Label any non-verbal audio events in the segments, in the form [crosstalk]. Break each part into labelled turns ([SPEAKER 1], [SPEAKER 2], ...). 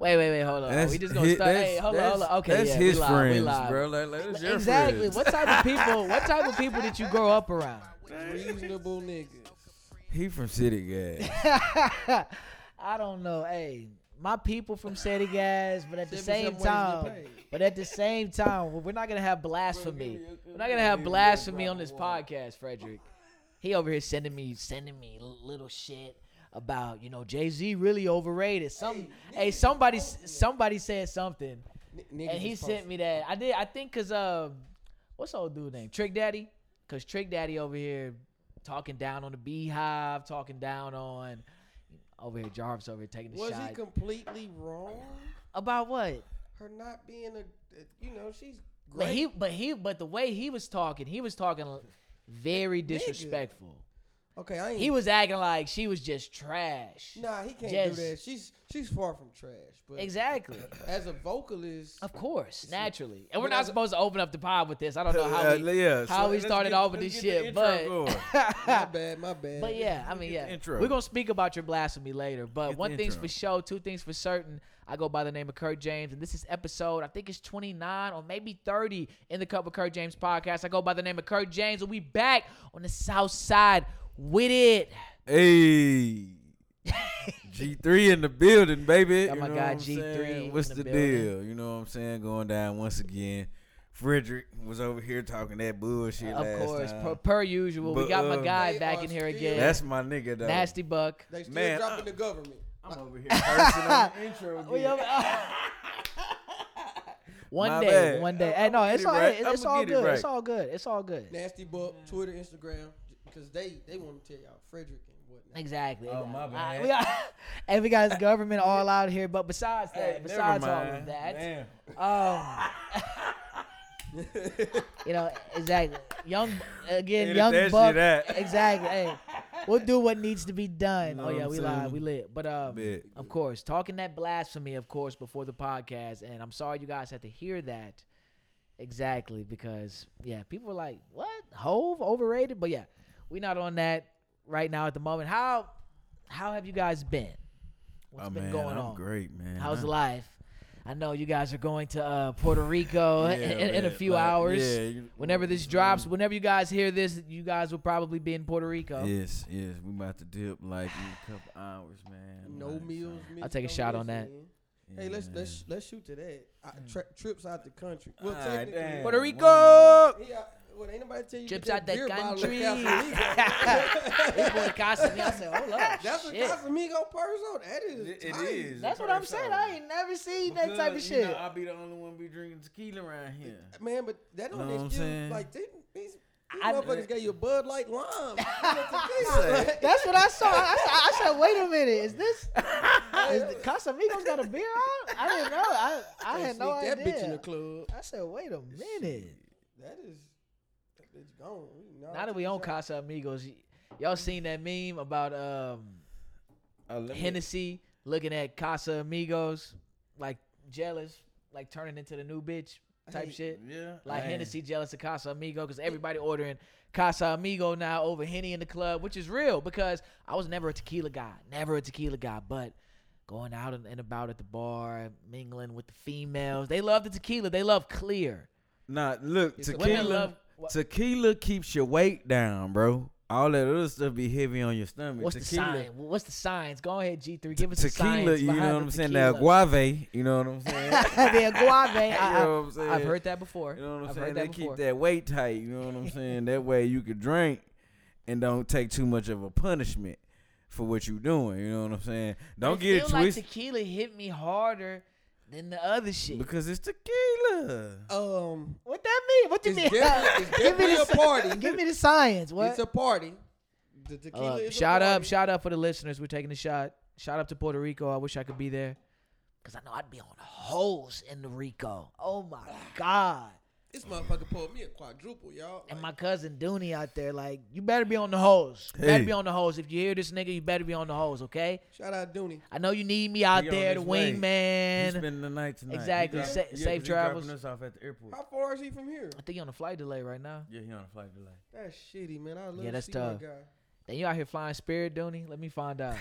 [SPEAKER 1] Wait, wait, wait, hold on.
[SPEAKER 2] That's
[SPEAKER 1] we Oh, just gonna
[SPEAKER 2] hi-
[SPEAKER 1] start.
[SPEAKER 2] that's-
[SPEAKER 1] Hey, hold on, hold on.
[SPEAKER 2] that's-
[SPEAKER 1] Okay,
[SPEAKER 2] that's
[SPEAKER 1] yeah,
[SPEAKER 2] his
[SPEAKER 1] we live, we
[SPEAKER 2] friends,
[SPEAKER 1] live.
[SPEAKER 2] bro. Like, like, that's your
[SPEAKER 1] Exactly.
[SPEAKER 2] friends.
[SPEAKER 1] What type
[SPEAKER 2] [laughs]
[SPEAKER 1] of people? What type of people did you grow up around?
[SPEAKER 3] Reasonable nigga.
[SPEAKER 2] He from City Gas.
[SPEAKER 1] I don't know. Hey, my people from City Gas, but at the
[SPEAKER 3] Send me
[SPEAKER 1] same
[SPEAKER 3] some ways to
[SPEAKER 1] time,
[SPEAKER 3] pay.
[SPEAKER 1] but at the same time, we're not gonna have blasphemy.
[SPEAKER 3] Bro, give me a-
[SPEAKER 1] We're not gonna have
[SPEAKER 3] give me a
[SPEAKER 1] blasphemy
[SPEAKER 3] drop
[SPEAKER 1] on this
[SPEAKER 3] of water.
[SPEAKER 1] podcast, Frederick. He over here sending me, sending me little shit about you know Jay Z really overrated. Some hey, somebody somebody said something,
[SPEAKER 3] N-
[SPEAKER 1] [laughs]
[SPEAKER 3] niggas
[SPEAKER 1] and he
[SPEAKER 3] is
[SPEAKER 1] sent me that. I did. I think cause um, what's old dude name? Trick Daddy. Cause Trick Daddy over here talking down on the Beehive, talking down on over here Jarvis over here taking the
[SPEAKER 3] Was
[SPEAKER 1] shot.
[SPEAKER 3] he completely wrong?
[SPEAKER 1] About what?
[SPEAKER 3] Her not being a, you know, she's great.
[SPEAKER 1] But he, but he, but the way he was talking, he was talking very disrespectful.
[SPEAKER 3] okay, I ain't.
[SPEAKER 1] He was acting like she was just trash.
[SPEAKER 3] Nah, he can't
[SPEAKER 1] Just-
[SPEAKER 3] do that. She's she's far from trash. But
[SPEAKER 1] Exactly.
[SPEAKER 3] as
[SPEAKER 1] [laughs]
[SPEAKER 3] a vocalist,
[SPEAKER 1] Of course, naturally. And we're
[SPEAKER 3] But
[SPEAKER 1] not
[SPEAKER 3] as a-
[SPEAKER 1] supposed to open up the pod with this. I
[SPEAKER 2] [laughs]
[SPEAKER 1] don't know how
[SPEAKER 2] Uh,
[SPEAKER 1] we,
[SPEAKER 2] yeah,
[SPEAKER 1] how
[SPEAKER 2] so
[SPEAKER 1] we
[SPEAKER 2] let's
[SPEAKER 1] started
[SPEAKER 2] get-
[SPEAKER 1] off with
[SPEAKER 2] let's
[SPEAKER 1] this
[SPEAKER 2] get the
[SPEAKER 1] shit,
[SPEAKER 2] intro
[SPEAKER 1] but [laughs]
[SPEAKER 2] going.
[SPEAKER 3] my bad, my bad.
[SPEAKER 1] But yeah, I mean,
[SPEAKER 2] get the
[SPEAKER 1] yeah.
[SPEAKER 2] intro.
[SPEAKER 1] We're gonna speak about your blasphemy later. But
[SPEAKER 2] Get the
[SPEAKER 1] one thing's for
[SPEAKER 2] intro.
[SPEAKER 1] sure, two things for certain. I go by the name of Kurt James, and this is episode I think it's 29 or maybe 30 in the Cup of Kurt James podcast. I go by the name of Kurt James, and we back on the South Side with it. [laughs]
[SPEAKER 2] Hey. G3 in the building, baby.
[SPEAKER 1] Got Oh my
[SPEAKER 2] You know
[SPEAKER 1] guy
[SPEAKER 2] what I'm
[SPEAKER 1] G3
[SPEAKER 2] saying?
[SPEAKER 1] in
[SPEAKER 2] What's
[SPEAKER 1] the
[SPEAKER 2] the,
[SPEAKER 1] building.
[SPEAKER 2] deal? You know what I'm saying? Going down once again. Frederick was over here talking that bullshit last
[SPEAKER 1] of course,
[SPEAKER 2] time.
[SPEAKER 1] per, per usual, we
[SPEAKER 2] But,
[SPEAKER 1] got my
[SPEAKER 2] uh,
[SPEAKER 1] guy
[SPEAKER 3] They
[SPEAKER 1] back
[SPEAKER 3] are
[SPEAKER 1] in here
[SPEAKER 3] still-
[SPEAKER 1] again.
[SPEAKER 2] That's my nigga, though.
[SPEAKER 1] Nasty Buck.
[SPEAKER 3] they still
[SPEAKER 2] Man,
[SPEAKER 3] dropping
[SPEAKER 2] uh,
[SPEAKER 3] the government.
[SPEAKER 2] I'm over here cursing on
[SPEAKER 1] [laughs]
[SPEAKER 2] the intro again. [laughs]
[SPEAKER 1] We over- one
[SPEAKER 2] My
[SPEAKER 1] day,
[SPEAKER 2] bad.
[SPEAKER 1] one day.
[SPEAKER 2] I'ma
[SPEAKER 1] Hey, no,
[SPEAKER 2] get
[SPEAKER 1] it's
[SPEAKER 2] it
[SPEAKER 1] all
[SPEAKER 2] right.
[SPEAKER 1] it's, it's
[SPEAKER 2] I'ma
[SPEAKER 1] all
[SPEAKER 2] get it
[SPEAKER 1] good.
[SPEAKER 2] right.
[SPEAKER 1] It's all good. It's all good.
[SPEAKER 3] Nasty Buck, Twitter, Instagram, because they they want to tell y'all Frederick and whatnot.
[SPEAKER 1] Exactly.
[SPEAKER 2] Oh, my
[SPEAKER 1] exactly. All right,
[SPEAKER 2] bad.
[SPEAKER 1] We got, [laughs] and we got his government all out here. But besides that,
[SPEAKER 2] Hey, never
[SPEAKER 1] besides all of
[SPEAKER 2] mind.
[SPEAKER 1] that,
[SPEAKER 2] Damn.
[SPEAKER 1] um, [laughs] you know, exactly. Young again,
[SPEAKER 2] Edit
[SPEAKER 1] young
[SPEAKER 2] that shit
[SPEAKER 1] buck.
[SPEAKER 2] out.
[SPEAKER 1] Exactly. Hey, we'll do what needs to be done.
[SPEAKER 2] Know
[SPEAKER 1] oh
[SPEAKER 2] what
[SPEAKER 1] yeah,
[SPEAKER 2] I'm
[SPEAKER 1] we live,
[SPEAKER 2] saying?
[SPEAKER 1] we lit. But um,
[SPEAKER 2] Bet.
[SPEAKER 1] of course, talking that blasphemy, of course, before the podcast, and I'm sorry you guys had to hear that. Exactly, because yeah, people were like, "What Hove overrated?" But yeah, we not on that right now at the moment. How how have you guys been? What's
[SPEAKER 2] oh,
[SPEAKER 1] been
[SPEAKER 2] man,
[SPEAKER 1] going
[SPEAKER 2] I'm
[SPEAKER 1] on?
[SPEAKER 2] great, man.
[SPEAKER 1] How's
[SPEAKER 2] I'm-
[SPEAKER 1] life? I know you guys are going to uh, Puerto Rico [laughs]
[SPEAKER 2] Yeah,
[SPEAKER 1] in, in a
[SPEAKER 2] man,
[SPEAKER 1] few
[SPEAKER 2] like,
[SPEAKER 1] hours.
[SPEAKER 2] yeah, Mm-hmm. you-
[SPEAKER 1] whenever this drops, whenever you guys hear this, you guys will probably be in Puerto Rico.
[SPEAKER 2] Yes, yes. We about to dip like in a couple hours, man.
[SPEAKER 3] No
[SPEAKER 2] Like,
[SPEAKER 3] meals.
[SPEAKER 1] I'll take a
[SPEAKER 3] missed,
[SPEAKER 1] shot
[SPEAKER 3] no
[SPEAKER 1] on that.
[SPEAKER 3] missing. Hey, let's
[SPEAKER 2] yeah.
[SPEAKER 3] let's let's shoot to that. I, tra- trips out the country. Well,
[SPEAKER 2] All right,
[SPEAKER 3] technically,
[SPEAKER 2] damn.
[SPEAKER 1] Puerto
[SPEAKER 2] One
[SPEAKER 1] Rico.
[SPEAKER 3] Yeah, well, ain't nobody tell you
[SPEAKER 1] Trips
[SPEAKER 3] get
[SPEAKER 1] out that
[SPEAKER 3] beer bottle of
[SPEAKER 1] country. [laughs]
[SPEAKER 3] Casamigos.
[SPEAKER 1] This boy Casamigos, I said, hold up,
[SPEAKER 3] That's
[SPEAKER 1] shit.
[SPEAKER 3] a Casamigo purse. though. That is.
[SPEAKER 2] It- it
[SPEAKER 3] tight.
[SPEAKER 2] is.
[SPEAKER 1] That's what I'm saying. I ain't never seen that type of
[SPEAKER 2] Because, you
[SPEAKER 1] shit.
[SPEAKER 2] know, I'll be the only one be drinking tequila around here.
[SPEAKER 3] Man, but that don't
[SPEAKER 2] Know what I'm
[SPEAKER 3] excuse
[SPEAKER 2] saying?
[SPEAKER 3] like they, these, these
[SPEAKER 1] I-
[SPEAKER 3] motherfuckers got your Bud Light
[SPEAKER 1] [laughs]
[SPEAKER 3] lime.
[SPEAKER 2] Say.
[SPEAKER 1] That's what I saw. I, I, I said, wait a minute, is this? Is the, Casamigos got a beer out? I didn't know. I I had no
[SPEAKER 3] that
[SPEAKER 1] idea.
[SPEAKER 3] bitch in the club.
[SPEAKER 1] I said, wait a minute.
[SPEAKER 3] That is that bitch gone. We know
[SPEAKER 1] Now that
[SPEAKER 3] it's
[SPEAKER 1] we
[SPEAKER 3] a
[SPEAKER 1] own
[SPEAKER 3] shot.
[SPEAKER 1] Casa Amigos, y- y'all seen that meme about um
[SPEAKER 2] Uh, let me-
[SPEAKER 1] Hennessy looking at Casa Amigos like jealous, like turning into the new bitch type
[SPEAKER 3] Hey,
[SPEAKER 1] shit.
[SPEAKER 2] Yeah.
[SPEAKER 1] Like
[SPEAKER 2] man.
[SPEAKER 1] Hennessy jealous of Casa Amigo because everybody ordering Casa Amigo now over Henny in the club, which is real because I was never a tequila guy, never a tequila guy, but going out and, and about at the bar, mingling with the females, they love the tequila, they love clear.
[SPEAKER 2] Nah, look,
[SPEAKER 3] It's a-
[SPEAKER 2] tequila.
[SPEAKER 1] Women love. wha-
[SPEAKER 2] Tequila keeps your weight down, bro. All that other stuff be heavy on your stomach.
[SPEAKER 1] What's
[SPEAKER 2] tequila,
[SPEAKER 1] the sign? What's the signs? Go ahead, G three. Give us the
[SPEAKER 2] Tequila,
[SPEAKER 1] signs.
[SPEAKER 2] you know
[SPEAKER 1] behind
[SPEAKER 2] what I'm
[SPEAKER 1] the
[SPEAKER 2] saying?
[SPEAKER 1] tequila.
[SPEAKER 2] That guave, you know what
[SPEAKER 1] [laughs]
[SPEAKER 2] I'm saying?
[SPEAKER 1] the aguave.
[SPEAKER 2] [laughs] You
[SPEAKER 1] I,
[SPEAKER 2] know what I'm saying?
[SPEAKER 1] have heard that before.
[SPEAKER 2] You know what I'm
[SPEAKER 1] I've
[SPEAKER 2] saying?
[SPEAKER 1] heard
[SPEAKER 2] They
[SPEAKER 1] that before.
[SPEAKER 2] keep that weight tight. You know what I'm saying? that way you can drink and don't take too much of a punishment for what you doing. You know what I'm saying? Don't
[SPEAKER 1] I
[SPEAKER 2] get it
[SPEAKER 1] feel like
[SPEAKER 2] twisted
[SPEAKER 1] tequila hit me harder than the other shit.
[SPEAKER 2] because it's tequila.
[SPEAKER 3] Um,
[SPEAKER 1] What that mean? What you
[SPEAKER 3] It's
[SPEAKER 1] mean? [laughs]
[SPEAKER 3] definitely- it's definitely a
[SPEAKER 1] si-
[SPEAKER 3] party.
[SPEAKER 1] Give me the science. What?
[SPEAKER 3] it's a party. The tequila
[SPEAKER 1] Uh,
[SPEAKER 3] is a
[SPEAKER 1] shout up,
[SPEAKER 3] party.
[SPEAKER 1] shout up for the listeners. We're taking a shot. Shout up to Puerto Rico. I wish I could be there. Cause I know I'd be on holes in the Rico. Oh my God.
[SPEAKER 3] This motherfucker pulled me a quadruple, y'all.
[SPEAKER 1] And
[SPEAKER 3] Like,
[SPEAKER 1] my cousin Dooney out there, like, you better be on the holes. You better
[SPEAKER 2] Hey.
[SPEAKER 1] be on the holes. If you hear this nigga, you better be on the holes, okay?
[SPEAKER 3] shout out Dooney.
[SPEAKER 1] I know you need me out
[SPEAKER 2] He on
[SPEAKER 1] there, the
[SPEAKER 2] his way.
[SPEAKER 1] wingman.
[SPEAKER 2] He's spending the night tonight. He
[SPEAKER 1] Exactly.
[SPEAKER 2] drop-
[SPEAKER 1] Sa-
[SPEAKER 2] yeah, 'cause
[SPEAKER 1] safe
[SPEAKER 2] he
[SPEAKER 1] travels.
[SPEAKER 2] Dropping us off at the airport.
[SPEAKER 3] How far is he from here?
[SPEAKER 1] I think you're on a flight delay right now.
[SPEAKER 2] Yeah, he on a flight delay.
[SPEAKER 3] That's shitty, man. I love
[SPEAKER 1] that's
[SPEAKER 3] to see my
[SPEAKER 1] tough.
[SPEAKER 3] guy.
[SPEAKER 1] Then you out here flying Spirit Dooney? Let me find out.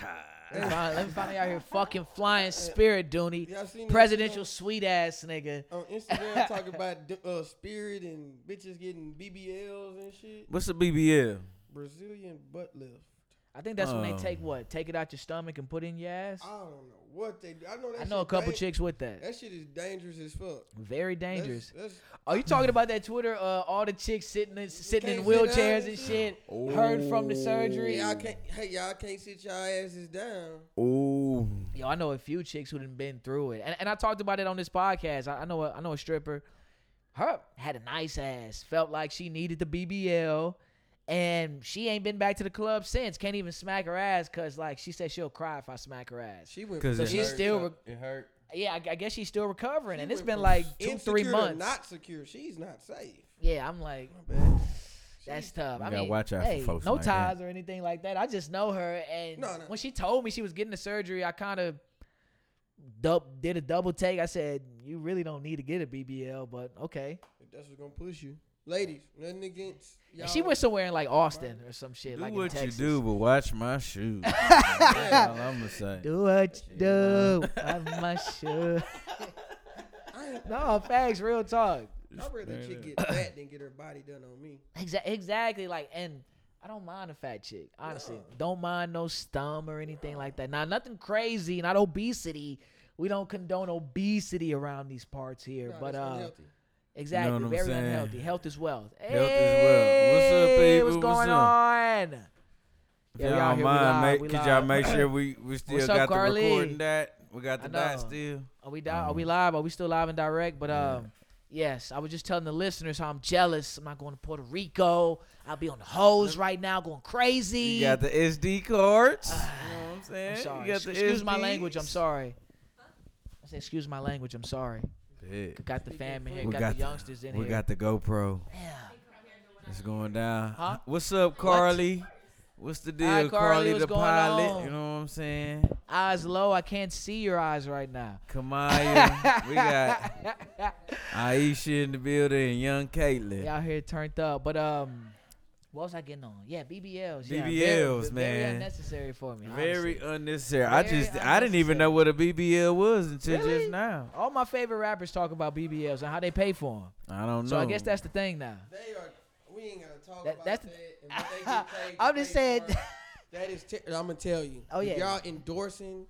[SPEAKER 1] Let me find, let me find out you out here fucking flying Spirit Dooney.
[SPEAKER 3] Y'all seen that shit
[SPEAKER 1] Presidential sweet ass nigga.
[SPEAKER 3] on, on Instagram talking about d- uh, spirit and bitches getting BBLs and shit?
[SPEAKER 2] What's a BBL?
[SPEAKER 3] Brazilian butt lift.
[SPEAKER 1] I think that's when they
[SPEAKER 2] Oh.
[SPEAKER 1] take what? Take it out your stomach and put it in your ass?
[SPEAKER 3] I don't know what they do. I know Ah, that.
[SPEAKER 1] I know a
[SPEAKER 3] shit
[SPEAKER 1] couple
[SPEAKER 3] dang-
[SPEAKER 1] chicks with that.
[SPEAKER 3] That shit is dangerous as fuck.
[SPEAKER 1] Very
[SPEAKER 3] That's-
[SPEAKER 1] dangerous.
[SPEAKER 3] that's-
[SPEAKER 1] Are you talking about that Twitter? Uh, all the chicks sitting in, sitting in
[SPEAKER 3] can't sit
[SPEAKER 1] wheelchairs
[SPEAKER 3] down
[SPEAKER 1] and
[SPEAKER 3] and
[SPEAKER 1] shit,
[SPEAKER 3] shit.
[SPEAKER 1] heard from the surgery.
[SPEAKER 3] y'all can't. Hey, y'all can't sit y'all asses down.
[SPEAKER 2] Oh,
[SPEAKER 1] Yo, I know a few chicks who done been through it, and, and I talked about it on this podcast. I, I know, a, I know a stripper. Her had a nice ass, felt like she needed the BBL, and she ain't been back to the club since. Can't even smack her ass because, like, she said she'll cry if I smack her ass.
[SPEAKER 3] She went.
[SPEAKER 2] 'Cause
[SPEAKER 3] from
[SPEAKER 2] it
[SPEAKER 1] She's
[SPEAKER 3] hurt,
[SPEAKER 1] still
[SPEAKER 3] uh,
[SPEAKER 1] re-
[SPEAKER 4] It hurt.
[SPEAKER 1] Yeah, I, I guess she's still recovering, and
[SPEAKER 3] she
[SPEAKER 1] it's
[SPEAKER 3] went
[SPEAKER 1] been
[SPEAKER 3] from
[SPEAKER 1] like two, three
[SPEAKER 3] insecure to
[SPEAKER 1] months.
[SPEAKER 3] Not secure. She's not safe.
[SPEAKER 1] yeah, I'm like,
[SPEAKER 3] Man.
[SPEAKER 1] [sighs] That's tough.
[SPEAKER 2] You
[SPEAKER 1] I
[SPEAKER 2] gotta
[SPEAKER 1] mean,
[SPEAKER 2] watch out for
[SPEAKER 1] hey,
[SPEAKER 2] folks
[SPEAKER 1] no
[SPEAKER 2] like that.
[SPEAKER 1] ties or anything like that. I just know her, and
[SPEAKER 3] No, no.
[SPEAKER 1] when she told me she was getting the surgery, I kind of dub- did a double take. I said, "You really don't need to get a BBL," but okay.
[SPEAKER 3] If that's what's gonna push you, ladies. Nothing against y'all.
[SPEAKER 1] And she went somewhere in like Austin or some shit,
[SPEAKER 2] do
[SPEAKER 1] like in
[SPEAKER 2] what you
[SPEAKER 1] Texas.
[SPEAKER 2] do, but watch my
[SPEAKER 1] [laughs]
[SPEAKER 2] shoes. That's all I'm gonna say.
[SPEAKER 1] Do what you do. I'm not sure.
[SPEAKER 3] [laughs]
[SPEAKER 1] [laughs]
[SPEAKER 3] I, ain't,
[SPEAKER 1] No, facts, real talk.
[SPEAKER 3] I'd rather
[SPEAKER 2] Straight
[SPEAKER 3] chick
[SPEAKER 2] up.
[SPEAKER 3] get fat than get her body done on me.
[SPEAKER 1] Exa- exactly. Like, and I don't mind a fat chick. Honestly, don't mind no stum or anything like that. Now, nothing crazy. Not obesity. We don't condone obesity around these parts here.
[SPEAKER 3] Nah,
[SPEAKER 1] but
[SPEAKER 3] that's
[SPEAKER 1] uh,
[SPEAKER 3] unhealthy.
[SPEAKER 1] exactly,
[SPEAKER 2] what I'm
[SPEAKER 1] very
[SPEAKER 2] saying?
[SPEAKER 1] unhealthy. Health is wealth. Health
[SPEAKER 2] is wealth. What's up,
[SPEAKER 1] What's
[SPEAKER 2] people?
[SPEAKER 1] going
[SPEAKER 2] What's up?
[SPEAKER 1] on? Yeah, we
[SPEAKER 2] y'all
[SPEAKER 1] out here, we
[SPEAKER 2] mind,
[SPEAKER 1] live,
[SPEAKER 2] make-
[SPEAKER 1] we
[SPEAKER 2] could y'all
[SPEAKER 1] live. [laughs]
[SPEAKER 2] make sure we, we still
[SPEAKER 1] What's up,
[SPEAKER 2] got the
[SPEAKER 1] Carly?
[SPEAKER 2] recording that? We got
[SPEAKER 1] I
[SPEAKER 2] the dot
[SPEAKER 1] know.
[SPEAKER 2] still.
[SPEAKER 1] Are we di- Are we live? Are we still live and direct? But
[SPEAKER 2] Mm. Yeah.
[SPEAKER 1] um, yes, I was just telling the listeners how I'm jealous. I'm not going to Puerto Rico. I'll be on the hose right now, going crazy.
[SPEAKER 2] You got the
[SPEAKER 1] [sighs]
[SPEAKER 2] SD cards. you know what I'm saying?
[SPEAKER 1] I'm
[SPEAKER 2] You
[SPEAKER 1] sorry.
[SPEAKER 2] got
[SPEAKER 1] Ex-
[SPEAKER 2] the
[SPEAKER 1] Excuse my language. I'm
[SPEAKER 2] SDs.
[SPEAKER 1] sorry. I said, excuse my language. I'm sorry.
[SPEAKER 2] Yeah.
[SPEAKER 1] Got the fam in here.
[SPEAKER 2] We
[SPEAKER 1] Got,
[SPEAKER 2] got
[SPEAKER 1] the
[SPEAKER 2] the-
[SPEAKER 1] youngsters in
[SPEAKER 2] We
[SPEAKER 1] here.
[SPEAKER 2] got the GoPro.
[SPEAKER 1] yeah.
[SPEAKER 2] It's going down.
[SPEAKER 1] Huh?
[SPEAKER 2] What's up, Carly? What's the deal,
[SPEAKER 1] All right, Carly,
[SPEAKER 2] Carly
[SPEAKER 1] what's
[SPEAKER 2] the
[SPEAKER 1] going
[SPEAKER 2] pilot?
[SPEAKER 1] on?
[SPEAKER 2] You know what I'm saying?
[SPEAKER 1] Eyes low. I can't see your eyes right now. [laughs]
[SPEAKER 2] Kamaya. we got Aisha in the building and young Caitlin.
[SPEAKER 1] Y'all here turned up. But um, what was I getting on? Yeah, BBLs. Yeah, very- Very
[SPEAKER 2] BBLs, man.
[SPEAKER 1] unnecessary for me.
[SPEAKER 2] Very
[SPEAKER 1] honestly.
[SPEAKER 2] unnecessary. I
[SPEAKER 1] Very
[SPEAKER 2] just I didn't even know what a BBL was until
[SPEAKER 1] Really?
[SPEAKER 2] just now.
[SPEAKER 1] All my favorite rappers talk about BBLs and how they pay for them.
[SPEAKER 2] I don't know.
[SPEAKER 1] So I guess that's the thing now.
[SPEAKER 3] They are. We ain't gotta talk
[SPEAKER 1] That-
[SPEAKER 3] about
[SPEAKER 1] that's-
[SPEAKER 3] that.
[SPEAKER 1] [laughs]
[SPEAKER 3] and what they get paid to
[SPEAKER 1] I'm just
[SPEAKER 3] pay
[SPEAKER 1] saying.
[SPEAKER 3] for it. that is. Ter- I'm gonna tell you.
[SPEAKER 1] Oh, yeah.
[SPEAKER 3] If y'all endorsing,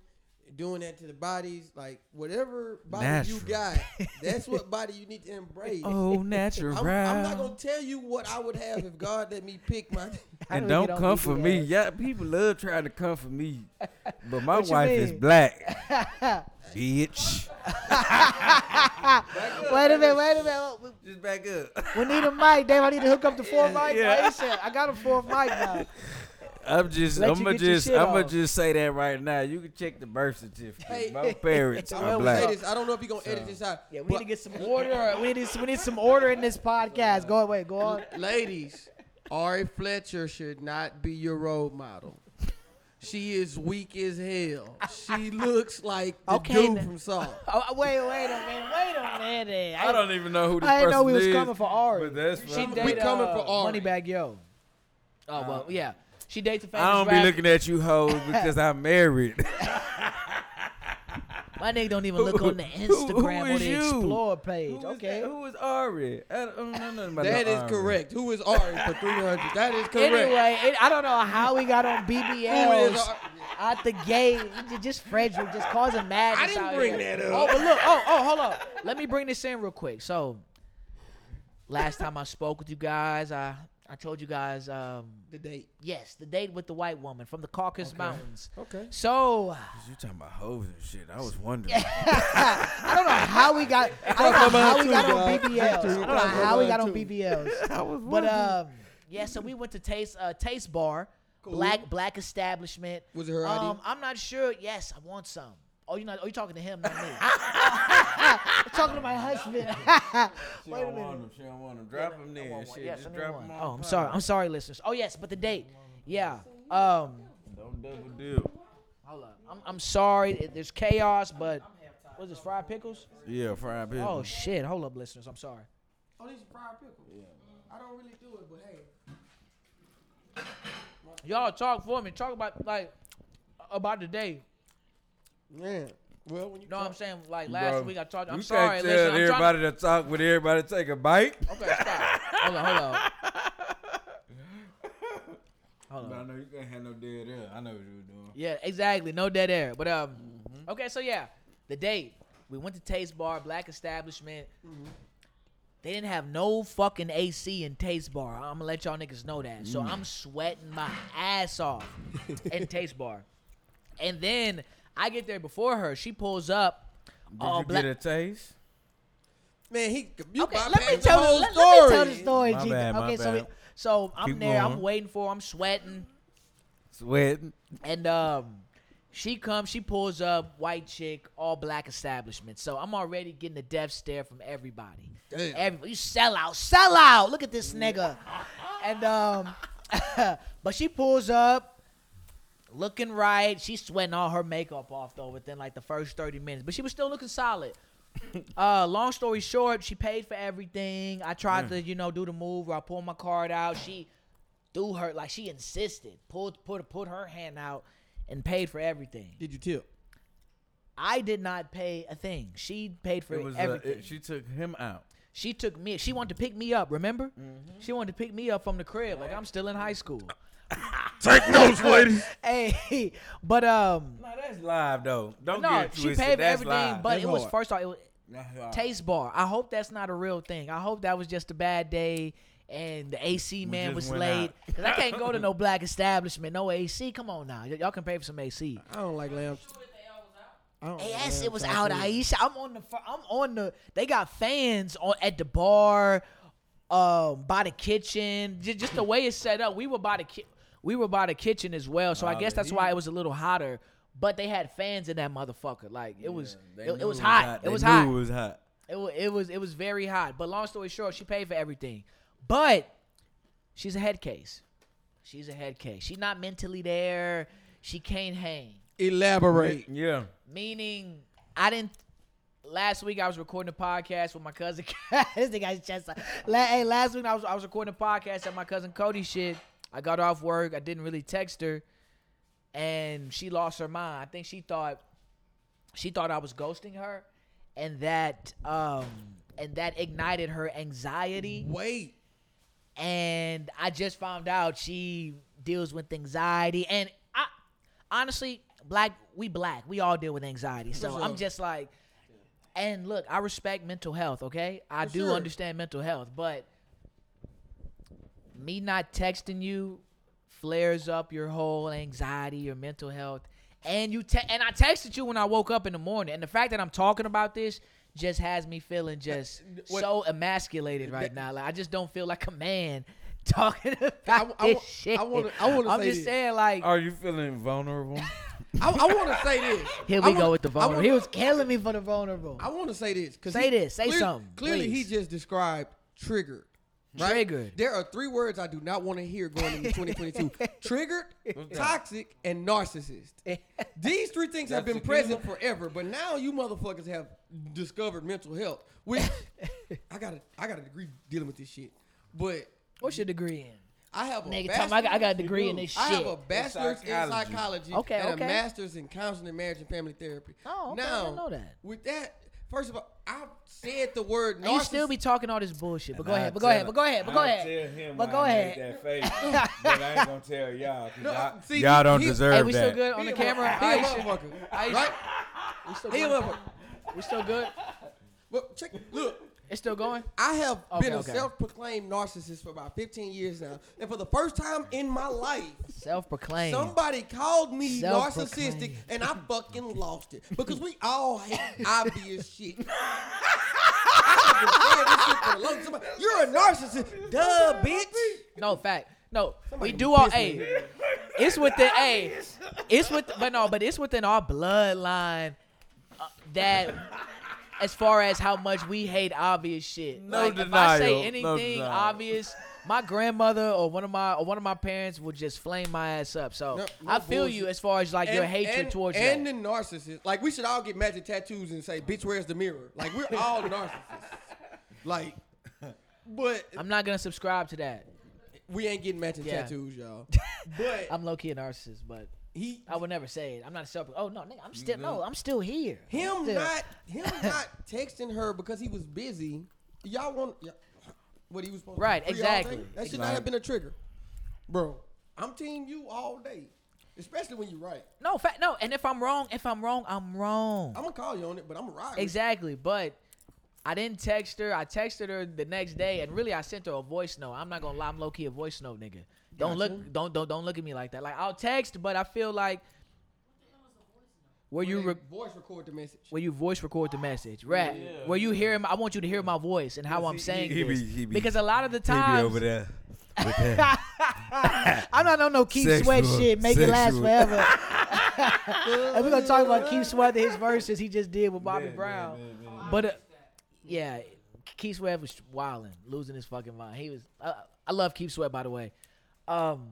[SPEAKER 3] doing that to the bodies, like whatever body you
[SPEAKER 2] Natural.
[SPEAKER 3] got, that's what body you need to embrace.
[SPEAKER 1] [laughs]
[SPEAKER 2] oh natural.
[SPEAKER 3] I'm, I'm not gonna tell you what I would have if God let me pick my. [laughs]
[SPEAKER 1] How do we
[SPEAKER 2] and don't
[SPEAKER 1] get on
[SPEAKER 2] come for me.
[SPEAKER 1] BBLs?
[SPEAKER 2] Yeah, people love trying to come for me,
[SPEAKER 1] [laughs]
[SPEAKER 2] but my
[SPEAKER 1] What you
[SPEAKER 2] wife is
[SPEAKER 1] mean? [laughs]
[SPEAKER 2] black, bitch.
[SPEAKER 1] Wait a minute. Wait a minute. We-
[SPEAKER 2] Just back up.
[SPEAKER 1] We need a mic, Dave. I need to hook up the fourth mic.
[SPEAKER 2] Yeah.
[SPEAKER 1] ASAP. I got a fourth mic now.
[SPEAKER 2] I'm just,
[SPEAKER 1] Let you
[SPEAKER 2] I'm gonna
[SPEAKER 1] get your
[SPEAKER 2] just,
[SPEAKER 1] shit
[SPEAKER 2] I'm gonna
[SPEAKER 1] off.
[SPEAKER 2] just say that right now. You can check the birth certificate.
[SPEAKER 3] Hey.
[SPEAKER 1] [laughs]
[SPEAKER 2] My parents
[SPEAKER 3] I
[SPEAKER 2] are
[SPEAKER 3] will say
[SPEAKER 2] black.
[SPEAKER 3] this. I don't know if you're gonna edit this out.
[SPEAKER 1] Yeah, we need
[SPEAKER 3] but
[SPEAKER 1] to get some order. We need we need some order in this podcast. Go away. Go on.
[SPEAKER 3] [laughs] Ladies, Ari Fletcher should not be your role model. She is weak as hell.
[SPEAKER 1] [laughs]
[SPEAKER 3] She looks like the
[SPEAKER 1] Okay,
[SPEAKER 3] dude
[SPEAKER 1] then.
[SPEAKER 3] from Saw.
[SPEAKER 1] [laughs] Oh, wait, wait a minute. Wait a minute.
[SPEAKER 2] I don't even know who this
[SPEAKER 1] I didn't
[SPEAKER 2] person
[SPEAKER 1] know we was
[SPEAKER 2] is,
[SPEAKER 1] coming for Ari.
[SPEAKER 2] But that's
[SPEAKER 1] She
[SPEAKER 2] fine.
[SPEAKER 3] We
[SPEAKER 1] date,
[SPEAKER 3] coming
[SPEAKER 1] uh,
[SPEAKER 3] for Ari.
[SPEAKER 1] Moneybag Yo. Oh well, yeah. She dates a famous
[SPEAKER 2] I don't be
[SPEAKER 1] rapper.
[SPEAKER 2] looking at
[SPEAKER 1] [laughs]
[SPEAKER 2] you hoes because I'm married.
[SPEAKER 1] My nigga don't even look on the
[SPEAKER 2] Who- who-
[SPEAKER 1] Instagram
[SPEAKER 2] who
[SPEAKER 1] or
[SPEAKER 2] is
[SPEAKER 1] the
[SPEAKER 2] you?
[SPEAKER 1] Explore page.
[SPEAKER 2] Who is
[SPEAKER 1] okay.
[SPEAKER 2] that? Who is Ari? I don't I don't know nothing about
[SPEAKER 3] That
[SPEAKER 2] no
[SPEAKER 3] is
[SPEAKER 2] Ari.
[SPEAKER 3] correct. Who is Ari for 300? That is correct.
[SPEAKER 1] Anyway, it, I don't know how we got on
[SPEAKER 3] Who is
[SPEAKER 1] BBLs
[SPEAKER 3] Ari?
[SPEAKER 1] out the gate. Ju- Just Frederick just causing madness.
[SPEAKER 3] I didn't
[SPEAKER 1] out
[SPEAKER 3] bring
[SPEAKER 1] here.
[SPEAKER 3] that up.
[SPEAKER 1] Oh, but look. Oh, oh, hold on. Let me bring this in real quick. So, last time I spoke with you guys, I I told you guys, um,
[SPEAKER 3] The date.
[SPEAKER 1] yes, the date with the white woman from the Caucasus Mountains.
[SPEAKER 3] Okay.
[SPEAKER 1] So
[SPEAKER 2] You talking about hoes and shit? I was wondering.
[SPEAKER 1] [laughs] I don't know how we got. I don't know how we got on
[SPEAKER 3] Talk about
[SPEAKER 1] BBLs. I
[SPEAKER 3] two,
[SPEAKER 1] don't know
[SPEAKER 3] guys.
[SPEAKER 1] how we got on
[SPEAKER 3] Talk about
[SPEAKER 1] BBLs.
[SPEAKER 2] I was
[SPEAKER 1] But
[SPEAKER 2] wondering.
[SPEAKER 1] um, yeah. So we went to taste uh, taste bar, black black establishment.
[SPEAKER 3] Was it her ID?
[SPEAKER 1] Um, I'm not sure. Yes, I want some. Oh, you not? Oh, you talking to him, not me? [laughs] I'm talking to my [laughs] husband.
[SPEAKER 2] she
[SPEAKER 1] wait a
[SPEAKER 2] don't
[SPEAKER 1] minute.
[SPEAKER 2] want them. She don't want them. Drop
[SPEAKER 1] Yeah,
[SPEAKER 2] them
[SPEAKER 1] I
[SPEAKER 2] there.
[SPEAKER 1] want
[SPEAKER 2] and
[SPEAKER 1] one.
[SPEAKER 2] Shit,
[SPEAKER 1] Yes, I
[SPEAKER 2] just
[SPEAKER 1] need
[SPEAKER 2] drop
[SPEAKER 1] one.
[SPEAKER 2] them.
[SPEAKER 1] Oh, I'm sorry. I'm sorry, listeners. Oh yes, but the date. Yeah. Um,
[SPEAKER 2] Don't double dip.
[SPEAKER 1] hold up. I'm I'm sorry. it- There's chaos, but was this fried pickles?
[SPEAKER 2] Yeah, fried people.
[SPEAKER 1] Oh shit. Hold up, listeners. I'm sorry.
[SPEAKER 3] Oh, these are fried pickles. I don't really do it, but hey.
[SPEAKER 1] Y'all talk for me. Talk about like about the day.
[SPEAKER 3] Yeah. Well, when you
[SPEAKER 1] You know what I'm saying? Like
[SPEAKER 2] You
[SPEAKER 1] last
[SPEAKER 2] bro-
[SPEAKER 1] week I talked. I'm
[SPEAKER 2] you
[SPEAKER 1] sorry.
[SPEAKER 2] Can't tell
[SPEAKER 1] Listen, I'm trying
[SPEAKER 2] everybody to talk with everybody take a bite.
[SPEAKER 1] to, Okay, stop. hold on, hold on. Hold on.
[SPEAKER 2] I know you can't have no dead air. I know what you were doing.
[SPEAKER 1] Yeah, exactly. No dead air. But um, okay, so yeah, the date we went to Taste Bar, black establishment. They didn't have no fucking AC in Taste Bar. I'm gonna let y'all niggas know that. So I'm sweating my ass off in Taste Bar, and then I get there before her. She pulls up.
[SPEAKER 2] Did
[SPEAKER 1] All
[SPEAKER 2] you
[SPEAKER 1] black.
[SPEAKER 2] get a taste?
[SPEAKER 3] [laughs] man, he you
[SPEAKER 1] okay,
[SPEAKER 3] bypassed
[SPEAKER 1] let me
[SPEAKER 3] the
[SPEAKER 1] tell
[SPEAKER 3] whole
[SPEAKER 1] the, let,
[SPEAKER 3] story.
[SPEAKER 1] let me tell the story.
[SPEAKER 2] My
[SPEAKER 1] G.
[SPEAKER 2] bad, my
[SPEAKER 1] okay, so
[SPEAKER 2] bad.
[SPEAKER 1] we- so I'm
[SPEAKER 2] Keep
[SPEAKER 1] there. I'm
[SPEAKER 2] going.
[SPEAKER 1] waiting for. her, I'm sweating.
[SPEAKER 2] Sweating.
[SPEAKER 1] And um, she comes, she pulls up, white chick, all black establishment. So I'm already getting a death stare from everybody.
[SPEAKER 3] Damn.
[SPEAKER 1] Every, you sell out, sell out. Look at this nigga. and um, [laughs] but she pulls up, looking right. She's sweating all her makeup off though within like the first 30 minutes, but she was still looking solid.
[SPEAKER 2] [laughs]
[SPEAKER 1] Uh, long story short, she paid for everything. I tried
[SPEAKER 2] Mm.
[SPEAKER 1] to, you know, do the move where I pulled my card out. She threw her like she insisted, pulled put put her hand out and paid for everything.
[SPEAKER 3] Did you tip?
[SPEAKER 1] I did not pay a thing. She paid for
[SPEAKER 2] It was. Uh,
[SPEAKER 1] everything.
[SPEAKER 2] it, she took him out.
[SPEAKER 1] She took me. She wanted to pick me up. Remember?
[SPEAKER 2] Mm-hmm.
[SPEAKER 1] She wanted to pick me up from the crib. Like I'm still in high
[SPEAKER 2] [laughs]
[SPEAKER 1] school.
[SPEAKER 2] Take notes, ladies.
[SPEAKER 1] hey, [laughs] but um,
[SPEAKER 2] No, that's live though. Don't
[SPEAKER 1] no,
[SPEAKER 2] get it
[SPEAKER 1] she
[SPEAKER 2] twisted.
[SPEAKER 1] paid for
[SPEAKER 2] that's
[SPEAKER 1] everything.
[SPEAKER 2] live.
[SPEAKER 1] But
[SPEAKER 3] That's
[SPEAKER 1] it was
[SPEAKER 3] hard.
[SPEAKER 1] first off, it was
[SPEAKER 2] That's live.
[SPEAKER 1] taste bar. I hope that's not a real thing. I hope that was just a bad day. And the AC man
[SPEAKER 2] just
[SPEAKER 1] was
[SPEAKER 2] went
[SPEAKER 1] late.
[SPEAKER 2] out.
[SPEAKER 1] Cause I can't go to no black establishment, no AC. Come on now, Y- y'all can pay for some AC.
[SPEAKER 3] I don't like lamb. I don't like
[SPEAKER 1] Yes,
[SPEAKER 3] lamb
[SPEAKER 1] it was
[SPEAKER 3] chop
[SPEAKER 1] out,
[SPEAKER 3] either.
[SPEAKER 1] Aisha. I'm on the. fir- I'm on the. They got fans on at the bar, um, by the kitchen. Just, just the way it's set up. We were by the ki- we were by the kitchen as well. So I
[SPEAKER 2] Wow,
[SPEAKER 1] guess
[SPEAKER 2] the
[SPEAKER 1] that's why
[SPEAKER 2] heat.
[SPEAKER 1] it was a little hotter. But they had fans in that motherfucker. Like it was.
[SPEAKER 2] They
[SPEAKER 1] It, it
[SPEAKER 2] knew
[SPEAKER 1] was hot.
[SPEAKER 2] They
[SPEAKER 1] It was
[SPEAKER 2] knew
[SPEAKER 1] hot.
[SPEAKER 2] It was hot.
[SPEAKER 1] It was, it was it was very hot. But long story short, she paid for everything. But she's a head case. She's a head case. She's not mentally there. She can't hang.
[SPEAKER 3] Elaborate.
[SPEAKER 2] Yeah.
[SPEAKER 1] Meaning, I didn't. Last week I was recording a podcast with my cousin. [laughs] this nigga has chest. out. La- hey, last week I was I was recording a podcast at my cousin Cody shit. I got off work. I didn't really text her, and she lost her mind. I think she thought she thought I was ghosting her, and that um and that ignited her anxiety.
[SPEAKER 3] Wait.
[SPEAKER 1] And I just found out she deals with anxiety. And I honestly, black, we black, we all deal with anxiety. So
[SPEAKER 3] For
[SPEAKER 1] I'm
[SPEAKER 3] sure.
[SPEAKER 1] just like, and look, I respect mental health. Okay, I
[SPEAKER 3] For
[SPEAKER 1] do
[SPEAKER 3] sure.
[SPEAKER 1] understand mental health, but me not texting you flares up your whole anxiety, your mental health, and you te- and I texted you when I woke up in the morning, and the fact that I'm talking about this just has me feeling
[SPEAKER 3] [laughs]
[SPEAKER 1] just
[SPEAKER 3] What-
[SPEAKER 1] so emasculated right now. Like I just don't feel like a man [laughs] talking about
[SPEAKER 3] I-
[SPEAKER 1] this shit.
[SPEAKER 3] I wanna- I wanna
[SPEAKER 1] I'm
[SPEAKER 3] say
[SPEAKER 1] just
[SPEAKER 3] this.
[SPEAKER 1] saying, like
[SPEAKER 2] Are you
[SPEAKER 1] [laughs]
[SPEAKER 2] feeling vulnerable?
[SPEAKER 3] I, I want to say this.
[SPEAKER 1] here we
[SPEAKER 3] I wanna-
[SPEAKER 1] go with the
[SPEAKER 3] I
[SPEAKER 1] vulnerable.
[SPEAKER 3] wanna-
[SPEAKER 1] he was killing me for the vulnerable.
[SPEAKER 3] I want to say this. 'cause
[SPEAKER 1] Say this. Say something,
[SPEAKER 3] Clearly,
[SPEAKER 1] please.
[SPEAKER 3] he just described triggered. Right?
[SPEAKER 1] Triggered.
[SPEAKER 3] There are three words I do not want to hear going
[SPEAKER 1] [laughs]
[SPEAKER 3] into 2022: triggered, toxic, and narcissist. These three things have
[SPEAKER 2] That's
[SPEAKER 3] been
[SPEAKER 2] the
[SPEAKER 3] present forever, but now you motherfuckers have discovered mental health. Which
[SPEAKER 1] [laughs]
[SPEAKER 3] I got a I got a degree dealing with this shit, but
[SPEAKER 1] What's your degree in?
[SPEAKER 3] I have a
[SPEAKER 1] Nigga,
[SPEAKER 3] bachelor's.
[SPEAKER 1] Tom, I got, I got a degree in this
[SPEAKER 3] I
[SPEAKER 1] shit.
[SPEAKER 3] have a bachelor's
[SPEAKER 2] psychology.
[SPEAKER 3] in psychology
[SPEAKER 1] Okay,
[SPEAKER 3] and
[SPEAKER 1] okay.
[SPEAKER 3] a master's in counseling, marriage, and family therapy.
[SPEAKER 1] Oh, okay, I
[SPEAKER 3] Now,
[SPEAKER 1] didn't know that.
[SPEAKER 3] With that, first of all, I said the word
[SPEAKER 1] And
[SPEAKER 3] narcissist.
[SPEAKER 1] you still be talking all this bullshit, but go
[SPEAKER 2] I'll
[SPEAKER 1] ahead, but go
[SPEAKER 2] tell-
[SPEAKER 1] ahead, but go ahead, but go
[SPEAKER 2] I'll
[SPEAKER 1] ahead,
[SPEAKER 2] tell him
[SPEAKER 1] but
[SPEAKER 2] why
[SPEAKER 1] go
[SPEAKER 2] I made
[SPEAKER 1] ahead. [laughs]
[SPEAKER 2] that face, but I ain't gonna tell y'all. 'cause
[SPEAKER 3] No,
[SPEAKER 2] y'all,
[SPEAKER 3] see,
[SPEAKER 2] y'all don't
[SPEAKER 3] he-
[SPEAKER 2] deserve
[SPEAKER 1] Hey, we
[SPEAKER 2] that.
[SPEAKER 1] still good on
[SPEAKER 3] He
[SPEAKER 1] the
[SPEAKER 3] a
[SPEAKER 1] camera?
[SPEAKER 3] motherfucker. He a
[SPEAKER 1] Aisha, Aisha.
[SPEAKER 3] motherfucker. Right?
[SPEAKER 1] we still
[SPEAKER 3] He a
[SPEAKER 1] going?
[SPEAKER 3] motherfucker.
[SPEAKER 1] We still good?
[SPEAKER 3] Well, check. Look,
[SPEAKER 1] It's still going?
[SPEAKER 3] I have
[SPEAKER 1] Okay,
[SPEAKER 3] been a
[SPEAKER 1] okay.
[SPEAKER 3] self-proclaimed narcissist for about 15 years now, and for the first time in my life,
[SPEAKER 1] Self-proclaimed.
[SPEAKER 3] Somebody called me
[SPEAKER 1] Self-proclaimed.
[SPEAKER 3] narcissistic and I fucking lost it because we all hate obvious shit. [laughs] I have been saying this shit for a long time. You're a narcissist, duh, bitch.
[SPEAKER 1] No fact. No,
[SPEAKER 3] Somebody
[SPEAKER 1] we do all.
[SPEAKER 3] pissed me.
[SPEAKER 1] Hey, it's within. Hey, it's with. But no, but it's within our bloodline uh, that, as far as how much we hate obvious shit.
[SPEAKER 2] No
[SPEAKER 1] like, If I
[SPEAKER 2] denial. No
[SPEAKER 1] say anything
[SPEAKER 2] denial.
[SPEAKER 1] obvious, my grandmother or one of my or one of my parents will just flame my ass up. So
[SPEAKER 3] No- no
[SPEAKER 1] I feel you
[SPEAKER 3] bullshit.
[SPEAKER 1] as far as like your hatred
[SPEAKER 3] and,
[SPEAKER 1] towards
[SPEAKER 3] and
[SPEAKER 1] that.
[SPEAKER 3] the narcissist. Like we should all get magic tattoos and say, "Bitch, where's the mirror?" Like we're all narcissists. Like, but
[SPEAKER 1] I'm not gonna subscribe to that.
[SPEAKER 3] we ain't getting matching
[SPEAKER 1] Yeah.
[SPEAKER 3] tattoos,
[SPEAKER 1] [laughs]
[SPEAKER 3] y'all. But
[SPEAKER 1] I'm low key a narcissist, but
[SPEAKER 3] he
[SPEAKER 1] I would never say it. I'm not a self. Oh no, nigga, I'm still
[SPEAKER 2] good.
[SPEAKER 1] no, I'm still here. I'm
[SPEAKER 3] him
[SPEAKER 1] still-
[SPEAKER 3] not
[SPEAKER 1] [laughs]
[SPEAKER 3] him not texting her because he was busy. Y'all want y'all, what he was supposed
[SPEAKER 1] Right,
[SPEAKER 3] to do, free all day?
[SPEAKER 1] exactly.
[SPEAKER 3] That should not have been a trigger, bro. I'm team you all day, especially when you're right.
[SPEAKER 1] No, fact, no. And if I'm wrong, if I'm wrong, I'm wrong.
[SPEAKER 3] I'm gonna call you on it, but I'm right.
[SPEAKER 1] Exactly. But I didn't text her. I texted her the next day, and really, I sent her a voice note. I'm not gonna lie. I'm low key a voice note, nigga. Don't
[SPEAKER 3] Gotcha.
[SPEAKER 1] look. Don't don't don't look at me like that. Like I'll text, but I feel like. Where you re-
[SPEAKER 3] voice record the message.
[SPEAKER 1] where you voice record the message, rap. Where you hear him, I want you to hear my voice and how I'm saying
[SPEAKER 2] he
[SPEAKER 1] this.
[SPEAKER 2] be- he be-
[SPEAKER 1] because a lot of the
[SPEAKER 2] He be
[SPEAKER 1] times,
[SPEAKER 2] over
[SPEAKER 1] [laughs]
[SPEAKER 2] there. With that.
[SPEAKER 1] I'm not on no Keith Sweat
[SPEAKER 2] Sexual,
[SPEAKER 1] shit. Make it last
[SPEAKER 2] sexual.
[SPEAKER 1] forever.
[SPEAKER 2] [laughs]
[SPEAKER 1] and we're gonna talk about Keith Sweat and his verses he just did with Bobby Brown. But uh, yeah, Keith Sweat was wilding, losing his fucking mind. He was. Uh, I love Keith Sweat, by the way.
[SPEAKER 2] [laughs]
[SPEAKER 1] Um,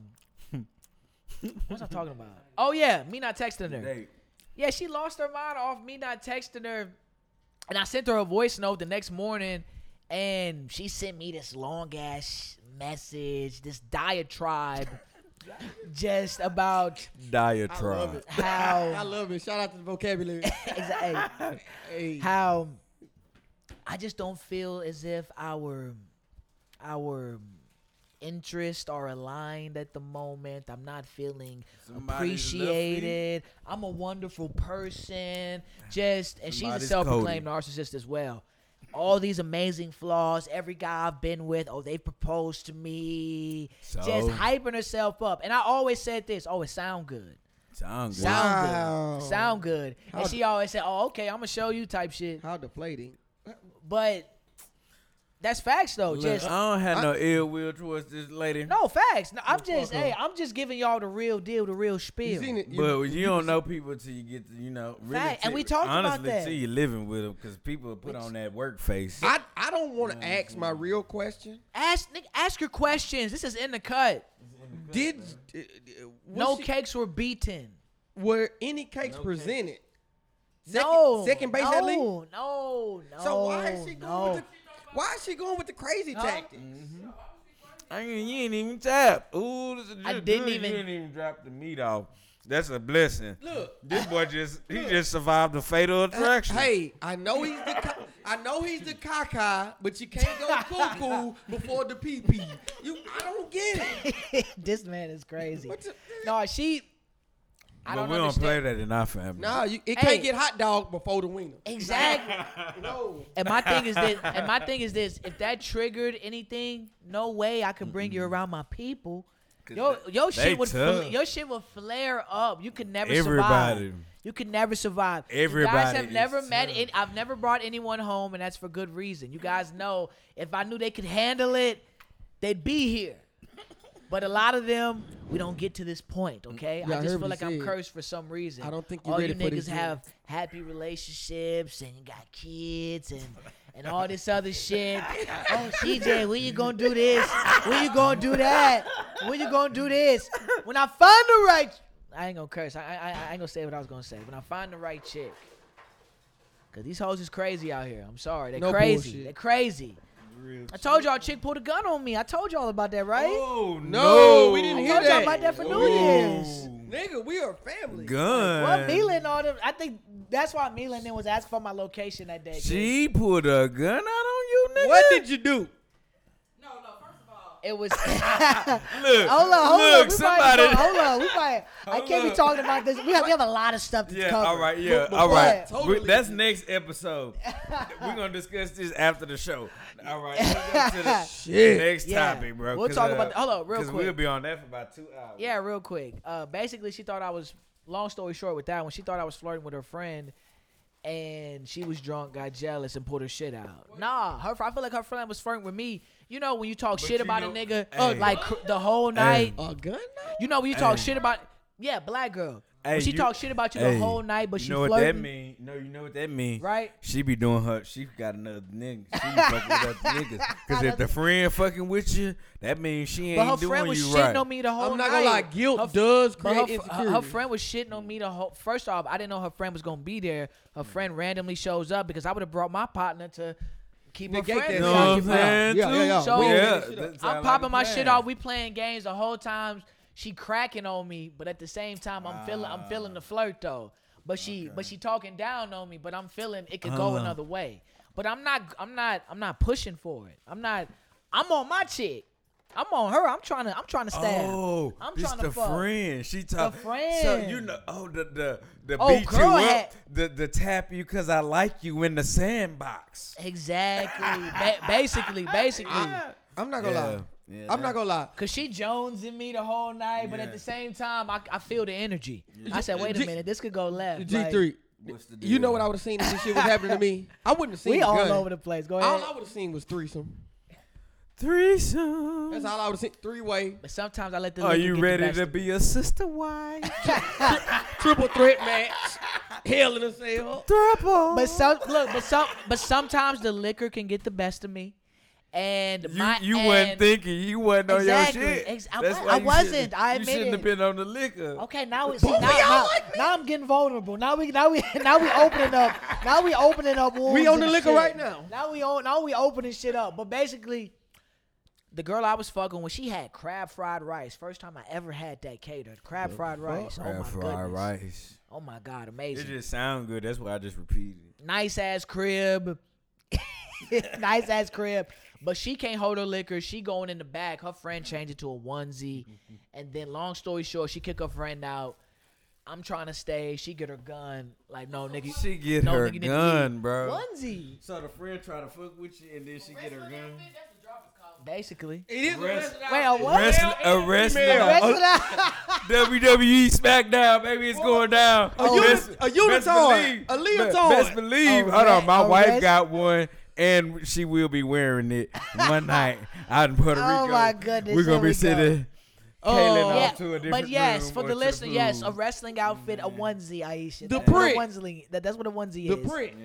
[SPEAKER 1] what was I talking about? Oh yeah, me not texting her.
[SPEAKER 2] Hey,
[SPEAKER 1] Yeah, she lost her mind off me not texting her, and I sent her a voice note the next morning, and she sent me this long ass message, this
[SPEAKER 3] [laughs]
[SPEAKER 1] diatribe, just about
[SPEAKER 2] diatribe.
[SPEAKER 3] love it. I
[SPEAKER 1] how
[SPEAKER 3] love it. Shout out to
[SPEAKER 1] [laughs]
[SPEAKER 3] the vocabulary.
[SPEAKER 1] exactly
[SPEAKER 3] hey,
[SPEAKER 1] how I just don't feel as if our our interests are aligned at the moment. I'm not feeling
[SPEAKER 2] Somebody's
[SPEAKER 1] appreciated. I'm a wonderful person. Just and she's
[SPEAKER 2] Somebody's
[SPEAKER 1] a self-proclaimed narcissist as well. All these amazing flaws. Every guy I've been with, oh, they proposed to me. Just
[SPEAKER 2] So?
[SPEAKER 1] hyping herself up. And I always said this, oh, it sound good.
[SPEAKER 2] Sound good.
[SPEAKER 1] Sound
[SPEAKER 3] Wow.
[SPEAKER 1] good. Sound good.
[SPEAKER 3] How-
[SPEAKER 1] and she always said, oh, okay, I'm going to show you type shit.
[SPEAKER 3] how deflating.
[SPEAKER 1] But that's facts though.
[SPEAKER 2] Look,
[SPEAKER 1] just
[SPEAKER 2] I don't have no ill will towards this lady.
[SPEAKER 1] no facts. No, I'm just
[SPEAKER 3] fuck
[SPEAKER 1] hey,
[SPEAKER 3] up.
[SPEAKER 1] I'm just giving y'all the real deal, the real
[SPEAKER 3] You
[SPEAKER 1] spiel.
[SPEAKER 3] seen it? You-
[SPEAKER 2] But you, don't know people till you get to, you know, really.
[SPEAKER 1] Fact, and
[SPEAKER 2] till-
[SPEAKER 1] we talked about
[SPEAKER 2] honestly,
[SPEAKER 1] that.
[SPEAKER 2] till you living with them because people put on that work face.
[SPEAKER 3] I, I don't want to ask my real question.
[SPEAKER 1] Ask nigga, ask your questions. This is in the cut.
[SPEAKER 3] Did uh, uh, was
[SPEAKER 1] no
[SPEAKER 3] she-
[SPEAKER 1] cakes were beaten.
[SPEAKER 3] were any cakes presented? Second,
[SPEAKER 1] no
[SPEAKER 3] second base
[SPEAKER 1] no,
[SPEAKER 3] at least.
[SPEAKER 1] No, no.
[SPEAKER 3] So why is she going
[SPEAKER 1] Oh, no.
[SPEAKER 3] with the why is she going with the crazy
[SPEAKER 1] Huh?
[SPEAKER 3] tactics?
[SPEAKER 2] I ain't, you ain't even tap. Ooh, this is
[SPEAKER 1] I
[SPEAKER 2] good,
[SPEAKER 1] didn't
[SPEAKER 2] good.
[SPEAKER 1] even-
[SPEAKER 2] You didn't even drop the meat off. That's a blessing.
[SPEAKER 3] Look,
[SPEAKER 2] This boy just he just survived the fatal attraction.
[SPEAKER 3] hey, I know he's the co- I know he's the caca, but you can't
[SPEAKER 1] [laughs]
[SPEAKER 3] go cuckoo before the pee pee. You, I don't get it.
[SPEAKER 1] [laughs] this man is crazy.
[SPEAKER 3] What the-
[SPEAKER 1] no, she. I
[SPEAKER 2] but
[SPEAKER 1] don't
[SPEAKER 2] we don't
[SPEAKER 1] understand.
[SPEAKER 2] play that in our family.
[SPEAKER 3] Nah, you, it
[SPEAKER 1] Hey.
[SPEAKER 3] can't get hot dog before the wiener.
[SPEAKER 1] Exactly.
[SPEAKER 3] No,
[SPEAKER 1] And my thing is this. And
[SPEAKER 2] [laughs]
[SPEAKER 1] my thing is this. If that triggered anything, no way I could bring you around my people. Your your
[SPEAKER 2] they
[SPEAKER 1] shit would
[SPEAKER 2] tough.
[SPEAKER 1] fl- your shit would flare up. You could never
[SPEAKER 2] Everybody.
[SPEAKER 1] survive. You could never survive. You guys
[SPEAKER 2] Everybody
[SPEAKER 1] have
[SPEAKER 2] is
[SPEAKER 1] never met
[SPEAKER 2] tough.
[SPEAKER 1] it. I've never brought anyone home, and that's for good reason. You guys know if I knew they could handle it, they'd be here. But a lot of them, we don't get to this point, okay?
[SPEAKER 3] Yeah, I
[SPEAKER 1] I just
[SPEAKER 3] heard
[SPEAKER 1] feel
[SPEAKER 3] what
[SPEAKER 1] like
[SPEAKER 3] he
[SPEAKER 1] I'm
[SPEAKER 3] said.
[SPEAKER 1] cursed for some reason.
[SPEAKER 3] I don't think you're
[SPEAKER 1] all
[SPEAKER 3] ready
[SPEAKER 1] you
[SPEAKER 3] for
[SPEAKER 1] niggas
[SPEAKER 3] this yet.
[SPEAKER 1] have happy relationships and you got kids and and all this other
[SPEAKER 3] [laughs]
[SPEAKER 1] shit. Oh, CJ, when you gonna do this? When you gonna do that? When you gonna do this? When I find the right, I ain't gonna curse. I I, I ain't gonna say what I was gonna say. When I find the right chick, cause these hoes is crazy out here. I'm sorry, they
[SPEAKER 3] No
[SPEAKER 1] crazy.
[SPEAKER 3] bullshit.
[SPEAKER 1] They crazy. I told y'all, chick pulled a gun on me. I told y'all about that, right?
[SPEAKER 2] Oh
[SPEAKER 3] No, we didn't
[SPEAKER 1] I
[SPEAKER 3] hear
[SPEAKER 1] told y'all
[SPEAKER 3] that. Oh.
[SPEAKER 1] about that for New Year's.
[SPEAKER 3] nigga, we are family.
[SPEAKER 2] Gun.
[SPEAKER 1] Well, Mila and all them. I think that's why Mila and them was asking for my location that day. 'cause
[SPEAKER 2] She pulled a gun out on you, nigga.
[SPEAKER 3] What did you do?
[SPEAKER 4] No, no. First of all,
[SPEAKER 1] It
[SPEAKER 2] [laughs]
[SPEAKER 1] was. [laughs]
[SPEAKER 2] look?
[SPEAKER 1] Hold on, hold
[SPEAKER 2] look,
[SPEAKER 1] on. We
[SPEAKER 2] somebody.
[SPEAKER 1] Might, hold on, we
[SPEAKER 2] [laughs]
[SPEAKER 1] might. I
[SPEAKER 2] Hold
[SPEAKER 1] can't be
[SPEAKER 2] on.
[SPEAKER 1] talking about this. We have, we have a lot of stuff to
[SPEAKER 2] Yeah,
[SPEAKER 1] cover.
[SPEAKER 2] all right, yeah,
[SPEAKER 1] But-
[SPEAKER 2] all right.
[SPEAKER 1] but-
[SPEAKER 3] Totally.
[SPEAKER 2] We- that's next episode. [laughs] We're gonna discuss this after the show. All right, let's go
[SPEAKER 1] [laughs]
[SPEAKER 2] to the
[SPEAKER 3] Shit.
[SPEAKER 2] next
[SPEAKER 1] Yeah.
[SPEAKER 2] topic, bro.
[SPEAKER 1] We'll
[SPEAKER 2] 'cause,
[SPEAKER 1] talk about the- hold on, real
[SPEAKER 2] 'cause
[SPEAKER 1] quick.
[SPEAKER 2] We'll be on that for about two hours.
[SPEAKER 1] [laughs] Yeah, real quick. Uh, basically, she thought I was. Long story short, with that one, she thought I was flirting with her friend, and she was drunk, got jealous, and pulled her shit out. Nah, her. I feel like her friend was flirting with me. You know when you talk shit
[SPEAKER 2] you
[SPEAKER 1] about
[SPEAKER 2] know-
[SPEAKER 1] a nigga, uh,
[SPEAKER 2] Hey. Oh,
[SPEAKER 1] like cr- the whole night.
[SPEAKER 3] A gun? now?
[SPEAKER 1] You know when you talk
[SPEAKER 2] Hey.
[SPEAKER 1] shit about. Yeah, black girl. When
[SPEAKER 2] Hey,
[SPEAKER 1] she
[SPEAKER 2] you-
[SPEAKER 1] talk shit about you the
[SPEAKER 2] Hey,
[SPEAKER 1] whole night, but
[SPEAKER 2] you
[SPEAKER 1] she
[SPEAKER 2] know what that
[SPEAKER 1] flirting.
[SPEAKER 2] mean? No, you know what that mean,
[SPEAKER 1] Right.
[SPEAKER 2] She be doing her. She got another nigga. She be fucking
[SPEAKER 1] [laughs]
[SPEAKER 2] with other niggas. Cause if the friend fucking with you, that means she ain't
[SPEAKER 1] But her
[SPEAKER 2] doing
[SPEAKER 1] friend was
[SPEAKER 2] you
[SPEAKER 1] shitting
[SPEAKER 2] right.
[SPEAKER 1] on me the whole
[SPEAKER 3] I'm not
[SPEAKER 1] night.
[SPEAKER 3] gonna lie, guilt
[SPEAKER 1] Her f-
[SPEAKER 3] does
[SPEAKER 1] but her,
[SPEAKER 3] create
[SPEAKER 1] fr- her,
[SPEAKER 3] insecurity.
[SPEAKER 1] her friend was shitting on me the whole. First off, I didn't know her friend was gonna be there. Her friend randomly shows up because I would have brought my partner to keep my
[SPEAKER 3] Negate
[SPEAKER 1] friends
[SPEAKER 3] that.
[SPEAKER 2] Know
[SPEAKER 1] out.
[SPEAKER 2] what I'm
[SPEAKER 3] Keep it out.
[SPEAKER 2] saying,
[SPEAKER 3] Yeah, yeah, yeah.
[SPEAKER 1] So-
[SPEAKER 3] Oh, We ain't
[SPEAKER 1] Yeah,
[SPEAKER 3] making shit up.
[SPEAKER 2] that's how I
[SPEAKER 1] I'm
[SPEAKER 2] like
[SPEAKER 1] popping
[SPEAKER 2] to
[SPEAKER 1] my
[SPEAKER 2] plan.
[SPEAKER 1] shit off. We playing games the whole time. She cracking on me, but at the same time, I'm feeling I'm feeling the flirt though. But she but she talking down on me, but I'm feeling it could go
[SPEAKER 2] Uh.
[SPEAKER 1] another way. But I'm not I'm not I'm not pushing for it. I'm not I'm on my chick. I'm on her. I'm trying to I'm trying to stab.
[SPEAKER 2] Oh,
[SPEAKER 1] I'm
[SPEAKER 2] this
[SPEAKER 1] trying to
[SPEAKER 2] the
[SPEAKER 1] fuck.
[SPEAKER 2] friend. She talk. So you
[SPEAKER 1] friend.
[SPEAKER 2] know, oh the the the
[SPEAKER 1] Oh,
[SPEAKER 2] beat you
[SPEAKER 1] girl
[SPEAKER 2] up,
[SPEAKER 1] hat.
[SPEAKER 2] the the tap you because I like you in the sandbox.
[SPEAKER 1] Exactly. ba- basically, basically.
[SPEAKER 3] I'm not gonna lie.
[SPEAKER 2] Yeah, yeah, that-
[SPEAKER 3] I'm not gonna lie.
[SPEAKER 1] Cause she jonesing me the whole night, but
[SPEAKER 2] Yeah.
[SPEAKER 1] at the same time, I, I feel the energy. I said, wait a
[SPEAKER 3] G-
[SPEAKER 1] minute, this could go left.
[SPEAKER 3] G
[SPEAKER 1] Like,
[SPEAKER 3] three.
[SPEAKER 2] What's the
[SPEAKER 3] You know
[SPEAKER 2] deal?
[SPEAKER 3] what I would have seen if this shit was happening to me? I wouldn't have seen.
[SPEAKER 1] we
[SPEAKER 3] the
[SPEAKER 1] all
[SPEAKER 3] gun.
[SPEAKER 1] over the place. Go ahead.
[SPEAKER 3] All I would have seen was threesome.
[SPEAKER 2] Threesome.
[SPEAKER 3] That's all I would have seen. Three way,
[SPEAKER 1] But sometimes I let the
[SPEAKER 2] Are
[SPEAKER 1] liquor
[SPEAKER 2] you
[SPEAKER 1] get the
[SPEAKER 2] ready
[SPEAKER 1] best
[SPEAKER 2] to
[SPEAKER 1] of me.
[SPEAKER 2] be a sister wife?
[SPEAKER 1] [laughs]
[SPEAKER 3] triple threat match, hell in a cell.
[SPEAKER 2] Triple.
[SPEAKER 1] But some look, but some, but sometimes the liquor can get the best of me, and
[SPEAKER 2] you,
[SPEAKER 1] my
[SPEAKER 2] you
[SPEAKER 1] and,
[SPEAKER 2] wasn't thinking. You wasn't on
[SPEAKER 1] Exactly.
[SPEAKER 2] your shit.
[SPEAKER 1] Ex- I
[SPEAKER 2] That's
[SPEAKER 1] wa-
[SPEAKER 2] why
[SPEAKER 1] I
[SPEAKER 2] you shouldn't-
[SPEAKER 1] wasn't. I
[SPEAKER 2] You
[SPEAKER 1] admit
[SPEAKER 2] shouldn't have
[SPEAKER 1] it.
[SPEAKER 2] been on the liquor.
[SPEAKER 1] Okay, now it's see, now,
[SPEAKER 3] But we all
[SPEAKER 1] now,
[SPEAKER 3] like me.
[SPEAKER 1] now I'm getting vulnerable. Now we [laughs] now we now we opening up. Now we opening up. Wounds
[SPEAKER 3] We on
[SPEAKER 1] and
[SPEAKER 3] the liquor
[SPEAKER 1] shit.
[SPEAKER 3] right now.
[SPEAKER 1] Now we on now we opening shit up. But basically, the girl I was fucking when she had crab fried rice. First time I ever had that catered crab fried rice. oh my goodness.
[SPEAKER 2] rice.
[SPEAKER 1] Oh my god,
[SPEAKER 2] It
[SPEAKER 1] amazing.
[SPEAKER 2] just sound good. That's why I just repeated. it.
[SPEAKER 1] nice ass crib. [laughs] nice ass crib. But she can't hold her liquor. She going in the back. Her friend changed it to a onesie. And then long story short, she kick her friend out. I'm trying to stay. She get her gun. Like, no, nigga.
[SPEAKER 2] She get
[SPEAKER 1] no,
[SPEAKER 2] her
[SPEAKER 1] nigga, nigga,
[SPEAKER 2] gun,
[SPEAKER 1] you-
[SPEAKER 2] bro.
[SPEAKER 1] Onesie.
[SPEAKER 2] So the friend try to fuck with you, and then she get her gun.
[SPEAKER 1] Basically.
[SPEAKER 3] It is
[SPEAKER 2] Rest-
[SPEAKER 1] Wait, a what?
[SPEAKER 2] Wrestling,
[SPEAKER 1] Wrestling-
[SPEAKER 2] a wrestling,
[SPEAKER 1] The
[SPEAKER 2] [laughs]
[SPEAKER 1] rest of that-
[SPEAKER 2] WWE E SmackDown, baby, it's going down.
[SPEAKER 3] A uni- a unitard, a leotard.
[SPEAKER 2] Best believe.
[SPEAKER 1] A
[SPEAKER 2] Hold on,
[SPEAKER 1] re-
[SPEAKER 2] my
[SPEAKER 1] a
[SPEAKER 2] wife
[SPEAKER 1] rest-
[SPEAKER 2] got one, and she will be wearing it one night out in Puerto
[SPEAKER 1] Oh,
[SPEAKER 2] Rico.
[SPEAKER 1] my goodness,
[SPEAKER 2] we're gonna
[SPEAKER 1] here
[SPEAKER 2] be
[SPEAKER 1] we go.
[SPEAKER 2] sitting. Kaylin
[SPEAKER 3] Oh.
[SPEAKER 2] off
[SPEAKER 1] yeah,
[SPEAKER 2] to a different
[SPEAKER 1] but yes,
[SPEAKER 2] room
[SPEAKER 1] for
[SPEAKER 2] or
[SPEAKER 1] the
[SPEAKER 2] to Mm-hmm.
[SPEAKER 1] listener, yes,
[SPEAKER 2] pool.
[SPEAKER 1] a wrestling outfit, a onesie, Aisha.
[SPEAKER 3] The
[SPEAKER 1] That's what a
[SPEAKER 3] print.
[SPEAKER 1] onesie. That, that's what a onesie
[SPEAKER 3] the
[SPEAKER 1] is.
[SPEAKER 3] print.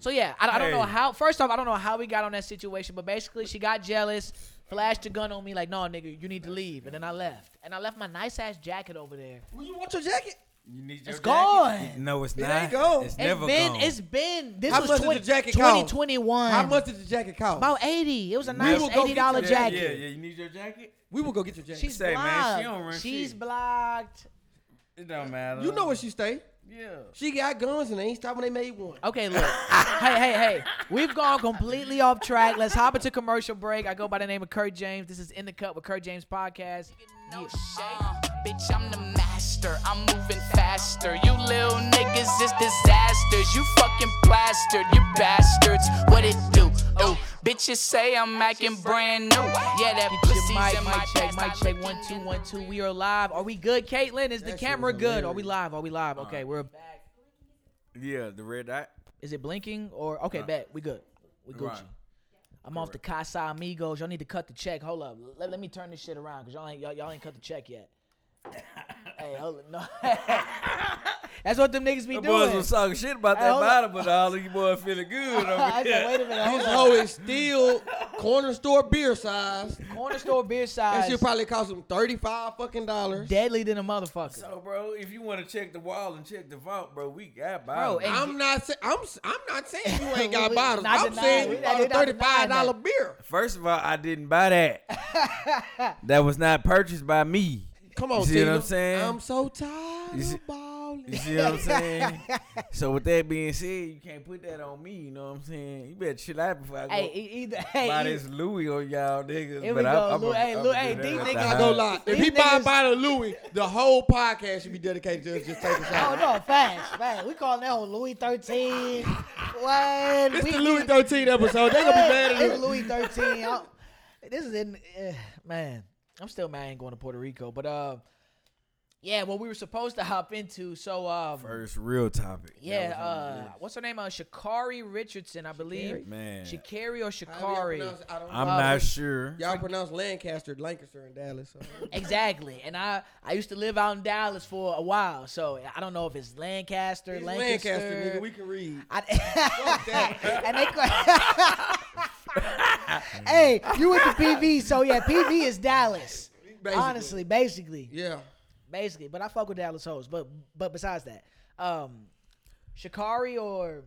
[SPEAKER 1] So yeah, I, I don't know
[SPEAKER 2] Hey.
[SPEAKER 1] how. First off, I don't know how we got on that situation, but basically, she got jealous, flashed a gun on me, like, "No, nigga, you need to leave," and then I left, and I left my nice ass jacket over there.
[SPEAKER 3] Well, you want your jacket?
[SPEAKER 2] You need your
[SPEAKER 1] It's
[SPEAKER 2] jacket?
[SPEAKER 1] gone.
[SPEAKER 2] No, it's
[SPEAKER 3] It
[SPEAKER 2] not.
[SPEAKER 3] ain't gone.
[SPEAKER 2] It's
[SPEAKER 1] It's
[SPEAKER 2] never
[SPEAKER 1] been,
[SPEAKER 2] gone.
[SPEAKER 1] it's been. This
[SPEAKER 3] How much
[SPEAKER 1] was
[SPEAKER 3] did
[SPEAKER 1] 20,
[SPEAKER 3] the jacket cost?
[SPEAKER 1] 2021.
[SPEAKER 3] How much did the jacket cost?
[SPEAKER 1] About eighty. It was a nice
[SPEAKER 3] will go
[SPEAKER 1] eighty
[SPEAKER 3] get
[SPEAKER 1] dollar
[SPEAKER 3] you-
[SPEAKER 1] jacket.
[SPEAKER 2] Yeah, yeah, you need your jacket.
[SPEAKER 3] we will go get your jacket.
[SPEAKER 1] She's
[SPEAKER 2] Say,
[SPEAKER 1] blocked.
[SPEAKER 2] man, she don't run
[SPEAKER 1] She's
[SPEAKER 2] shit.
[SPEAKER 1] blocked.
[SPEAKER 2] It don't matter.
[SPEAKER 3] you know where she stay.
[SPEAKER 2] Yeah.
[SPEAKER 3] She got guns and they ain't stopping. They made one.
[SPEAKER 1] Okay, look. hey, hey, hey. We've gone completely off track. Let's hop into commercial break. I go by the name of Kurt James. This is In the Cup with Kurt James podcast. Yeah.
[SPEAKER 5] Uh, bitch, I'm the master. I'm moving faster. You little niggas is disasters. You fucking plastered. You bastards. What it do? Ooh, bitches say I'm acting brand new. Yeah, that
[SPEAKER 1] Get your
[SPEAKER 5] pussy's
[SPEAKER 1] mic,
[SPEAKER 5] in my
[SPEAKER 1] mic check,
[SPEAKER 5] past.
[SPEAKER 1] mic
[SPEAKER 5] I
[SPEAKER 1] check.
[SPEAKER 5] look
[SPEAKER 1] One,
[SPEAKER 5] in
[SPEAKER 1] two,
[SPEAKER 5] the
[SPEAKER 1] one, two. We are live. Are we good, Caitlin? Is the
[SPEAKER 3] That shit
[SPEAKER 1] camera
[SPEAKER 3] was Uh-huh.
[SPEAKER 1] good? Are we
[SPEAKER 3] hilarious.
[SPEAKER 1] live? Are we live? Okay, we're back.
[SPEAKER 2] Yeah, the red dot.
[SPEAKER 1] Is it blinking or okay?
[SPEAKER 2] Right.
[SPEAKER 1] Bet we good. We Gucci.
[SPEAKER 2] Right.
[SPEAKER 1] I'm off the Casa Amigos. Y'all need to cut the check. Hold up. Let, let me turn this shit around because y'all ain't y'all, y'all ain't cut the check
[SPEAKER 3] [laughs]
[SPEAKER 1] yet. hey, hold up. No. [laughs] That's what them niggas be
[SPEAKER 2] The
[SPEAKER 1] doing.
[SPEAKER 2] boys was talking shit about
[SPEAKER 1] Hey,
[SPEAKER 2] that
[SPEAKER 1] hold
[SPEAKER 2] bottle, but all of you boys feeling good
[SPEAKER 1] [laughs] I
[SPEAKER 2] over
[SPEAKER 1] said,
[SPEAKER 2] here.
[SPEAKER 1] wait a minute. Hold
[SPEAKER 3] This
[SPEAKER 1] up.
[SPEAKER 3] hoe is Oh, still corner store beer size.
[SPEAKER 1] Corner store beer
[SPEAKER 3] That
[SPEAKER 1] size.
[SPEAKER 3] shit probably cost them thirty five fucking dollars.
[SPEAKER 1] deadly than a motherfucker.
[SPEAKER 2] So, bro, if you want to check the wall and check the vault, bro, we got
[SPEAKER 1] Bro,
[SPEAKER 2] bottles.
[SPEAKER 1] and-
[SPEAKER 3] I'm not saying I'm s- I'm not saying you
[SPEAKER 1] [laughs]
[SPEAKER 3] ain't got
[SPEAKER 1] We
[SPEAKER 3] bottles.
[SPEAKER 1] not
[SPEAKER 3] I'm
[SPEAKER 1] denying-
[SPEAKER 3] saying
[SPEAKER 1] we
[SPEAKER 3] you
[SPEAKER 1] not-
[SPEAKER 3] bought a
[SPEAKER 1] we not
[SPEAKER 3] thirty five
[SPEAKER 1] denying
[SPEAKER 3] dollar
[SPEAKER 1] that.
[SPEAKER 3] beer.
[SPEAKER 2] First of all, I didn't buy that.
[SPEAKER 1] [laughs]
[SPEAKER 2] that was not purchased by me.
[SPEAKER 3] Come on,
[SPEAKER 2] You see what
[SPEAKER 3] Tina.
[SPEAKER 2] I'm saying?
[SPEAKER 3] I'm so tired
[SPEAKER 2] You see-
[SPEAKER 3] of balling.
[SPEAKER 2] You see what I'm saying?
[SPEAKER 1] [laughs]
[SPEAKER 2] so with that being said, you can't put that on me. You know what I'm saying? You better chill out before I go
[SPEAKER 1] Hey, e- either [laughs] hey,
[SPEAKER 2] buy
[SPEAKER 1] e-
[SPEAKER 2] this Louis on y'all niggas.
[SPEAKER 1] Here
[SPEAKER 2] but
[SPEAKER 1] we
[SPEAKER 2] I,
[SPEAKER 1] go,
[SPEAKER 2] I'm,
[SPEAKER 1] Lou-
[SPEAKER 2] i
[SPEAKER 1] hey, Lou- hey, these
[SPEAKER 3] I
[SPEAKER 1] niggas-
[SPEAKER 3] ain't gonna go lie. If he
[SPEAKER 1] These
[SPEAKER 3] buy a
[SPEAKER 1] niggas-
[SPEAKER 3] bottle of Louis, the whole podcast should be dedicated to us just taking
[SPEAKER 1] Oh
[SPEAKER 3] shots.
[SPEAKER 1] no, fast, fast. We calling that whole Louis thirteen. What?
[SPEAKER 3] This
[SPEAKER 1] we,
[SPEAKER 3] is the Louis thirteen episode. They gonna be mad at
[SPEAKER 1] It's
[SPEAKER 3] us.
[SPEAKER 1] Louis thirteen. I'm- this is in eh, man. I'm still mad I ain't going to Puerto Rico, but uh, yeah, what we were supposed to hop into. So um,
[SPEAKER 2] First real topic.
[SPEAKER 1] yeah,
[SPEAKER 2] That was on
[SPEAKER 1] uh, what's her name? Uh, Shakari Richardson, I
[SPEAKER 2] the-
[SPEAKER 1] believe.
[SPEAKER 2] man,
[SPEAKER 1] Shakari or
[SPEAKER 3] However
[SPEAKER 1] Shakari.
[SPEAKER 3] y'all pronounce it, I don't
[SPEAKER 2] I'm
[SPEAKER 3] know.
[SPEAKER 2] not sure.
[SPEAKER 3] Y'all pronounce Lancaster, Lancaster, and Dallas. So.
[SPEAKER 1] Exactly. And I I used to live out in Dallas for a while, so I don't know if it's Lancaster,
[SPEAKER 3] It's
[SPEAKER 1] Lancaster.
[SPEAKER 3] Lancaster, nigga. We can read.
[SPEAKER 1] [laughs] I,
[SPEAKER 3] that.
[SPEAKER 1] and they call- [laughs] Hey, you went to PV, so yeah, PV is Dallas.
[SPEAKER 3] Basically.
[SPEAKER 1] Honestly, basically.
[SPEAKER 3] Yeah.
[SPEAKER 1] Basically. But I fuck with Dallas hoes. But but besides that. Um Shikari or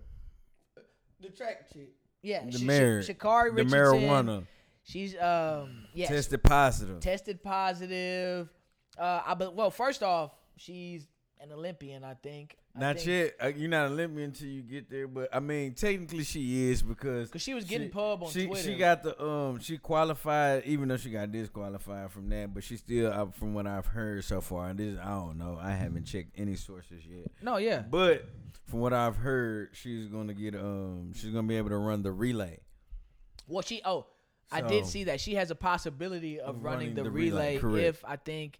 [SPEAKER 3] The track chick.
[SPEAKER 1] yeah,
[SPEAKER 2] The
[SPEAKER 1] Sha- Sha-
[SPEAKER 2] marriage,
[SPEAKER 1] Sha'Carri
[SPEAKER 2] the
[SPEAKER 1] Richardson.
[SPEAKER 2] marijuana
[SPEAKER 1] She's um yeah,
[SPEAKER 2] tested positive.
[SPEAKER 1] tested positive. Uh, I but well, first off, she's an Olympian, I think. I
[SPEAKER 2] not
[SPEAKER 1] think,
[SPEAKER 2] yet. Uh, you're not a Olympian until you get there, but I mean, technically she is because
[SPEAKER 1] 'Cause she was getting pub on
[SPEAKER 2] she,
[SPEAKER 1] Twitter.
[SPEAKER 2] She got the um, she qualified even though she got disqualified from that, but she still, uh, from what I've heard so far, and this I don't know, I haven't checked any sources yet.
[SPEAKER 1] No, yeah,
[SPEAKER 2] But from what I've heard, she's gonna get um, she's gonna be able to run the relay.
[SPEAKER 1] Well, she oh, I did
[SPEAKER 2] So-
[SPEAKER 1] see that she has a possibility of
[SPEAKER 2] Of
[SPEAKER 1] running,
[SPEAKER 2] running
[SPEAKER 1] the,
[SPEAKER 2] the
[SPEAKER 1] relay,
[SPEAKER 2] relay, correct.
[SPEAKER 1] if I think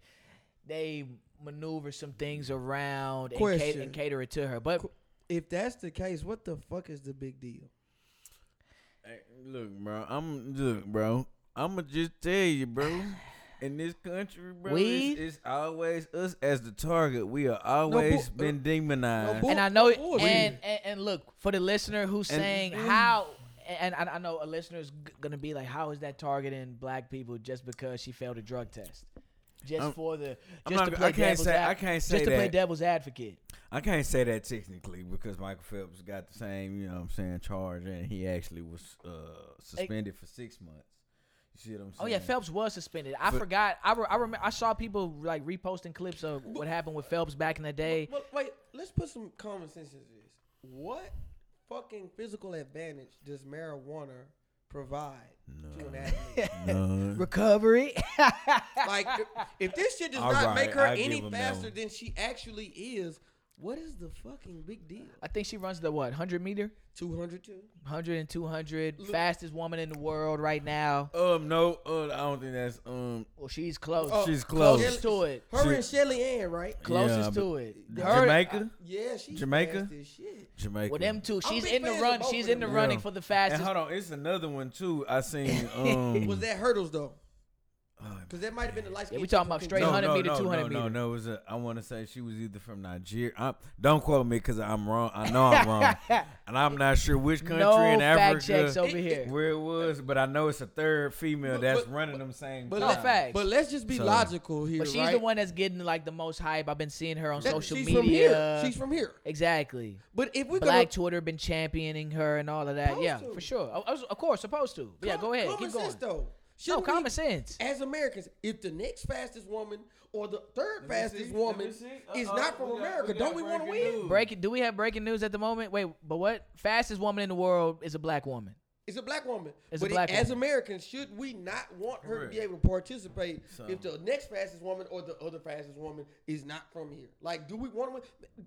[SPEAKER 1] they maneuver some things around and, cater,
[SPEAKER 3] Question.
[SPEAKER 1] and cater it to her. But
[SPEAKER 3] If that's the case, what the fuck is the big deal?
[SPEAKER 2] Hey, look, bro, I'm look, bro, I'ma just tell you, bro. In this country, bro,
[SPEAKER 1] Weed?
[SPEAKER 2] it's, it's always us as the target. We are always
[SPEAKER 3] bull-
[SPEAKER 2] been demonized.
[SPEAKER 3] bull-
[SPEAKER 1] and I know it.
[SPEAKER 3] Who- who is
[SPEAKER 1] And,
[SPEAKER 3] we?
[SPEAKER 1] and and look for the listener who's
[SPEAKER 2] And-
[SPEAKER 1] saying how. And I, I know a listener's g- gonna be like, "How is that targeting black people just because she failed a drug test? Just
[SPEAKER 2] I'm-
[SPEAKER 1] for the
[SPEAKER 2] I'm
[SPEAKER 1] just
[SPEAKER 2] not
[SPEAKER 1] to
[SPEAKER 2] gonna-
[SPEAKER 1] play
[SPEAKER 2] I can't
[SPEAKER 1] devil's
[SPEAKER 2] say-
[SPEAKER 1] ad-
[SPEAKER 2] I can't say
[SPEAKER 1] just to play
[SPEAKER 2] that.
[SPEAKER 1] devil's advocate.
[SPEAKER 2] I can't say that technically because Michael Phelps got the same, you know what I'm saying, charge and he actually was uh, suspended for six months. You see what I'm saying?
[SPEAKER 1] Oh yeah, Phelps was suspended. I
[SPEAKER 2] But-
[SPEAKER 1] forgot. I re- I, remember, I saw people like reposting clips of what happened with Phelps back in the day.
[SPEAKER 3] Well, wait, let's put some common sense into this. What fucking physical advantage does marijuana provide to an athlete?
[SPEAKER 2] None.
[SPEAKER 1] Recovery. [laughs]
[SPEAKER 3] like, if this shit does
[SPEAKER 2] All
[SPEAKER 3] not
[SPEAKER 2] right,
[SPEAKER 3] make her
[SPEAKER 2] I'll give
[SPEAKER 3] any
[SPEAKER 2] him that
[SPEAKER 3] faster
[SPEAKER 2] one.
[SPEAKER 3] than she actually is, what is the fucking big deal?
[SPEAKER 1] I think she runs the what 100 meter,
[SPEAKER 3] 202?
[SPEAKER 1] 100 and 200, fastest woman in the world right now.
[SPEAKER 2] Um, no, uh, I don't think that's um.
[SPEAKER 1] Well, she's close.
[SPEAKER 3] Oh,
[SPEAKER 2] She's close.
[SPEAKER 1] closest to it.
[SPEAKER 3] Her
[SPEAKER 2] She-
[SPEAKER 3] and Shelly Ann, right?
[SPEAKER 1] Closest
[SPEAKER 2] Yeah,
[SPEAKER 1] to it. Her,
[SPEAKER 2] Jamaica,
[SPEAKER 3] Yeah, she's
[SPEAKER 2] Jamaica?
[SPEAKER 3] fast as shit.
[SPEAKER 2] Jamaica.
[SPEAKER 1] Well, them two.
[SPEAKER 3] I'm
[SPEAKER 1] She's
[SPEAKER 3] big
[SPEAKER 1] in the
[SPEAKER 3] fans of
[SPEAKER 1] run.
[SPEAKER 3] both
[SPEAKER 1] She's
[SPEAKER 3] of
[SPEAKER 1] in the
[SPEAKER 3] them.
[SPEAKER 1] running
[SPEAKER 2] Yeah.
[SPEAKER 1] for the
[SPEAKER 2] And
[SPEAKER 1] fastest.
[SPEAKER 2] hold on, it's another one too.
[SPEAKER 1] [laughs]
[SPEAKER 2] I seen. Um,
[SPEAKER 3] Was that hurdles though?
[SPEAKER 2] oh,
[SPEAKER 3] Because that might have been the light.
[SPEAKER 1] Yeah, we talking about straight
[SPEAKER 2] no,
[SPEAKER 1] 100
[SPEAKER 2] no,
[SPEAKER 1] meter,
[SPEAKER 2] no,
[SPEAKER 1] 200
[SPEAKER 2] no, No,
[SPEAKER 1] meter.
[SPEAKER 2] no, it was a, I want to say she was either from Nigeria. I'm, don't quote me because I'm wrong. I know
[SPEAKER 1] [laughs]
[SPEAKER 2] I'm wrong, and I'm not sure which country
[SPEAKER 1] No
[SPEAKER 2] in Africa
[SPEAKER 1] fact checks over
[SPEAKER 3] It- it-
[SPEAKER 1] here.
[SPEAKER 2] [laughs] where it was, but I know it's a third female
[SPEAKER 3] But-
[SPEAKER 2] that's
[SPEAKER 3] but-
[SPEAKER 2] running them same.
[SPEAKER 3] But,
[SPEAKER 1] No,
[SPEAKER 2] time.
[SPEAKER 3] let,
[SPEAKER 1] facts.
[SPEAKER 3] but let's just be
[SPEAKER 2] So-
[SPEAKER 3] logical here,
[SPEAKER 1] But she's
[SPEAKER 3] right?
[SPEAKER 1] the one that's getting like the most hype. I've been seeing her on
[SPEAKER 3] That-
[SPEAKER 1] social
[SPEAKER 3] she's
[SPEAKER 1] media.
[SPEAKER 3] From here. She's from here.
[SPEAKER 1] exactly.
[SPEAKER 3] But if we're
[SPEAKER 1] Black
[SPEAKER 3] gonna
[SPEAKER 1] Twitter been championing her and all of that.
[SPEAKER 3] Supposed
[SPEAKER 1] yeah,
[SPEAKER 3] to.
[SPEAKER 1] for sure. Of- Of, of course, supposed to. But yeah,
[SPEAKER 3] Com-
[SPEAKER 1] go ahead.
[SPEAKER 3] Common
[SPEAKER 1] Keep going.
[SPEAKER 3] sense, though.
[SPEAKER 1] no,
[SPEAKER 3] Shouldn't we-
[SPEAKER 1] common sense.
[SPEAKER 3] As Americans, if the next fastest woman or the third
[SPEAKER 2] me
[SPEAKER 3] fastest
[SPEAKER 2] see. Let
[SPEAKER 3] woman
[SPEAKER 2] me see.
[SPEAKER 3] is
[SPEAKER 2] Uh-oh,
[SPEAKER 3] not from
[SPEAKER 2] we got-
[SPEAKER 3] America,
[SPEAKER 2] we
[SPEAKER 3] don't
[SPEAKER 2] got
[SPEAKER 3] we want to
[SPEAKER 2] breaking
[SPEAKER 3] win?
[SPEAKER 2] news.
[SPEAKER 1] Break. Do we have breaking news at the moment? Wait, but what? Fastest woman in the world is a black woman.
[SPEAKER 3] It's a black woman.
[SPEAKER 1] It's a
[SPEAKER 3] but it-
[SPEAKER 1] black
[SPEAKER 3] as
[SPEAKER 1] woman.
[SPEAKER 3] Americans, should we not want her to be
[SPEAKER 2] Correct.
[SPEAKER 3] able to participate
[SPEAKER 2] So-
[SPEAKER 3] if the next fastest woman or the other fastest woman is not from here? Like, do we want to win?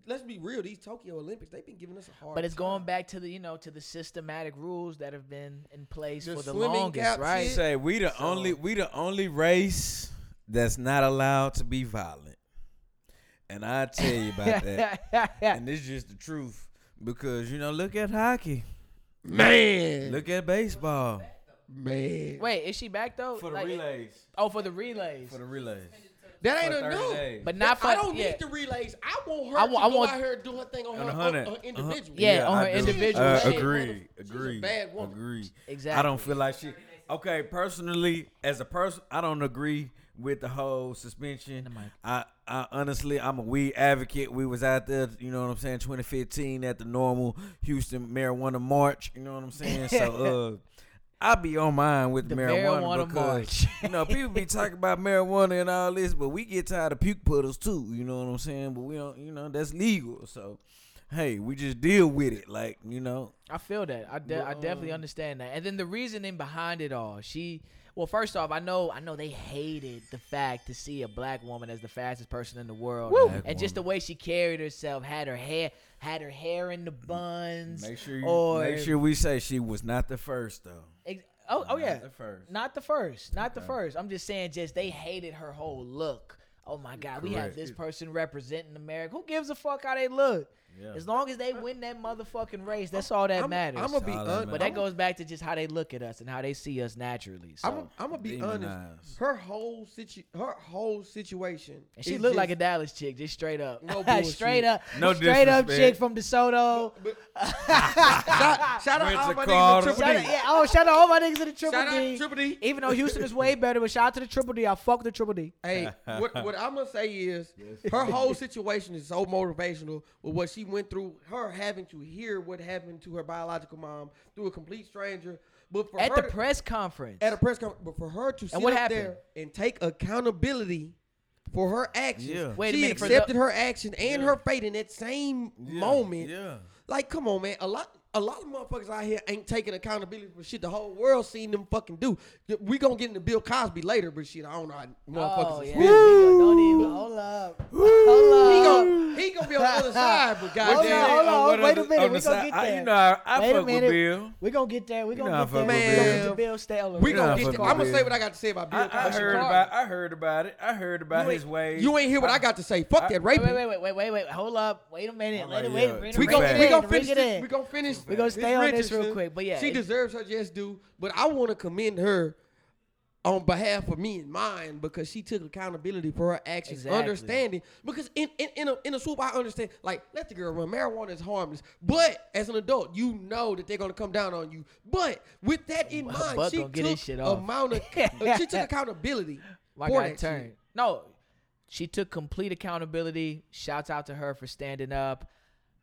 [SPEAKER 3] Let's be real. These Tokyo Olympics, they've been giving us a hard
[SPEAKER 1] But it's going
[SPEAKER 3] time.
[SPEAKER 1] back to the you know to the systematic rules that have been in place
[SPEAKER 3] The
[SPEAKER 1] for the
[SPEAKER 3] swimming
[SPEAKER 1] longest,
[SPEAKER 3] cap
[SPEAKER 1] right?
[SPEAKER 3] shit.
[SPEAKER 2] say we the only we the only race that's not allowed to be violent. And I tell you about that.
[SPEAKER 1] [laughs]
[SPEAKER 2] and this is just the truth because you know, look at hockey,
[SPEAKER 3] Man.
[SPEAKER 2] look at baseball
[SPEAKER 3] Man.
[SPEAKER 1] Wait, is she back though?
[SPEAKER 2] for the
[SPEAKER 1] Like,
[SPEAKER 2] relays,
[SPEAKER 1] Oh, for the relays.
[SPEAKER 2] for the relays.
[SPEAKER 3] That ain't
[SPEAKER 2] For
[SPEAKER 3] a
[SPEAKER 2] 30
[SPEAKER 3] no.
[SPEAKER 2] days.
[SPEAKER 1] But not for
[SPEAKER 3] I don't
[SPEAKER 1] yeah.
[SPEAKER 3] need the relays. I want her
[SPEAKER 1] I
[SPEAKER 3] I
[SPEAKER 1] want-
[SPEAKER 3] want,
[SPEAKER 1] I
[SPEAKER 3] to go
[SPEAKER 1] want-
[SPEAKER 3] out here and do her thing on
[SPEAKER 2] On
[SPEAKER 3] her,
[SPEAKER 2] a
[SPEAKER 3] on,
[SPEAKER 2] hundred, Uh-huh.
[SPEAKER 3] on individual.
[SPEAKER 1] Yeah, on her
[SPEAKER 2] I do.
[SPEAKER 1] individual
[SPEAKER 2] Uh,
[SPEAKER 1] shit.
[SPEAKER 2] agree,
[SPEAKER 3] She's a
[SPEAKER 2] agree,
[SPEAKER 3] bad woman.
[SPEAKER 2] agree. I
[SPEAKER 1] Exactly.
[SPEAKER 2] don't feel like she. Okay, personally, as a person, I don't agree with the whole suspension. I, I honestly, I'm a weed advocate. We was out there, you know what I'm saying, 2015 at the normal Houston marijuana march. You know what I'm saying.
[SPEAKER 1] [laughs]
[SPEAKER 2] So, uh, I be on mine with
[SPEAKER 1] The
[SPEAKER 2] marijuana,
[SPEAKER 1] marijuana
[SPEAKER 2] because
[SPEAKER 1] march.
[SPEAKER 2] you know people be talking about marijuana and all this, but we get tired of puke puddles too. You know what I'm saying? But we don't, you know, that's legal. So, hey, we just deal with it, like you know.
[SPEAKER 1] I feel that. I, de- I definitely understand that. And then the reasoning behind it all, she. Well, first off, I know I know they hated the fact to see a black woman as the fastest person in the world, and
[SPEAKER 2] Black
[SPEAKER 1] just the
[SPEAKER 2] woman.
[SPEAKER 1] way she carried herself, had her hair, had her hair in the buns.
[SPEAKER 2] Make sure you
[SPEAKER 1] or
[SPEAKER 2] make sure we say she was not the first though.
[SPEAKER 1] Ex- oh, oh
[SPEAKER 2] Not
[SPEAKER 1] yeah.
[SPEAKER 2] the first.
[SPEAKER 1] Not the first. Not the first. I'm just saying, just they hated her whole look. Oh my God, we have
[SPEAKER 2] Correct.
[SPEAKER 1] this person representing America. Who gives a fuck how they look?
[SPEAKER 2] Yeah.
[SPEAKER 1] As long as they win that motherfucking race, that's all that
[SPEAKER 3] I'm,
[SPEAKER 1] matters.
[SPEAKER 3] I'm gonna be
[SPEAKER 2] Solid,
[SPEAKER 3] un-
[SPEAKER 2] man.
[SPEAKER 1] but that
[SPEAKER 2] I'ma-
[SPEAKER 1] goes back to just how they look at us and how they see us naturally. So.
[SPEAKER 3] I'm gonna I'm gonna be honest.
[SPEAKER 2] Demonized.
[SPEAKER 3] Her whole situ her whole situation.
[SPEAKER 1] and she
[SPEAKER 3] is
[SPEAKER 1] looked like a
[SPEAKER 3] just-
[SPEAKER 1] Dallas chick, just straight up,
[SPEAKER 3] No
[SPEAKER 1] [laughs] straight
[SPEAKER 3] bullshit.
[SPEAKER 1] up,
[SPEAKER 2] No
[SPEAKER 1] straight up
[SPEAKER 2] disrespect.
[SPEAKER 1] chick from DeSoto.
[SPEAKER 3] shout, shout out
[SPEAKER 2] Went
[SPEAKER 3] all
[SPEAKER 2] to
[SPEAKER 3] my niggas
[SPEAKER 2] Carter.
[SPEAKER 3] at
[SPEAKER 1] Shout
[SPEAKER 3] Triple
[SPEAKER 1] out,
[SPEAKER 3] D.
[SPEAKER 1] yeah, oh, shout out all my niggas in the Triple
[SPEAKER 3] Shout out
[SPEAKER 1] D.
[SPEAKER 3] Triple D.
[SPEAKER 1] Even though Houston is way better, but shout out to the Triple D. I fuck the Triple D.
[SPEAKER 3] Hey, what, what I'm gonna say is her whole situation is so motivational with what she went through her having to hear what happened to her biological mom through a complete stranger. But for
[SPEAKER 1] at
[SPEAKER 3] her
[SPEAKER 1] the
[SPEAKER 3] to-
[SPEAKER 1] press conference.
[SPEAKER 3] at a press conference, but for her to sit
[SPEAKER 1] what
[SPEAKER 3] up
[SPEAKER 1] happened?
[SPEAKER 3] there and take accountability for her actions,
[SPEAKER 2] Yeah.
[SPEAKER 1] Wait a
[SPEAKER 3] she
[SPEAKER 1] minute, for the-
[SPEAKER 3] accepted her action and her fate in that same moment.
[SPEAKER 2] yeah.
[SPEAKER 3] Like, come on, man. A lot, a lot of motherfuckers out here ain't taking accountability for shit the whole world seen them fucking do. We gonna get into Bill Cosby later, but shit, I don't know. How motherfuckers.
[SPEAKER 1] oh
[SPEAKER 3] is
[SPEAKER 1] yeah.
[SPEAKER 3] feeling.
[SPEAKER 1] Don't even hold up.
[SPEAKER 3] He
[SPEAKER 1] Hold up.
[SPEAKER 3] gonna, he gonna be on
[SPEAKER 1] [laughs]
[SPEAKER 3] the other side, but
[SPEAKER 1] Hold
[SPEAKER 3] goddamn.
[SPEAKER 1] on, hold on,
[SPEAKER 2] what
[SPEAKER 1] wait
[SPEAKER 2] the-
[SPEAKER 1] a minute,
[SPEAKER 2] on
[SPEAKER 1] we
[SPEAKER 2] the
[SPEAKER 1] gonna
[SPEAKER 2] side-
[SPEAKER 1] get
[SPEAKER 2] I-
[SPEAKER 1] there.
[SPEAKER 2] you know, I, I
[SPEAKER 1] Wait a
[SPEAKER 2] fuck with
[SPEAKER 1] minute.
[SPEAKER 2] Bill.
[SPEAKER 1] We're gonna get there. We're
[SPEAKER 2] know I
[SPEAKER 1] gonna get
[SPEAKER 2] fuck
[SPEAKER 1] there.
[SPEAKER 2] with
[SPEAKER 1] We're gonna
[SPEAKER 3] Bill.
[SPEAKER 1] get to Bill Staley.
[SPEAKER 3] We
[SPEAKER 2] Yeah,
[SPEAKER 3] gonna
[SPEAKER 2] I
[SPEAKER 3] get
[SPEAKER 2] fuck
[SPEAKER 3] there.
[SPEAKER 2] with
[SPEAKER 3] I'm gonna
[SPEAKER 2] Bill.
[SPEAKER 3] say what I got to say about Bill
[SPEAKER 2] I, I
[SPEAKER 3] Cosby.
[SPEAKER 2] heard
[SPEAKER 1] Carter.
[SPEAKER 2] about. I heard about it. I heard about his ways.
[SPEAKER 3] you ain't hear what I got to say. Fuck that
[SPEAKER 1] Wait,
[SPEAKER 3] raping.
[SPEAKER 1] wait, wait, wait, wait, wait, wait. Hold up. Wait a minute.
[SPEAKER 2] All
[SPEAKER 1] Let it
[SPEAKER 2] right,
[SPEAKER 1] wait.
[SPEAKER 2] yeah.
[SPEAKER 1] Bring it-
[SPEAKER 2] Oh Too
[SPEAKER 3] We
[SPEAKER 1] bring
[SPEAKER 3] gonna,
[SPEAKER 1] it
[SPEAKER 2] fast.
[SPEAKER 3] we
[SPEAKER 1] in,
[SPEAKER 3] gonna
[SPEAKER 1] bring
[SPEAKER 3] finish.
[SPEAKER 1] it
[SPEAKER 3] This,
[SPEAKER 1] in.
[SPEAKER 3] we gonna finish.
[SPEAKER 1] We gonna
[SPEAKER 3] this
[SPEAKER 1] stay on this real
[SPEAKER 3] Richardson.
[SPEAKER 1] quick, but yeah,
[SPEAKER 3] she
[SPEAKER 1] it-
[SPEAKER 3] deserves her just due. But I want to commend her on behalf of me and mine because she took accountability for her actions,
[SPEAKER 1] Exactly.
[SPEAKER 3] understanding. Because in in in a, in a swoop, I understand. Like, let the girl run. Marijuana is harmless, but as an adult, you know that they're gonna come down on you. But with that in
[SPEAKER 1] Her
[SPEAKER 3] mind,
[SPEAKER 1] butt
[SPEAKER 3] she
[SPEAKER 1] gonna get his
[SPEAKER 3] took
[SPEAKER 1] shit off. [laughs]
[SPEAKER 3] amount of she took accountability.
[SPEAKER 1] My
[SPEAKER 3] for
[SPEAKER 1] guy
[SPEAKER 3] that
[SPEAKER 1] turned.
[SPEAKER 3] shit.
[SPEAKER 1] No, she took complete accountability. Shouts out to her for standing up.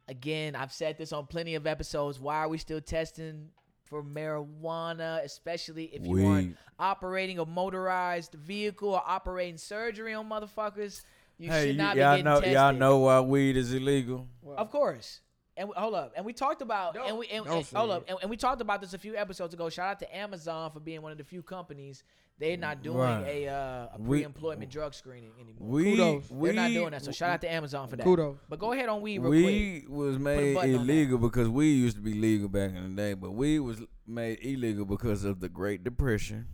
[SPEAKER 1] Again, I've said this on plenty of episodes. Why are we still testing for marijuana, especially if you aren't
[SPEAKER 2] Weed.
[SPEAKER 1] operating a motorized vehicle or operating surgery on motherfuckers? You
[SPEAKER 2] hey,
[SPEAKER 1] should
[SPEAKER 2] you,
[SPEAKER 1] not
[SPEAKER 2] all
[SPEAKER 1] be getting
[SPEAKER 2] know.
[SPEAKER 1] tested.
[SPEAKER 2] Y'all know why weed is illegal.
[SPEAKER 1] Of course. And we, hold up. And we talked about and we and,
[SPEAKER 3] don't
[SPEAKER 1] and-
[SPEAKER 3] say
[SPEAKER 1] hold
[SPEAKER 3] it.
[SPEAKER 1] up. And, and we talked about this a few episodes ago. Shout out to Amazon for being one of the few companies they're not doing
[SPEAKER 2] Right.
[SPEAKER 1] a, uh, a
[SPEAKER 2] We-
[SPEAKER 1] pre-employment drug screening anymore.
[SPEAKER 2] Weed.
[SPEAKER 3] Kudos.
[SPEAKER 1] They're
[SPEAKER 2] Weed,
[SPEAKER 1] not doing that. So shout out to Amazon for that.
[SPEAKER 3] Kudos.
[SPEAKER 1] But go ahead on weed real quick.
[SPEAKER 2] Weed was made
[SPEAKER 1] button on that.
[SPEAKER 2] illegal because weed used to be legal back in the day, but weed was made illegal because of the Great Depression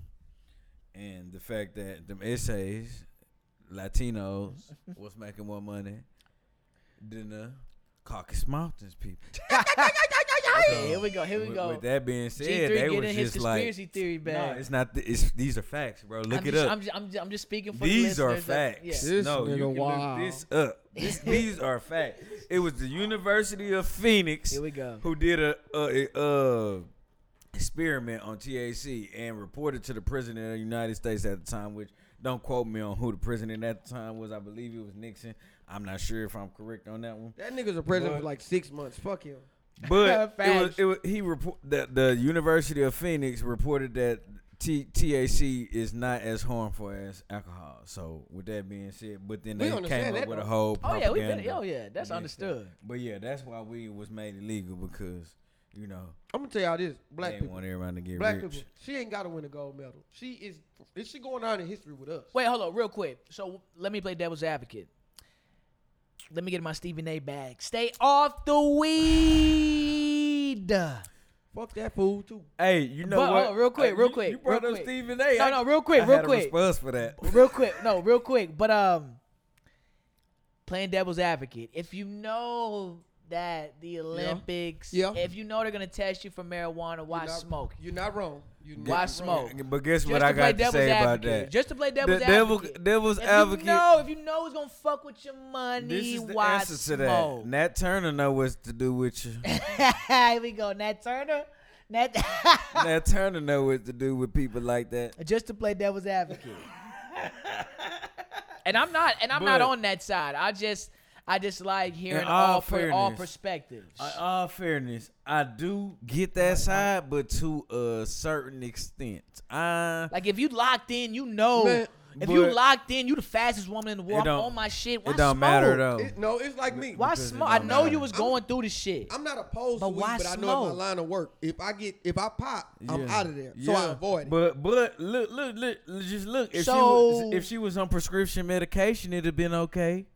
[SPEAKER 2] and the fact that them essays,
[SPEAKER 1] [laughs]
[SPEAKER 2] Latinos, was making more money than the Caucasus Mountains people.
[SPEAKER 1] Yeah, here we go. Here we
[SPEAKER 2] With-
[SPEAKER 1] go.
[SPEAKER 2] With that being said,
[SPEAKER 1] G3
[SPEAKER 2] they
[SPEAKER 1] getting
[SPEAKER 2] was
[SPEAKER 1] his
[SPEAKER 2] just like,
[SPEAKER 1] conspiracy theory
[SPEAKER 2] "Nah,
[SPEAKER 1] back."
[SPEAKER 2] it's not. th- it's these are facts, bro. Look
[SPEAKER 1] I'm
[SPEAKER 2] it
[SPEAKER 1] just,
[SPEAKER 2] up.
[SPEAKER 1] I'm just, I'm just, I'm just speaking for
[SPEAKER 2] These
[SPEAKER 1] the
[SPEAKER 2] are
[SPEAKER 1] listeners that-
[SPEAKER 2] facts.
[SPEAKER 1] yeah.
[SPEAKER 3] This
[SPEAKER 2] no,
[SPEAKER 3] nigga
[SPEAKER 2] you can
[SPEAKER 3] wild.
[SPEAKER 2] look this up.
[SPEAKER 1] [laughs]
[SPEAKER 2] This- these are facts. It was the University of Phoenix
[SPEAKER 1] Here we go.
[SPEAKER 2] who did a, a, a, uh experiment on TAC and reported to the president of the United States at the time, which don't quote me on who the president at the time was. I believe it was Nixon. I'm not sure if I'm correct on that one.
[SPEAKER 3] That nigga's a president for like six months. Fuck him.
[SPEAKER 2] But it was,
[SPEAKER 1] Facts.
[SPEAKER 2] it was he report the the University of Phoenix reported that T, TAC is not as harmful as alcohol. So with that being said, but then
[SPEAKER 3] We
[SPEAKER 2] they
[SPEAKER 3] understand
[SPEAKER 2] came up
[SPEAKER 3] that
[SPEAKER 2] with a
[SPEAKER 3] though.
[SPEAKER 2] whole
[SPEAKER 1] Oh yeah, we
[SPEAKER 2] propaganda.
[SPEAKER 1] been, oh yeah, that's
[SPEAKER 2] Yeah.
[SPEAKER 1] understood.
[SPEAKER 2] But yeah, that's why we was made illegal because you know
[SPEAKER 3] I'm gonna tell y'all this. Black
[SPEAKER 2] they
[SPEAKER 3] people.
[SPEAKER 2] want everyone to get
[SPEAKER 3] Black
[SPEAKER 2] rich.
[SPEAKER 3] people, she ain't got to win a gold medal. She is. Is she going down in history with us?
[SPEAKER 1] Wait, hold on, real quick. So let me play devil's advocate. Let me get my Stephen A. bag. Stay off the weed.
[SPEAKER 3] Fuck that fool too.
[SPEAKER 2] Hey, you know
[SPEAKER 1] But,
[SPEAKER 2] what?
[SPEAKER 1] oh, real quick,
[SPEAKER 2] Uh,
[SPEAKER 1] real
[SPEAKER 2] you-
[SPEAKER 1] quick,
[SPEAKER 2] You brought
[SPEAKER 1] real
[SPEAKER 2] up
[SPEAKER 1] quick.
[SPEAKER 2] Stephen A.
[SPEAKER 1] No,
[SPEAKER 2] I-
[SPEAKER 1] no, real quick,
[SPEAKER 2] I
[SPEAKER 1] real
[SPEAKER 2] had a
[SPEAKER 1] quick.
[SPEAKER 2] response for that.
[SPEAKER 1] Real quick, no, real quick. But um, playing devil's advocate. If you know that the Olympics,
[SPEAKER 3] Yeah.
[SPEAKER 1] if you know they're gonna test you for marijuana, why
[SPEAKER 3] Not-
[SPEAKER 1] smoke?
[SPEAKER 3] You're not wrong. You're not
[SPEAKER 1] Why
[SPEAKER 3] wrong.
[SPEAKER 1] smoke?
[SPEAKER 2] But guess
[SPEAKER 1] Just
[SPEAKER 2] what
[SPEAKER 1] to
[SPEAKER 2] I
[SPEAKER 1] play
[SPEAKER 2] got to
[SPEAKER 1] devil's
[SPEAKER 2] say about
[SPEAKER 1] advocate.
[SPEAKER 2] that?
[SPEAKER 1] Just to play devil's
[SPEAKER 2] the devil-
[SPEAKER 1] advocate.
[SPEAKER 2] devil's
[SPEAKER 1] if
[SPEAKER 2] advocate.
[SPEAKER 1] You know, if you know who's gonna fuck with your money,
[SPEAKER 2] This is the
[SPEAKER 1] why
[SPEAKER 2] answer to
[SPEAKER 1] smoke?
[SPEAKER 2] that. Nat Turner know what's to do with you.
[SPEAKER 1] [laughs] Here we go, Nat Turner. Nat [laughs]
[SPEAKER 2] Nat Turner know what to do with people like that.
[SPEAKER 1] just to play devil's advocate. and I'm not, and I'm not
[SPEAKER 2] But-
[SPEAKER 1] on that side. I just, I just like hearing
[SPEAKER 2] In
[SPEAKER 1] all
[SPEAKER 2] all
[SPEAKER 1] per, all
[SPEAKER 2] fairness,
[SPEAKER 1] perspectives.
[SPEAKER 2] In all fairness, I do get that side, but to a certain extent. I
[SPEAKER 1] like if you locked in, you know.
[SPEAKER 3] Man,
[SPEAKER 1] if you
[SPEAKER 2] but-
[SPEAKER 1] locked in, you the fastest woman in the world. I'm
[SPEAKER 2] don't-
[SPEAKER 1] on my shit. Why
[SPEAKER 2] it don't
[SPEAKER 1] smoke?
[SPEAKER 2] matter though.
[SPEAKER 3] It- no, it's like me.
[SPEAKER 1] Why
[SPEAKER 2] it
[SPEAKER 1] smoke? I
[SPEAKER 2] don't
[SPEAKER 1] know
[SPEAKER 2] matter.
[SPEAKER 1] you was going through the shit.
[SPEAKER 3] I'm not opposed
[SPEAKER 1] But
[SPEAKER 3] to weed,
[SPEAKER 1] why
[SPEAKER 3] but I know it's
[SPEAKER 1] smoke?
[SPEAKER 3] my line of work. If I get, if I pop, I'm
[SPEAKER 2] Yeah.
[SPEAKER 3] out of there. So I
[SPEAKER 2] Yeah.
[SPEAKER 3] avoid it.
[SPEAKER 2] But but look look look look, just look. If she
[SPEAKER 1] So-
[SPEAKER 2] was, if she was on prescription medication, it'd have been okay.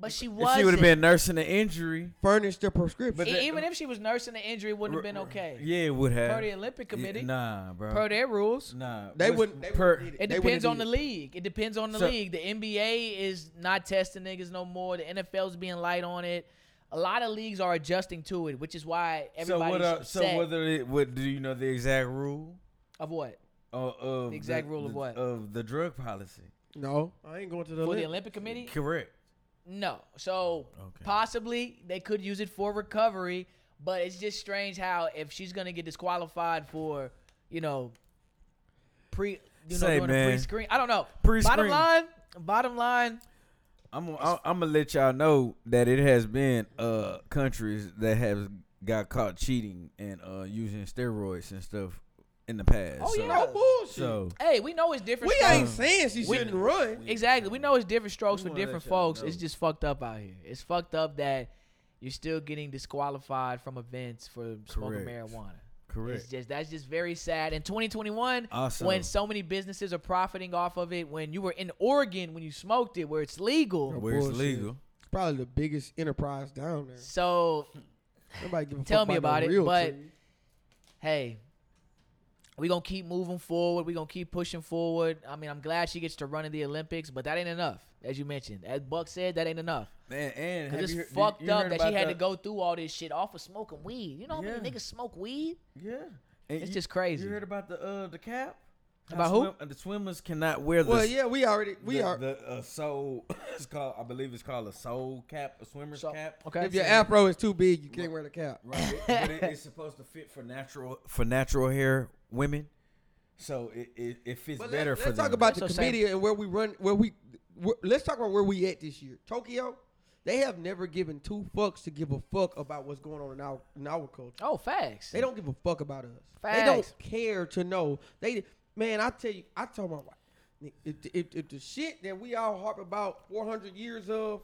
[SPEAKER 1] but she
[SPEAKER 2] If
[SPEAKER 1] wasn't.
[SPEAKER 2] she would have been nursing an injury.
[SPEAKER 3] Furnish the prescription.
[SPEAKER 2] But
[SPEAKER 1] E-
[SPEAKER 2] that-
[SPEAKER 1] even if she was nursing the injury, it wouldn't have been okay.
[SPEAKER 2] Yeah, it would have.
[SPEAKER 1] Per the Olympic Committee,
[SPEAKER 2] Yeah, nah, bro.
[SPEAKER 1] per their rules.
[SPEAKER 2] nah,
[SPEAKER 3] they
[SPEAKER 2] what's-
[SPEAKER 3] wouldn't. They
[SPEAKER 2] per-
[SPEAKER 3] wouldn't need
[SPEAKER 1] It
[SPEAKER 3] They
[SPEAKER 1] depends
[SPEAKER 3] wouldn't
[SPEAKER 1] on
[SPEAKER 3] need
[SPEAKER 1] the
[SPEAKER 3] it.
[SPEAKER 1] league. It depends on the
[SPEAKER 2] So-
[SPEAKER 1] league. The NBA is not testing niggas no more. The NFL's being light on it. A lot of leagues are adjusting to it, which is why
[SPEAKER 2] So
[SPEAKER 1] everybody's
[SPEAKER 2] what? Uh,
[SPEAKER 1] upset
[SPEAKER 2] so whether it, what do you know the exact rule?
[SPEAKER 1] of what
[SPEAKER 2] Uh, of
[SPEAKER 1] The exact rule of
[SPEAKER 2] the-
[SPEAKER 1] what?
[SPEAKER 2] Of the drug policy.
[SPEAKER 3] No, I ain't going to the.
[SPEAKER 1] for the
[SPEAKER 3] Olymp-
[SPEAKER 1] Olympic Committee.
[SPEAKER 2] Correct.
[SPEAKER 1] No, so
[SPEAKER 2] Okay.
[SPEAKER 1] possibly they could use it for recovery, but it's just strange how if she's gonna get disqualified for you know pre you know
[SPEAKER 2] Say,
[SPEAKER 1] doing a
[SPEAKER 2] man.
[SPEAKER 1] pre screen. I don't know. Bottom
[SPEAKER 2] Pre-screen.
[SPEAKER 1] line, bottom line,
[SPEAKER 2] I'm I'm gonna let y'all know that it has been uh countries that have got caught cheating and uh using steroids and stuff in the past.
[SPEAKER 1] Oh,
[SPEAKER 2] so,
[SPEAKER 1] yeah.
[SPEAKER 3] No bullshit.
[SPEAKER 2] so
[SPEAKER 1] Hey, we know it's different.
[SPEAKER 3] uh, we
[SPEAKER 1] strokes.
[SPEAKER 3] ain't saying she shouldn't run.
[SPEAKER 1] Exactly. We know it's different strokes
[SPEAKER 2] We
[SPEAKER 1] for
[SPEAKER 2] wanna let
[SPEAKER 1] different
[SPEAKER 2] y'all
[SPEAKER 1] folks. It's
[SPEAKER 2] know.
[SPEAKER 1] just fucked up out here. It's fucked up that you're still getting disqualified from events for smoking
[SPEAKER 2] Correct.
[SPEAKER 1] marijuana. It's
[SPEAKER 2] correct.
[SPEAKER 1] just that's just very sad. In 2021,
[SPEAKER 2] Also-
[SPEAKER 1] when so many businesses are profiting off of it, when you were in Oregon when you smoked it, where it's legal.
[SPEAKER 2] Where it's
[SPEAKER 3] bullshit.
[SPEAKER 2] legal.
[SPEAKER 3] Probably the biggest enterprise down there.
[SPEAKER 1] So
[SPEAKER 3] Nobody give a
[SPEAKER 1] Tell
[SPEAKER 3] fuck
[SPEAKER 1] me
[SPEAKER 3] about,
[SPEAKER 1] about
[SPEAKER 3] no
[SPEAKER 1] it,
[SPEAKER 3] real
[SPEAKER 1] but-
[SPEAKER 3] tree.
[SPEAKER 1] hey, we gonna keep moving forward. We gonna keep pushing forward. I mean, I'm glad she gets to run in the Olympics, but that ain't enough, as you mentioned. As Buck said, that ain't enough.
[SPEAKER 2] Man, and
[SPEAKER 1] Cause
[SPEAKER 2] have
[SPEAKER 1] it's
[SPEAKER 2] you heard- did-
[SPEAKER 1] fucked
[SPEAKER 2] you
[SPEAKER 1] up
[SPEAKER 2] heard
[SPEAKER 1] that she
[SPEAKER 2] about
[SPEAKER 1] had
[SPEAKER 2] the-
[SPEAKER 1] to go through all this shit off of smoking weed. You know how many
[SPEAKER 2] Yeah.
[SPEAKER 1] niggas smoke weed?
[SPEAKER 2] Yeah, And
[SPEAKER 1] It's
[SPEAKER 2] you-
[SPEAKER 1] just crazy.
[SPEAKER 2] You heard about the uh the cap? How
[SPEAKER 1] About who?
[SPEAKER 2] swim- the swimmers cannot wear the
[SPEAKER 3] Well, yeah, we already we
[SPEAKER 2] the,
[SPEAKER 3] are.
[SPEAKER 2] the uh, soul. [coughs] It's called I believe it's called a soul cap, a swimmer's
[SPEAKER 1] So-
[SPEAKER 2] cap.
[SPEAKER 1] okay.
[SPEAKER 3] if your afro is too big, you can't wear the cap.
[SPEAKER 2] Right, it- but it, it's supposed to fit for natural for natural hair women, so it it, it fits
[SPEAKER 3] But
[SPEAKER 2] better
[SPEAKER 3] let's,
[SPEAKER 2] for
[SPEAKER 3] let's
[SPEAKER 2] them.
[SPEAKER 3] talk about
[SPEAKER 1] So
[SPEAKER 3] the
[SPEAKER 1] same-
[SPEAKER 3] comedian and where we run, where we. Where, let's talk about where we at this year. Tokyo, they have never given two fucks to give a fuck about what's going on in our in our culture.
[SPEAKER 1] Oh, facts.
[SPEAKER 3] They don't give a fuck about us. They don't
[SPEAKER 1] Facts.
[SPEAKER 3] care to know. They man, I tell you, I told my wife, "Nick, if, if, if the shit that we all harp about 400 years of,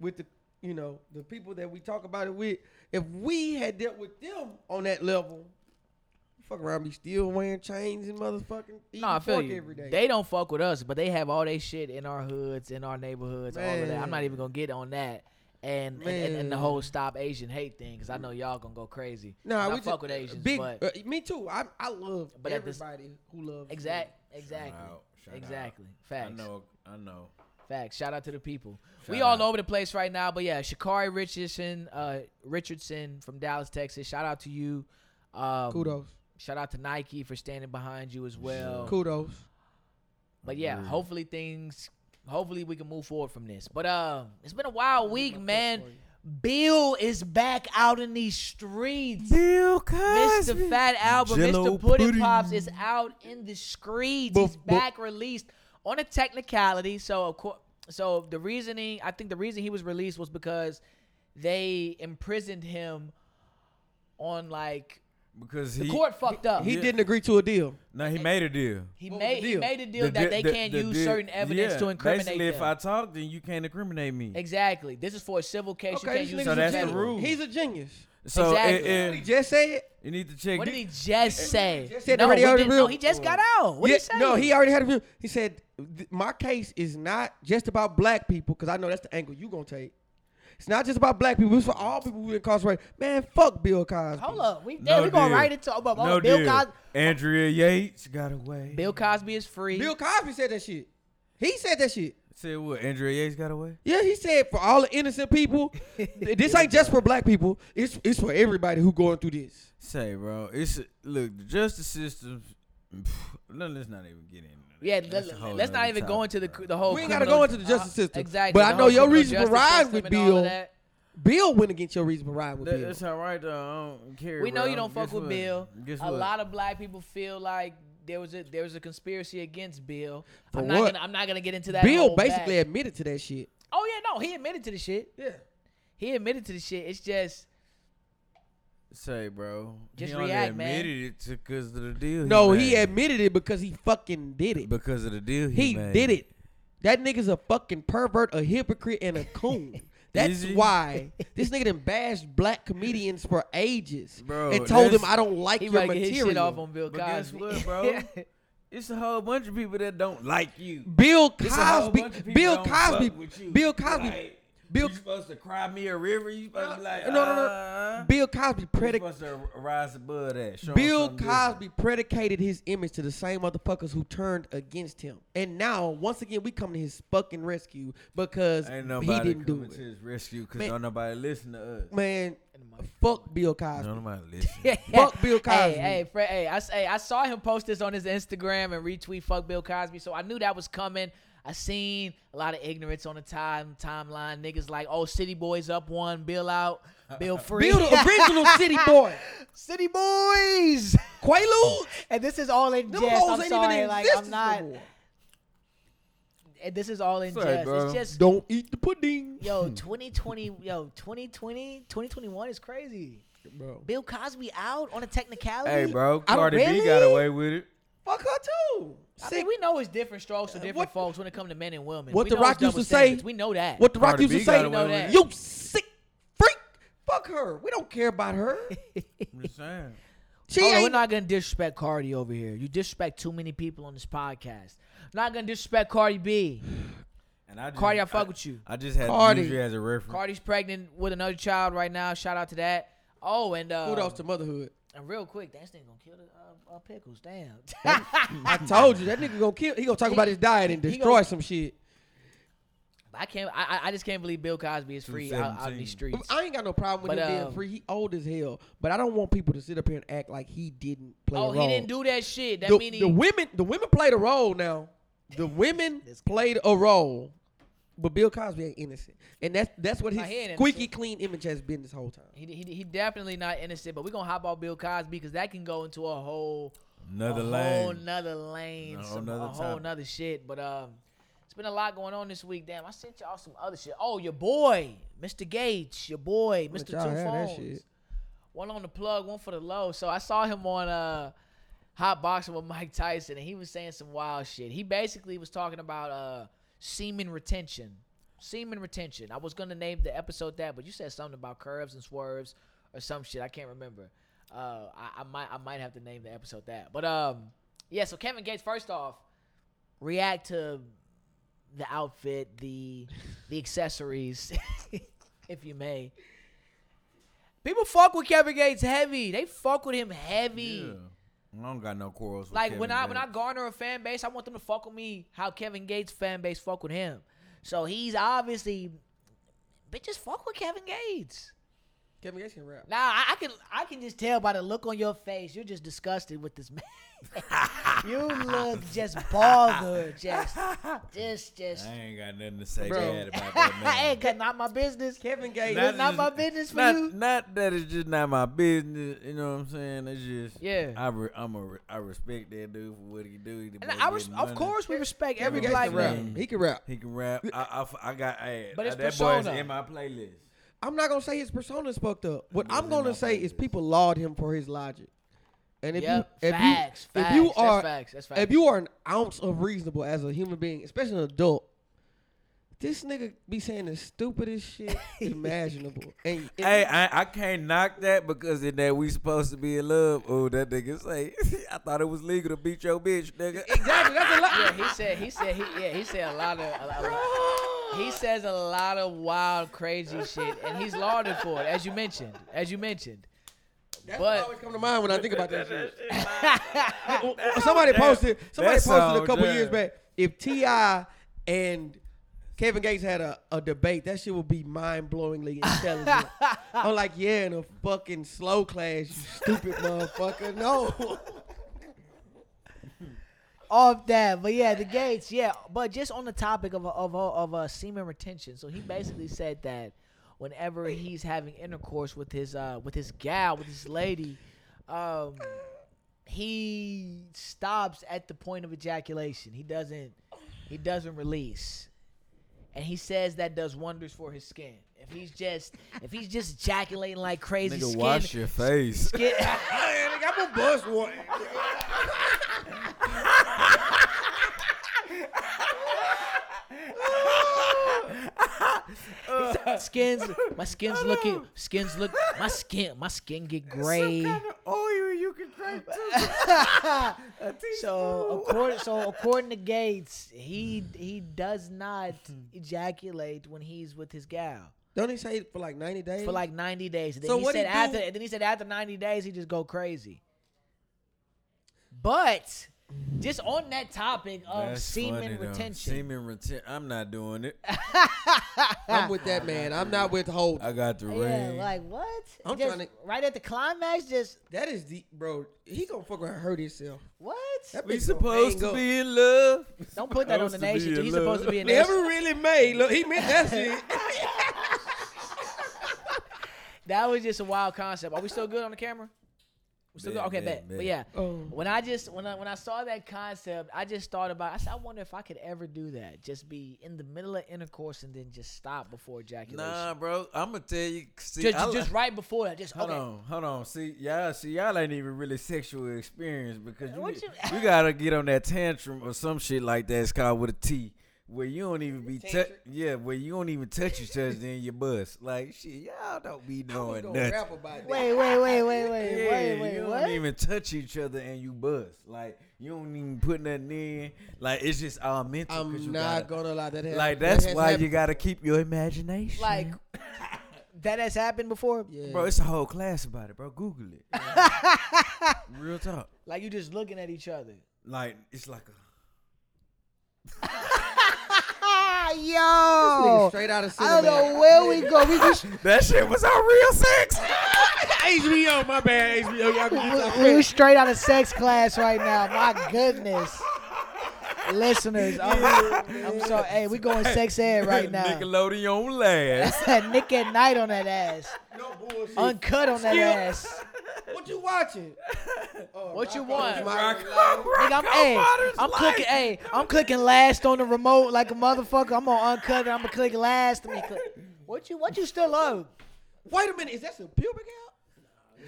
[SPEAKER 3] with the you know the people that we talk about it with, if we had dealt with them on that level. Fuck around, be still wearing chains and motherfucking eating
[SPEAKER 1] No, I feel
[SPEAKER 3] pork
[SPEAKER 1] you.
[SPEAKER 3] every day.
[SPEAKER 1] They don't fuck with us, but they have all they shit in our hoods, in our neighborhoods, all of that. I'm not
[SPEAKER 3] Man.
[SPEAKER 1] even gonna get on that. And and, and, and the
[SPEAKER 3] Man.
[SPEAKER 1] whole stop Asian hate thing, because I know y'all gonna go crazy.
[SPEAKER 3] Nah,
[SPEAKER 1] And
[SPEAKER 3] we
[SPEAKER 1] I
[SPEAKER 3] just-
[SPEAKER 1] fuck with Asians,
[SPEAKER 3] Big,
[SPEAKER 1] but
[SPEAKER 3] uh, me too. I I love
[SPEAKER 1] But at this-
[SPEAKER 3] everybody who loves
[SPEAKER 1] exact,
[SPEAKER 2] Shout
[SPEAKER 1] exactly,
[SPEAKER 2] out, shout out.
[SPEAKER 1] exactly.
[SPEAKER 2] I
[SPEAKER 1] Facts,
[SPEAKER 2] know, I know.
[SPEAKER 1] facts. Shout out to the people. we
[SPEAKER 2] Shout
[SPEAKER 1] all
[SPEAKER 2] out.
[SPEAKER 1] over the place right now, but yeah, Shakari Richardson, uh, Richardson from Dallas, Texas. Shout out to you. Um,
[SPEAKER 3] Kudos,
[SPEAKER 1] Shout out to Nike for standing behind you as well.
[SPEAKER 3] kudos.
[SPEAKER 1] But yeah, hopefully things. Hopefully we can move forward from this. But um, it's been a wild week, man. Bill is back out in these streets.
[SPEAKER 2] Bill
[SPEAKER 1] Mr. Fat Album,
[SPEAKER 2] Jell-O
[SPEAKER 1] Mr. Pudding
[SPEAKER 2] pudding.
[SPEAKER 1] Pops is out in the streets.
[SPEAKER 3] Buh,
[SPEAKER 1] He's
[SPEAKER 3] buh.
[SPEAKER 1] back released on a technicality. So of course, so the reasoning I think the reason he was released was because they imprisoned him on like
[SPEAKER 2] because
[SPEAKER 1] the
[SPEAKER 2] he
[SPEAKER 1] court fucked up.
[SPEAKER 3] He
[SPEAKER 1] He,
[SPEAKER 2] Yeah.
[SPEAKER 3] didn't agree to a deal.
[SPEAKER 2] no he made a deal.
[SPEAKER 1] he
[SPEAKER 3] What was the
[SPEAKER 1] made he
[SPEAKER 3] deal?
[SPEAKER 1] made a deal
[SPEAKER 2] The
[SPEAKER 1] that
[SPEAKER 2] di-
[SPEAKER 1] they
[SPEAKER 2] the-
[SPEAKER 1] can't
[SPEAKER 2] the
[SPEAKER 1] use
[SPEAKER 2] deal-
[SPEAKER 1] certain evidence
[SPEAKER 2] yeah,
[SPEAKER 1] to incriminate
[SPEAKER 2] Basically,
[SPEAKER 1] them.
[SPEAKER 2] if I talk, then you can't incriminate me.
[SPEAKER 1] Exactly. This is for a civil case. you
[SPEAKER 3] Okay,
[SPEAKER 1] can't
[SPEAKER 3] this
[SPEAKER 1] use
[SPEAKER 3] nigga's
[SPEAKER 2] So
[SPEAKER 3] a
[SPEAKER 1] it.
[SPEAKER 2] that's the
[SPEAKER 3] genius.
[SPEAKER 2] rule.
[SPEAKER 3] He's a genius.
[SPEAKER 2] So
[SPEAKER 1] Exactly.
[SPEAKER 2] it-
[SPEAKER 3] He
[SPEAKER 2] it-
[SPEAKER 3] just said.
[SPEAKER 2] you need to check.
[SPEAKER 1] What did he just say?
[SPEAKER 3] just said
[SPEAKER 1] no,
[SPEAKER 3] already
[SPEAKER 1] we
[SPEAKER 3] already
[SPEAKER 1] didn't- no,
[SPEAKER 3] real-
[SPEAKER 1] he just got out. What
[SPEAKER 3] Yeah,
[SPEAKER 1] did he say?
[SPEAKER 3] no, he already had a view. He said, "Th- "My case is not just about black people, because I know that's the angle you gonna take. It's not just about black people. It's for all people who incarcerated. Man, fuck Bill Cosby.
[SPEAKER 1] Hold up. We,
[SPEAKER 2] no
[SPEAKER 1] damn, we going to
[SPEAKER 2] deal.
[SPEAKER 1] write it to about
[SPEAKER 2] no
[SPEAKER 1] Bill
[SPEAKER 2] deal.
[SPEAKER 1] Cosby.
[SPEAKER 2] Andrea Yates got away.
[SPEAKER 1] Bill Cosby is free.
[SPEAKER 3] Bill Cosby said that shit. He said that shit.
[SPEAKER 2] said what? Andrea Yates got away.
[SPEAKER 3] Yeah, he said for all the innocent [laughs] people. this ain't just for black people. It's it's for everybody who going through this.
[SPEAKER 2] Say, bro, it's look the justice system. pff, let- Let's not even get in.
[SPEAKER 1] yeah, let, us not even go into the cr- the whole.
[SPEAKER 3] We ain't gotta
[SPEAKER 1] criminal-
[SPEAKER 3] go into the justice system.
[SPEAKER 1] Exactly.
[SPEAKER 3] But I
[SPEAKER 1] the
[SPEAKER 3] know
[SPEAKER 1] whole
[SPEAKER 3] your
[SPEAKER 1] criminal
[SPEAKER 3] reason for
[SPEAKER 1] justice system
[SPEAKER 3] riding with
[SPEAKER 1] and all of
[SPEAKER 3] Bill-
[SPEAKER 1] that.
[SPEAKER 3] Bill went against your reasonable ride with Bill.
[SPEAKER 2] That's all right though. I don't care.
[SPEAKER 1] We know
[SPEAKER 2] bro.
[SPEAKER 1] you don't fuck
[SPEAKER 2] Guess
[SPEAKER 1] with
[SPEAKER 2] what?
[SPEAKER 1] Bill.
[SPEAKER 2] Guess
[SPEAKER 1] A
[SPEAKER 2] what?
[SPEAKER 1] lot of black people feel like there was a there was a conspiracy against Bill.
[SPEAKER 3] For
[SPEAKER 1] I'm not
[SPEAKER 3] what?
[SPEAKER 1] gonna I'm not gonna get into that.
[SPEAKER 3] Bill
[SPEAKER 1] whole back-
[SPEAKER 3] basically admitted to that shit.
[SPEAKER 1] Oh yeah, no, he admitted to the shit.
[SPEAKER 3] Yeah.
[SPEAKER 1] He admitted to the shit. It's just
[SPEAKER 2] Say, bro.
[SPEAKER 1] Just
[SPEAKER 2] he only
[SPEAKER 1] react, man.
[SPEAKER 2] admitted it to because of the deal.
[SPEAKER 3] No,
[SPEAKER 2] made.
[SPEAKER 3] he admitted it because he fucking did it.
[SPEAKER 2] because of the deal he,
[SPEAKER 3] He,
[SPEAKER 2] made.
[SPEAKER 3] did it. That nigga's a fucking pervert, a hypocrite, and a
[SPEAKER 2] [laughs]
[SPEAKER 3] coon.
[SPEAKER 2] Is
[SPEAKER 3] That's
[SPEAKER 2] he? [laughs]
[SPEAKER 3] why this nigga done bashed black comedians for ages
[SPEAKER 2] Bro,
[SPEAKER 3] and told them
[SPEAKER 2] that's-
[SPEAKER 3] I don't like
[SPEAKER 1] he
[SPEAKER 3] your
[SPEAKER 1] ready to get his
[SPEAKER 3] material.
[SPEAKER 1] shit off on Bill Cosby.
[SPEAKER 2] But guess what, bro?
[SPEAKER 1] [laughs]
[SPEAKER 2] it's a whole bunch of people that don't like you.
[SPEAKER 3] Bill
[SPEAKER 2] It's a whole
[SPEAKER 3] Cosby.
[SPEAKER 2] bunch of people
[SPEAKER 3] Bill
[SPEAKER 2] don't fuck
[SPEAKER 3] Cosby.
[SPEAKER 2] with you.
[SPEAKER 3] Bill Cosby.
[SPEAKER 2] Like,
[SPEAKER 3] Bill-
[SPEAKER 2] You supposed to cry me a river? You supposed to be like,
[SPEAKER 3] No, no, no.
[SPEAKER 2] Uh,
[SPEAKER 3] Bill Cosby
[SPEAKER 2] you
[SPEAKER 3] predicated.
[SPEAKER 2] supposed to rise above that. Show 'em
[SPEAKER 3] Bill
[SPEAKER 2] something different.
[SPEAKER 3] Cosby predicated his image to the same motherfuckers who turned against him, and now once again we come to his fucking rescue because
[SPEAKER 2] Ain't
[SPEAKER 3] he
[SPEAKER 2] nobody
[SPEAKER 3] didn't do
[SPEAKER 2] coming
[SPEAKER 3] it.
[SPEAKER 2] to his rescue because
[SPEAKER 3] Man.
[SPEAKER 2] don't nobody listen to us.
[SPEAKER 3] Man, fuck Bill Cosby.
[SPEAKER 1] [laughs]
[SPEAKER 2] Don't nobody listen.
[SPEAKER 3] Fuck Bill
[SPEAKER 1] Hey,
[SPEAKER 3] Cosby.
[SPEAKER 1] hey, Fred, hey, I, s- hey, I saw him post this on his Instagram and retweet "fuck Bill Cosby," so I knew that was coming. I seen a lot of ignorance on the time timeline. Niggas like, "Oh, City Boys up one, Bill out,
[SPEAKER 3] [laughs]
[SPEAKER 1] Bill free." [laughs]
[SPEAKER 3] Bill, the [laughs] original city boy.
[SPEAKER 1] City Boys,
[SPEAKER 3] Quaalude.
[SPEAKER 1] and this is all in
[SPEAKER 3] Them
[SPEAKER 1] jest.
[SPEAKER 3] hoes
[SPEAKER 1] I'm
[SPEAKER 3] ain't
[SPEAKER 1] sorry,
[SPEAKER 3] even in
[SPEAKER 1] like
[SPEAKER 3] existence
[SPEAKER 1] I'm not.
[SPEAKER 3] no more.
[SPEAKER 1] and this is all in
[SPEAKER 2] Sorry,
[SPEAKER 1] jest.
[SPEAKER 2] bro.
[SPEAKER 1] It's just
[SPEAKER 3] Don't eat the pudding,
[SPEAKER 1] yo, 2020, yo, 2020, 2021 is crazy.
[SPEAKER 3] bro.
[SPEAKER 1] Bill Cosby out on a technicality.
[SPEAKER 2] Hey, bro,
[SPEAKER 1] I don't-
[SPEAKER 2] Cardi B
[SPEAKER 1] really?
[SPEAKER 2] got away with it.
[SPEAKER 3] Fuck her too.
[SPEAKER 1] I
[SPEAKER 3] Sick.
[SPEAKER 1] mean, we know it's different strokes for different
[SPEAKER 3] what-
[SPEAKER 1] folks when it comes to men and women.
[SPEAKER 3] what
[SPEAKER 1] We
[SPEAKER 3] The
[SPEAKER 1] know it's
[SPEAKER 3] Rock used
[SPEAKER 1] double
[SPEAKER 3] to say-
[SPEAKER 1] standards. We know that.
[SPEAKER 3] what the Rock
[SPEAKER 2] Cardi
[SPEAKER 3] used
[SPEAKER 2] B
[SPEAKER 3] to
[SPEAKER 2] got
[SPEAKER 3] say,
[SPEAKER 1] know
[SPEAKER 2] away with
[SPEAKER 1] that.
[SPEAKER 2] it.
[SPEAKER 3] you sick freak. Fuck her. We don't care about [laughs] her.
[SPEAKER 2] I'm just saying.
[SPEAKER 3] She
[SPEAKER 1] Hold on,
[SPEAKER 3] ain't.
[SPEAKER 1] we're not gonna disrespect Cardi over here. You disrespect too many people on this podcast. Not gonna disrespect Cardi B.
[SPEAKER 2] And I just,
[SPEAKER 1] Cardi, I fuck with you.
[SPEAKER 2] I just had
[SPEAKER 3] Cardi.
[SPEAKER 2] Cardi. you as a reference.
[SPEAKER 1] Cardi's pregnant with another child right now. Shout out to that. Oh, and uh,
[SPEAKER 3] [laughs] Kudos to motherhood.
[SPEAKER 1] and real quick, that thing gonna kill the uh, uh, pickles. Damn. [laughs]
[SPEAKER 3] I told you that nigga gonna kill. He gonna talk about his diet and
[SPEAKER 1] he
[SPEAKER 3] destroy
[SPEAKER 1] gonna-
[SPEAKER 3] some shit.
[SPEAKER 1] I can't. I, I- I just can't believe Bill Cosby is free out, out in these
[SPEAKER 2] 217.
[SPEAKER 1] streets.
[SPEAKER 3] I ain't got no problem
[SPEAKER 1] But,
[SPEAKER 3] with him
[SPEAKER 1] um,
[SPEAKER 3] being free. He old as hell, but I don't want people to sit up here and act like he didn't play a
[SPEAKER 1] Oh,
[SPEAKER 3] role.
[SPEAKER 1] he didn't do that shit. That
[SPEAKER 3] the,
[SPEAKER 1] mean he,
[SPEAKER 3] the women, the women played a role. Now, [laughs] the women played a role, but Bill Cosby ain't innocent, and that's that's what
[SPEAKER 1] Nah, he ain't
[SPEAKER 3] his squeaky clean image has been this whole time.
[SPEAKER 1] he, he he definitely not innocent. But we are gonna hop on Bill Cosby because that can go into a whole
[SPEAKER 2] Another
[SPEAKER 1] a
[SPEAKER 2] lane.
[SPEAKER 1] whole nother lane,
[SPEAKER 2] A whole
[SPEAKER 1] some,
[SPEAKER 2] nother
[SPEAKER 1] a whole
[SPEAKER 2] topic.
[SPEAKER 1] nother shit. But um, it's been a lot going on this week. Damn, I sent y'all some other shit. Oh, your boy, Mr. Gates, your boy,
[SPEAKER 3] But
[SPEAKER 1] Mr. Two
[SPEAKER 3] y'all had that
[SPEAKER 1] Phones.
[SPEAKER 3] shit.
[SPEAKER 1] One on the plug, one for the low. So I saw him on uh, hot boxing with Mike Tyson, and he was saying some wild shit. He basically was talking about uh, semen retention. Semen retention. I was gonna name the episode that, but you said something about curves and swerves or some shit. I can't remember. Uh, I, I might I might have to name the episode that. But um, yeah. So Kevin Gates, first off, react to the outfit, the the accessories, [laughs] if you may. People fuck with Kevin Gates heavy. They fuck with him heavy.
[SPEAKER 2] Yeah. I don't got no quarrels. with
[SPEAKER 1] Like when
[SPEAKER 2] Kevin
[SPEAKER 1] I when I
[SPEAKER 2] Gates.
[SPEAKER 1] garner a fan base, I want them to fuck with me how Kevin Gates fan base fuck with him. So he's obviously bitches fuck with Kevin Gates.
[SPEAKER 3] Kevin Gates can rap.
[SPEAKER 1] Nah, I, I can I can just tell by the look on your face, you're just disgusted with this man. [laughs] you look
[SPEAKER 2] [laughs]
[SPEAKER 1] just bothered, just just just.
[SPEAKER 2] I ain't got nothing to say
[SPEAKER 3] Bro.
[SPEAKER 1] [laughs]
[SPEAKER 2] bad about that man.
[SPEAKER 1] I ain't got not my [laughs] business.
[SPEAKER 3] Kevin Gates.
[SPEAKER 1] Not-
[SPEAKER 2] it's
[SPEAKER 1] That's my business for
[SPEAKER 2] not,
[SPEAKER 1] you.
[SPEAKER 2] Not that it's just not my business. You know what I'm saying? It's just
[SPEAKER 1] Yeah.
[SPEAKER 2] I re, I'm a re, I respect that dude for what he do. He the
[SPEAKER 1] And
[SPEAKER 2] boy
[SPEAKER 1] I res-
[SPEAKER 2] getting
[SPEAKER 1] of
[SPEAKER 2] money.
[SPEAKER 1] course we respect every
[SPEAKER 3] Kevin Gates
[SPEAKER 1] black
[SPEAKER 3] can rap.
[SPEAKER 1] man.
[SPEAKER 2] man.
[SPEAKER 3] He can rap.
[SPEAKER 2] he can rap. I, I f- I got hey,
[SPEAKER 1] But it's
[SPEAKER 2] that boy
[SPEAKER 1] persona.
[SPEAKER 2] is in my playlist.
[SPEAKER 3] I'm not gonna say his persona's fucked up. What
[SPEAKER 2] He was
[SPEAKER 3] I'm
[SPEAKER 2] in
[SPEAKER 3] gonna
[SPEAKER 2] my
[SPEAKER 3] say is
[SPEAKER 2] playlist.
[SPEAKER 3] people laud him for his logic. And if
[SPEAKER 1] Yep.
[SPEAKER 3] you, if
[SPEAKER 1] Facts,
[SPEAKER 3] you,
[SPEAKER 1] facts.
[SPEAKER 3] if you
[SPEAKER 1] That's
[SPEAKER 3] are,
[SPEAKER 1] facts, that's
[SPEAKER 3] if
[SPEAKER 1] facts.
[SPEAKER 3] you are an ounce of reasonable as a human being, especially an adult, this nigga be saying the stupidest [laughs] shit imaginable. And, and
[SPEAKER 2] Hey, I, I can't knock that because in that we supposed to be in love. Oh, that nigga say, [laughs] I thought it was legal to beat your bitch, nigga.
[SPEAKER 3] exactly, that's a lot.
[SPEAKER 1] Yeah, he said. He said. He, yeah, he said a lot of. A, a lot- he says a lot of wild, crazy shit, and he's lauded for it, as you mentioned. As you mentioned.
[SPEAKER 3] That's
[SPEAKER 1] But-
[SPEAKER 3] what always come to mind when I think about that
[SPEAKER 2] [laughs]
[SPEAKER 3] shit.
[SPEAKER 1] [laughs]
[SPEAKER 3] Well, somebody posted, somebody
[SPEAKER 2] That
[SPEAKER 3] posted
[SPEAKER 2] song,
[SPEAKER 3] a couple
[SPEAKER 2] yeah.
[SPEAKER 3] years back. If Ti and Kevin Gates had a, a debate, that shit would be mind blowingly
[SPEAKER 1] [laughs]
[SPEAKER 3] intelligent. I'm like, yeah, in a fucking slow class, you
[SPEAKER 1] [laughs]
[SPEAKER 3] stupid motherfucker. No.
[SPEAKER 1] off that. But yeah, the Gates. Yeah, but just on the topic of of of uh, semen retention. So he basically said that whenever he's having intercourse with his uh with his gal with his lady, um, he stops at the point of ejaculation. He doesn't he doesn't release, and he says that does wonders for his skin. If he's just if he's just ejaculating like crazy,
[SPEAKER 2] nigga,
[SPEAKER 1] skin,
[SPEAKER 2] wash
[SPEAKER 1] [laughs]
[SPEAKER 2] your face.
[SPEAKER 1] skin-
[SPEAKER 3] [laughs] I'm a bus one.
[SPEAKER 1] skins my skin's looking skins look my skin my skin get gray [laughs]
[SPEAKER 3] [laughs]
[SPEAKER 2] oil you can drink too.
[SPEAKER 1] so according so according to gates he he does
[SPEAKER 3] [laughs]
[SPEAKER 1] not ejaculate when he's with his gal
[SPEAKER 3] Don't he say it for like 90 days?
[SPEAKER 1] for like 90 days And then
[SPEAKER 3] So
[SPEAKER 1] he
[SPEAKER 3] what he
[SPEAKER 1] said
[SPEAKER 3] do-
[SPEAKER 1] after and then he said after 90 days he just go crazy but just on that topic of Um, semen retention
[SPEAKER 2] Semen retention. I'm not doing it.
[SPEAKER 3] I'm with that man. I'm not with Holt.
[SPEAKER 2] I got the
[SPEAKER 1] [laughs] yeah
[SPEAKER 2] ring.
[SPEAKER 1] like what
[SPEAKER 3] I'm
[SPEAKER 1] Just
[SPEAKER 3] tryna-
[SPEAKER 1] right at the climax just
[SPEAKER 3] That is deep, bro. He gonna fucking hurt himself.
[SPEAKER 1] what
[SPEAKER 3] That
[SPEAKER 2] we
[SPEAKER 3] bitch gonna
[SPEAKER 2] supposed
[SPEAKER 3] hang
[SPEAKER 2] to
[SPEAKER 3] up.
[SPEAKER 2] be in love.
[SPEAKER 1] don't put that on the
[SPEAKER 2] Supposed to be
[SPEAKER 1] nation
[SPEAKER 2] in
[SPEAKER 1] he's
[SPEAKER 2] love.
[SPEAKER 1] supposed to be an
[SPEAKER 3] Never really made. Look, he meant
[SPEAKER 2] [laughs]
[SPEAKER 3] that shit.
[SPEAKER 1] That was just a wild concept. Are we still good on the camera? We still
[SPEAKER 2] Bet,
[SPEAKER 1] go- okay,
[SPEAKER 2] bet,
[SPEAKER 1] bet.
[SPEAKER 2] bet.
[SPEAKER 1] But yeah,
[SPEAKER 3] Oh.
[SPEAKER 1] when I just when I when I saw that concept, I just thought about. I said, I wonder if I could ever do that. Just be in the middle of intercourse and then just stop before ejaculation.
[SPEAKER 2] Nah, bro. I'm gonna tell you. See,
[SPEAKER 1] just,
[SPEAKER 2] I
[SPEAKER 1] just,
[SPEAKER 2] li-
[SPEAKER 1] just right before that. Just
[SPEAKER 2] Hold
[SPEAKER 1] okay.
[SPEAKER 2] on, hold on. See, y'all, see, y'all ain't even really sexual experience because you,
[SPEAKER 1] What
[SPEAKER 2] need-
[SPEAKER 1] you-
[SPEAKER 2] [laughs] you, gotta get on that tantrum or some shit like that. It's called with a T, where you don't even be touch.
[SPEAKER 3] Tantric?
[SPEAKER 2] Yeah, where you don't even touch each other in your bus. Like shit, y'all don't be
[SPEAKER 3] We
[SPEAKER 2] knowing
[SPEAKER 3] gonna
[SPEAKER 2] nothing.
[SPEAKER 3] rap about that.
[SPEAKER 1] Wait, wait, wait, wait,
[SPEAKER 2] Yeah,
[SPEAKER 1] wait, wait,
[SPEAKER 2] you
[SPEAKER 1] wait.
[SPEAKER 2] don't
[SPEAKER 1] What?
[SPEAKER 2] even touch each other and you buzz. Like you don't even put nothing in. Like it's just all mental. 'cause you
[SPEAKER 3] I'm not
[SPEAKER 2] gotta,
[SPEAKER 3] gonna lie. That happened.
[SPEAKER 2] Like
[SPEAKER 3] That
[SPEAKER 2] that's
[SPEAKER 3] has
[SPEAKER 2] why you
[SPEAKER 3] happened.
[SPEAKER 2] gotta keep your imagination.
[SPEAKER 1] Like [laughs] that has happened before.
[SPEAKER 3] Yeah.
[SPEAKER 2] bro, it's a whole class about it, bro. Google it. Real talk.
[SPEAKER 1] Like you just looking at each other.
[SPEAKER 2] Like it's like a
[SPEAKER 1] Ah,
[SPEAKER 2] oh,
[SPEAKER 3] Nigga
[SPEAKER 1] yo.
[SPEAKER 3] straight out of
[SPEAKER 1] I don't know where [laughs] we go. We just
[SPEAKER 2] that shit was on real
[SPEAKER 3] [laughs]
[SPEAKER 2] sex.
[SPEAKER 3] HBO, my bad. HBO, y'all [laughs] can get
[SPEAKER 1] we we straight out of sex class right now. My goodness. Listeners, I'm, I'm sorry. Hey, we going sex ed
[SPEAKER 3] [laughs]
[SPEAKER 1] right now.
[SPEAKER 2] Nickelodeon
[SPEAKER 1] [laughs]
[SPEAKER 2] last.
[SPEAKER 1] Nick at night on that ass.
[SPEAKER 3] No bullshit.
[SPEAKER 1] Uncut on that
[SPEAKER 3] Skip.
[SPEAKER 1] ass.
[SPEAKER 3] what
[SPEAKER 2] [laughs]
[SPEAKER 3] you watching? Oh,
[SPEAKER 1] What you
[SPEAKER 3] Rocco
[SPEAKER 1] want?
[SPEAKER 3] Modern Life.
[SPEAKER 1] Nigga, I'm,
[SPEAKER 2] Rocco
[SPEAKER 1] hey,
[SPEAKER 2] Modern's
[SPEAKER 1] I'm
[SPEAKER 2] life.
[SPEAKER 1] clicking. Hey, I'm clicking last on the remote like a motherfucker. I'm gonna uncut it. I'm gonna click last. Let me click. What you? What you still on?
[SPEAKER 3] Wait a minute. Is that some pubic out?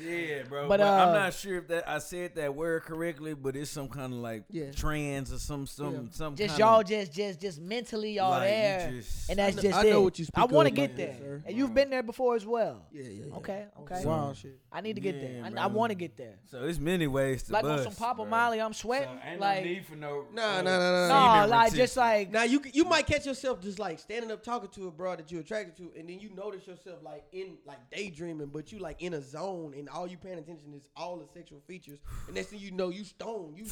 [SPEAKER 2] Yeah, bro.
[SPEAKER 1] But,
[SPEAKER 2] But,
[SPEAKER 1] uh,
[SPEAKER 2] I'm not sure if that I said that word correctly, but it's some kind of like
[SPEAKER 3] Yeah.
[SPEAKER 2] trans or some some
[SPEAKER 3] Yeah.
[SPEAKER 2] some
[SPEAKER 1] Just
[SPEAKER 2] kind
[SPEAKER 1] y'all,
[SPEAKER 2] of
[SPEAKER 1] just just just mentally y'all
[SPEAKER 2] Like, you
[SPEAKER 1] there,
[SPEAKER 2] just-
[SPEAKER 1] and that's
[SPEAKER 3] I kn-
[SPEAKER 1] just
[SPEAKER 3] I
[SPEAKER 1] it.
[SPEAKER 3] know what you speak
[SPEAKER 1] I want to
[SPEAKER 3] of,
[SPEAKER 1] get
[SPEAKER 3] my
[SPEAKER 1] there,
[SPEAKER 3] nigga, sir.
[SPEAKER 1] and you've been there before as well.
[SPEAKER 3] Yeah, yeah, yeah.
[SPEAKER 1] Okay, okay.
[SPEAKER 3] Wow, shit.
[SPEAKER 1] I need to get there.
[SPEAKER 2] Yeah,
[SPEAKER 1] I- I,
[SPEAKER 2] bro.
[SPEAKER 1] want to get there.
[SPEAKER 2] so it's many ways to
[SPEAKER 1] Like
[SPEAKER 2] bust,
[SPEAKER 1] on some Papa
[SPEAKER 2] bro.
[SPEAKER 1] Molly, I'm sweating.
[SPEAKER 2] So ain't
[SPEAKER 1] like
[SPEAKER 2] no need for no
[SPEAKER 3] Nah, nah, nah, nah,
[SPEAKER 1] no,
[SPEAKER 3] nah.
[SPEAKER 2] semen
[SPEAKER 1] like just
[SPEAKER 2] retention.
[SPEAKER 1] like
[SPEAKER 3] Now you you might catch yourself just like standing up talking to a broad that you're attracted to, and then you notice yourself like in like daydreaming, but you like in a zone, and all you paying attention is all the sexual features. And next thing you know, you stoned, you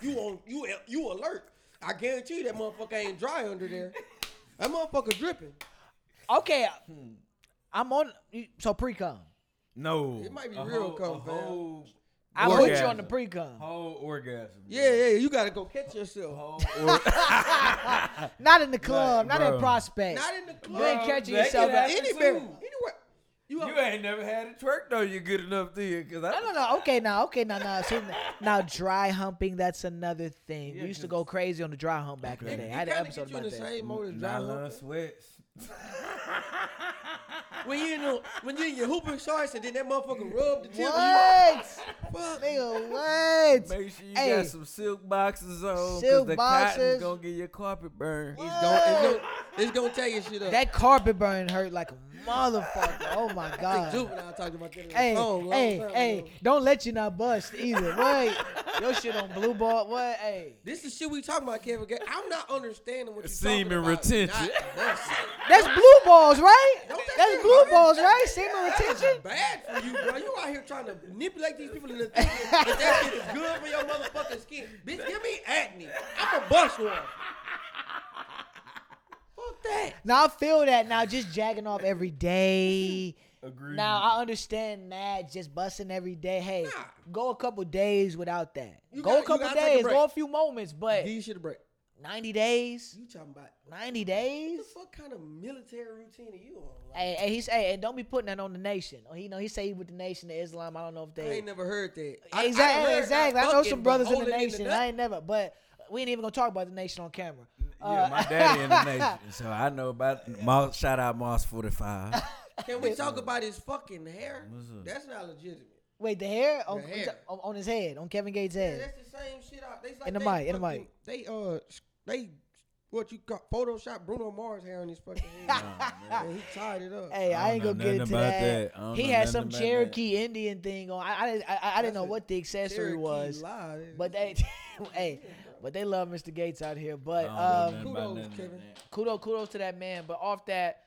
[SPEAKER 3] you you on you you alert. I guarantee you that motherfucker ain't dry under there. That motherfucker dripping.
[SPEAKER 1] okay,
[SPEAKER 3] Hmm.
[SPEAKER 1] I'm on. So pre com.
[SPEAKER 2] no.
[SPEAKER 3] It might be
[SPEAKER 2] A
[SPEAKER 3] real
[SPEAKER 2] whole-
[SPEAKER 3] cum,
[SPEAKER 2] a
[SPEAKER 3] fam.
[SPEAKER 2] whole
[SPEAKER 1] I put you on
[SPEAKER 2] orgasm.
[SPEAKER 1] the pre com.
[SPEAKER 2] Whole orgasm.
[SPEAKER 3] Yeah, yeah, you gotta go catch yourself.
[SPEAKER 2] Whole or-
[SPEAKER 1] Not in the club. not in
[SPEAKER 2] bro.
[SPEAKER 1] Prospect.
[SPEAKER 3] Not in the club.
[SPEAKER 1] You ain't catching
[SPEAKER 2] that
[SPEAKER 1] yourself.
[SPEAKER 2] could
[SPEAKER 1] at-
[SPEAKER 2] happen.
[SPEAKER 3] anywhere,
[SPEAKER 2] too.
[SPEAKER 3] anywhere. You,
[SPEAKER 2] you ain't never had a twerk though. You good enough to you because I
[SPEAKER 1] No, no, no. Okay, now, okay, now, now. See, now, dry humping, that's another thing. we used to go crazy on the dry hump back in the day. I had an episode about
[SPEAKER 3] in the
[SPEAKER 1] that.
[SPEAKER 3] same mode as dry hump.
[SPEAKER 2] Nylon sweats.
[SPEAKER 3] When you in the, when you in your hooping shorts and then that motherfucker rub the tip. of
[SPEAKER 1] What?
[SPEAKER 3] You, fuck.
[SPEAKER 1] Nigga, what?
[SPEAKER 2] Make sure you
[SPEAKER 1] Hey.
[SPEAKER 2] got some silk boxes on. 'cause
[SPEAKER 1] Silk
[SPEAKER 2] the
[SPEAKER 1] boxes.
[SPEAKER 2] cotton's gonna get your carpet burned.
[SPEAKER 3] It's gonna, it's gonna, it's gonna tear your shit up.
[SPEAKER 1] That carpet burn hurt like a motherfucker. Oh my
[SPEAKER 3] I think
[SPEAKER 1] god.
[SPEAKER 3] Juvenile talked about that. in the
[SPEAKER 1] Hey,
[SPEAKER 3] song long
[SPEAKER 1] hey,
[SPEAKER 3] time
[SPEAKER 1] hey,
[SPEAKER 3] ago.
[SPEAKER 1] don't let you not bust either. Wait.
[SPEAKER 3] [laughs]
[SPEAKER 1] Your shit on blue ball. What? Hey.
[SPEAKER 3] This is shit we talking about, Kevin. Gates. I'm not understanding what you're
[SPEAKER 2] Semen
[SPEAKER 3] talking about.
[SPEAKER 2] retention.
[SPEAKER 3] Not-
[SPEAKER 2] [laughs]
[SPEAKER 3] that's-
[SPEAKER 1] That's blue balls, right?
[SPEAKER 3] Don't they
[SPEAKER 1] That's
[SPEAKER 3] do-
[SPEAKER 1] blue balls, right? Semen
[SPEAKER 3] That's
[SPEAKER 1] retention.
[SPEAKER 3] bad for you, bro. You out here trying to manipulate these people into thinking that that shit is good for your motherfucking skin. Bitch, give me acne. I'm a bust one. Fuck that.
[SPEAKER 1] Now I feel that now just jacking off every day.
[SPEAKER 2] Agreed.
[SPEAKER 1] Now I understand that just busting every day. Hey,
[SPEAKER 3] Nah.
[SPEAKER 1] go a couple days without that.
[SPEAKER 3] You
[SPEAKER 1] go
[SPEAKER 3] gotta- you
[SPEAKER 1] a couple
[SPEAKER 3] gotta take a
[SPEAKER 1] days,
[SPEAKER 3] break.
[SPEAKER 1] go a few moments, but
[SPEAKER 3] Give you shit a break.
[SPEAKER 1] 90 days,
[SPEAKER 3] You talking about
[SPEAKER 1] 90
[SPEAKER 3] what
[SPEAKER 1] days.
[SPEAKER 3] the fuck kind of military routine are you on? Like,
[SPEAKER 1] Hey, hey, he's hey, and don't be putting that on the nation. Oh, He know he say he with the nation of Islam. I don't know if
[SPEAKER 3] I
[SPEAKER 1] they
[SPEAKER 3] ain't never heard that.
[SPEAKER 1] exactly,
[SPEAKER 3] heard
[SPEAKER 1] exactly. I
[SPEAKER 3] not
[SPEAKER 1] know
[SPEAKER 3] fucking,
[SPEAKER 1] some
[SPEAKER 3] but
[SPEAKER 1] brothers in the
[SPEAKER 3] holding it
[SPEAKER 1] nation.
[SPEAKER 3] nut.
[SPEAKER 1] I ain't never, but we ain't even gonna talk about the nation on camera.
[SPEAKER 2] yeah, my
[SPEAKER 1] [laughs]
[SPEAKER 2] daddy in the nation, so I know about. Moss, shout out Moss
[SPEAKER 1] [laughs]
[SPEAKER 2] Forty
[SPEAKER 1] Uh,
[SPEAKER 2] Five.
[SPEAKER 3] Can we talk about his fucking hair?
[SPEAKER 2] What's up?
[SPEAKER 3] That's not legitimate.
[SPEAKER 1] Wait, the hair on
[SPEAKER 3] The hair.
[SPEAKER 1] on, on his head, on Kevin Gates'
[SPEAKER 3] Yeah,
[SPEAKER 1] head.
[SPEAKER 3] that's the same shit. Out. They, like,
[SPEAKER 1] In the
[SPEAKER 3] they
[SPEAKER 1] mic, in the
[SPEAKER 3] fucking-
[SPEAKER 1] mic.
[SPEAKER 3] They uh, sh- they what you got? Photoshop Bruno Mars hair on his fucking
[SPEAKER 1] [laughs]
[SPEAKER 3] head. and he tied it up.
[SPEAKER 1] Hey, I,
[SPEAKER 2] I
[SPEAKER 1] ain't gonna
[SPEAKER 2] don't know
[SPEAKER 1] get into
[SPEAKER 2] nothing about
[SPEAKER 1] that.
[SPEAKER 2] that. I don't
[SPEAKER 1] He
[SPEAKER 2] know
[SPEAKER 1] had
[SPEAKER 2] nothing
[SPEAKER 1] some
[SPEAKER 2] about that.
[SPEAKER 1] Cherokee Indian thing on. I I, didn't- I, I didn't know
[SPEAKER 3] That's a
[SPEAKER 1] what the accessory
[SPEAKER 3] Cherokee
[SPEAKER 1] was,
[SPEAKER 3] lie.
[SPEAKER 1] but they, [laughs] hey, but they love Mr. Gates out here.
[SPEAKER 2] I
[SPEAKER 1] But
[SPEAKER 2] don't know
[SPEAKER 1] um,
[SPEAKER 2] nothing
[SPEAKER 3] kudos,
[SPEAKER 2] about nothing like
[SPEAKER 3] Kevin.
[SPEAKER 2] that.
[SPEAKER 1] kudos kudos to that man. But off that,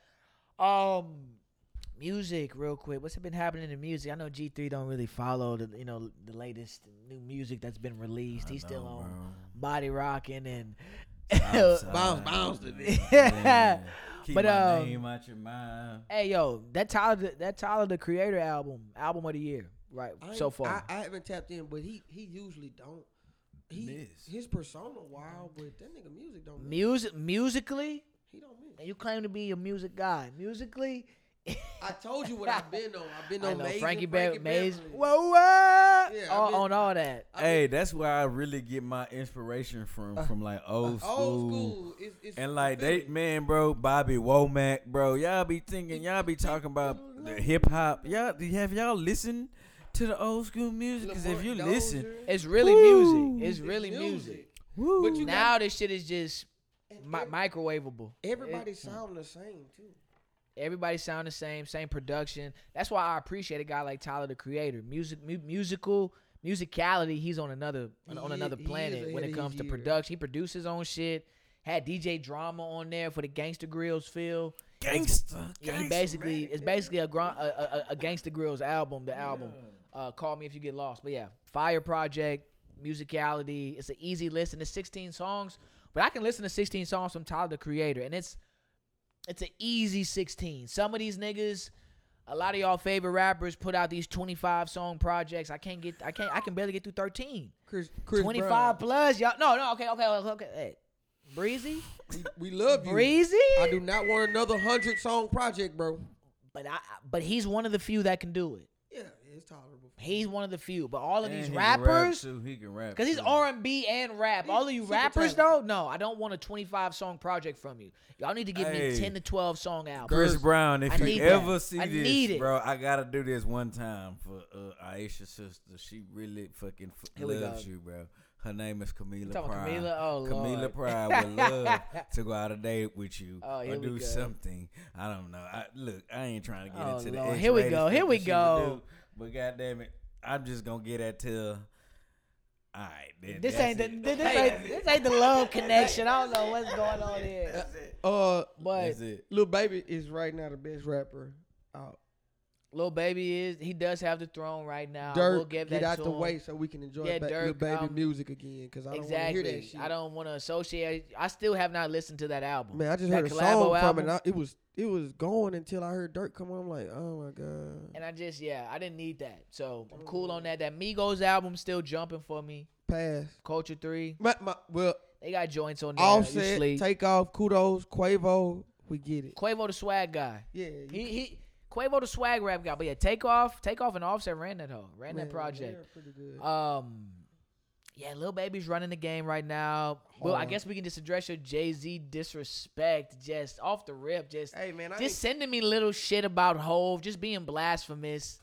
[SPEAKER 1] um, music real quick. What's been happening in music? I know G three don't really follow the you know the latest new music that's been released. He's still
[SPEAKER 2] know,
[SPEAKER 1] on [laughs]
[SPEAKER 2] bro.
[SPEAKER 1] body rocking and. [laughs]
[SPEAKER 2] Outside.
[SPEAKER 3] bounce, bounce to this.
[SPEAKER 1] yeah.
[SPEAKER 2] Keep
[SPEAKER 1] But,
[SPEAKER 2] my
[SPEAKER 1] um,
[SPEAKER 2] name out your mind.
[SPEAKER 1] Hey yo, that Tyler the- that Tyler the Creator album album of the year right
[SPEAKER 3] I
[SPEAKER 1] so
[SPEAKER 3] ain't-
[SPEAKER 1] far.
[SPEAKER 3] I, I haven't tapped in, but he he usually don't. He
[SPEAKER 2] Miss.
[SPEAKER 3] his persona wild, but that nigga music don't. Miss.
[SPEAKER 1] music musically
[SPEAKER 3] He don't miss.
[SPEAKER 1] and you claim to be a music guy musically
[SPEAKER 3] I told you what I've been on. I've been
[SPEAKER 1] [laughs] I
[SPEAKER 3] on
[SPEAKER 1] know
[SPEAKER 3] Maze
[SPEAKER 1] Frankie
[SPEAKER 3] and
[SPEAKER 1] Bev,
[SPEAKER 3] Beverly.
[SPEAKER 1] Maze, whoa, whoa,
[SPEAKER 3] Yeah, I
[SPEAKER 1] all,
[SPEAKER 3] mean-
[SPEAKER 1] on all that.
[SPEAKER 3] I've been-
[SPEAKER 2] Hey, that's where I really get my inspiration from,
[SPEAKER 1] Uh,
[SPEAKER 2] from like old school.
[SPEAKER 3] old school. It's, it's
[SPEAKER 2] And like
[SPEAKER 3] fulfilling.
[SPEAKER 2] they man, bro, Bobby Womack, bro, y'all be thinking, y'all be talking about the hip hop. Y'all have y'all listened to the old school music? Because if
[SPEAKER 3] Lamont
[SPEAKER 2] you
[SPEAKER 3] Dozier.
[SPEAKER 2] listen,
[SPEAKER 1] It's really music. It's really music.
[SPEAKER 3] But you
[SPEAKER 1] Now
[SPEAKER 3] now
[SPEAKER 1] this shit is just mi- microwavable.
[SPEAKER 3] everybody sound the same too.
[SPEAKER 1] Everybody sound the same, same production. That's why I appreciate a guy like Tyler the Creator. Music, mu- musical, musicality. He's on another on, on
[SPEAKER 3] He-
[SPEAKER 1] another
[SPEAKER 3] he is
[SPEAKER 1] planet when it
[SPEAKER 3] ahead of
[SPEAKER 1] comes
[SPEAKER 3] his
[SPEAKER 1] to
[SPEAKER 3] year.
[SPEAKER 1] production. He produced his own shit. Had DJ Drama on there for the Gangster Grills feel.
[SPEAKER 2] gangsta,
[SPEAKER 1] Yeah, he
[SPEAKER 2] gangsta,
[SPEAKER 1] basically
[SPEAKER 2] man.
[SPEAKER 1] it's basically a, gr- a, a, a Gangsta Grills album. The album, uh, "Call Me If You Get Lost." But yeah, Fire Project, musicality. It's an easy listen. It's 16 songs, but I can listen to 16 songs from Tyler the Creator, and it's it's an easy 16. Some of these niggas, a lot of y'all favorite rappers put out these 25 song projects. I can't get, I can't, I can barely get through 13.
[SPEAKER 3] Chris, Chris
[SPEAKER 1] 25
[SPEAKER 3] Brown,
[SPEAKER 1] plus, y'all. No, no, okay, okay, okay, okay. Hey, breezy,
[SPEAKER 3] we, we love [sighs] you.
[SPEAKER 1] breezy.
[SPEAKER 3] I do not want another hundred song project, bro.
[SPEAKER 1] But I, but he's one of the few that can do it.
[SPEAKER 3] Yeah, it's tolerable.
[SPEAKER 1] He's one of the few, but all of
[SPEAKER 2] And
[SPEAKER 1] these
[SPEAKER 2] he can rap,
[SPEAKER 1] rappers,
[SPEAKER 2] too. he can rap
[SPEAKER 1] because he's
[SPEAKER 2] too.
[SPEAKER 1] R and B and rap. all of you
[SPEAKER 3] super
[SPEAKER 1] rappers,
[SPEAKER 3] talented.
[SPEAKER 1] though, no, I don't want a twenty-five song project from you. Y'all need to give
[SPEAKER 2] Hey.
[SPEAKER 1] me ten to twelve song albums.
[SPEAKER 2] Chris Brown. If
[SPEAKER 1] I need
[SPEAKER 2] you ever
[SPEAKER 1] that.
[SPEAKER 2] see
[SPEAKER 1] I
[SPEAKER 2] this,
[SPEAKER 1] need it.
[SPEAKER 2] bro, I gotta do this one time for uh, Aisha's sister. She really fucking f-
[SPEAKER 1] Here we
[SPEAKER 2] loves
[SPEAKER 1] go.
[SPEAKER 2] you, bro. Her name is Camila
[SPEAKER 1] talking about
[SPEAKER 2] Pride.
[SPEAKER 1] Camila? Oh,
[SPEAKER 2] Camila
[SPEAKER 1] Lord. [laughs]
[SPEAKER 2] Pride would love to go out a date with you
[SPEAKER 1] Oh, here
[SPEAKER 2] or
[SPEAKER 1] we
[SPEAKER 2] do
[SPEAKER 1] go.
[SPEAKER 2] something. I don't know. I, look, I ain't trying to get
[SPEAKER 1] Oh,
[SPEAKER 2] into the
[SPEAKER 1] Lord.
[SPEAKER 2] X
[SPEAKER 1] Here we
[SPEAKER 2] rated
[SPEAKER 1] go.
[SPEAKER 2] stuff
[SPEAKER 1] Here we
[SPEAKER 2] that she would
[SPEAKER 1] go.
[SPEAKER 2] do, but goddamn it, I'm just gonna get that till. All right, that-
[SPEAKER 1] This
[SPEAKER 2] that's
[SPEAKER 1] ain't the
[SPEAKER 2] it.
[SPEAKER 1] this, ain't, this ain't the
[SPEAKER 2] [laughs]
[SPEAKER 1] love connection. I don't know what's going on here,
[SPEAKER 3] Uh,
[SPEAKER 1] but
[SPEAKER 2] That's it.
[SPEAKER 3] Lil Baby is right now the best rapper out.
[SPEAKER 1] Lil Baby is he does have the throne right now.
[SPEAKER 3] Dirk,
[SPEAKER 1] we'll give that
[SPEAKER 3] get out
[SPEAKER 1] to
[SPEAKER 3] the
[SPEAKER 1] him.
[SPEAKER 3] way so we can enjoy
[SPEAKER 1] Yeah,
[SPEAKER 3] ba- Lil
[SPEAKER 1] Dirk,
[SPEAKER 3] Baby
[SPEAKER 1] um,
[SPEAKER 3] music again. Because I don't
[SPEAKER 1] Exactly.
[SPEAKER 3] want to hear that shit.
[SPEAKER 1] I don't want to associate. I still have not listened to that album.
[SPEAKER 3] Man, I just
[SPEAKER 1] that
[SPEAKER 3] heard a
[SPEAKER 1] collabo
[SPEAKER 3] song from it.
[SPEAKER 1] album.
[SPEAKER 3] And I, it was it was going until I heard Dirk come on. I'm like, oh my god.
[SPEAKER 1] And I just, yeah, I didn't need that. So I'm cool on that. That Migos album still jumping for me.
[SPEAKER 3] Pass.
[SPEAKER 1] Culture 3.
[SPEAKER 3] My, my, well,
[SPEAKER 1] They got joints on there. You
[SPEAKER 3] offset,
[SPEAKER 1] sleep.
[SPEAKER 3] take off, kudos, Quavo. We get it.
[SPEAKER 1] Quavo the swag guy.
[SPEAKER 3] Yeah, you
[SPEAKER 1] He, he Quavo the swag rap guy. But yeah, take off. Take off and offset ran that hoe. Ran
[SPEAKER 3] Man,
[SPEAKER 1] that
[SPEAKER 3] they're
[SPEAKER 1] project.
[SPEAKER 3] pretty good.
[SPEAKER 1] Um yeah, Lil Baby's running the game right now. Well, I guess we can just address your Jay Z disrespect just off the rip. Just
[SPEAKER 3] Hey, man, I
[SPEAKER 1] just
[SPEAKER 3] ain't-
[SPEAKER 1] sending me little shit about Hove, just being blasphemous.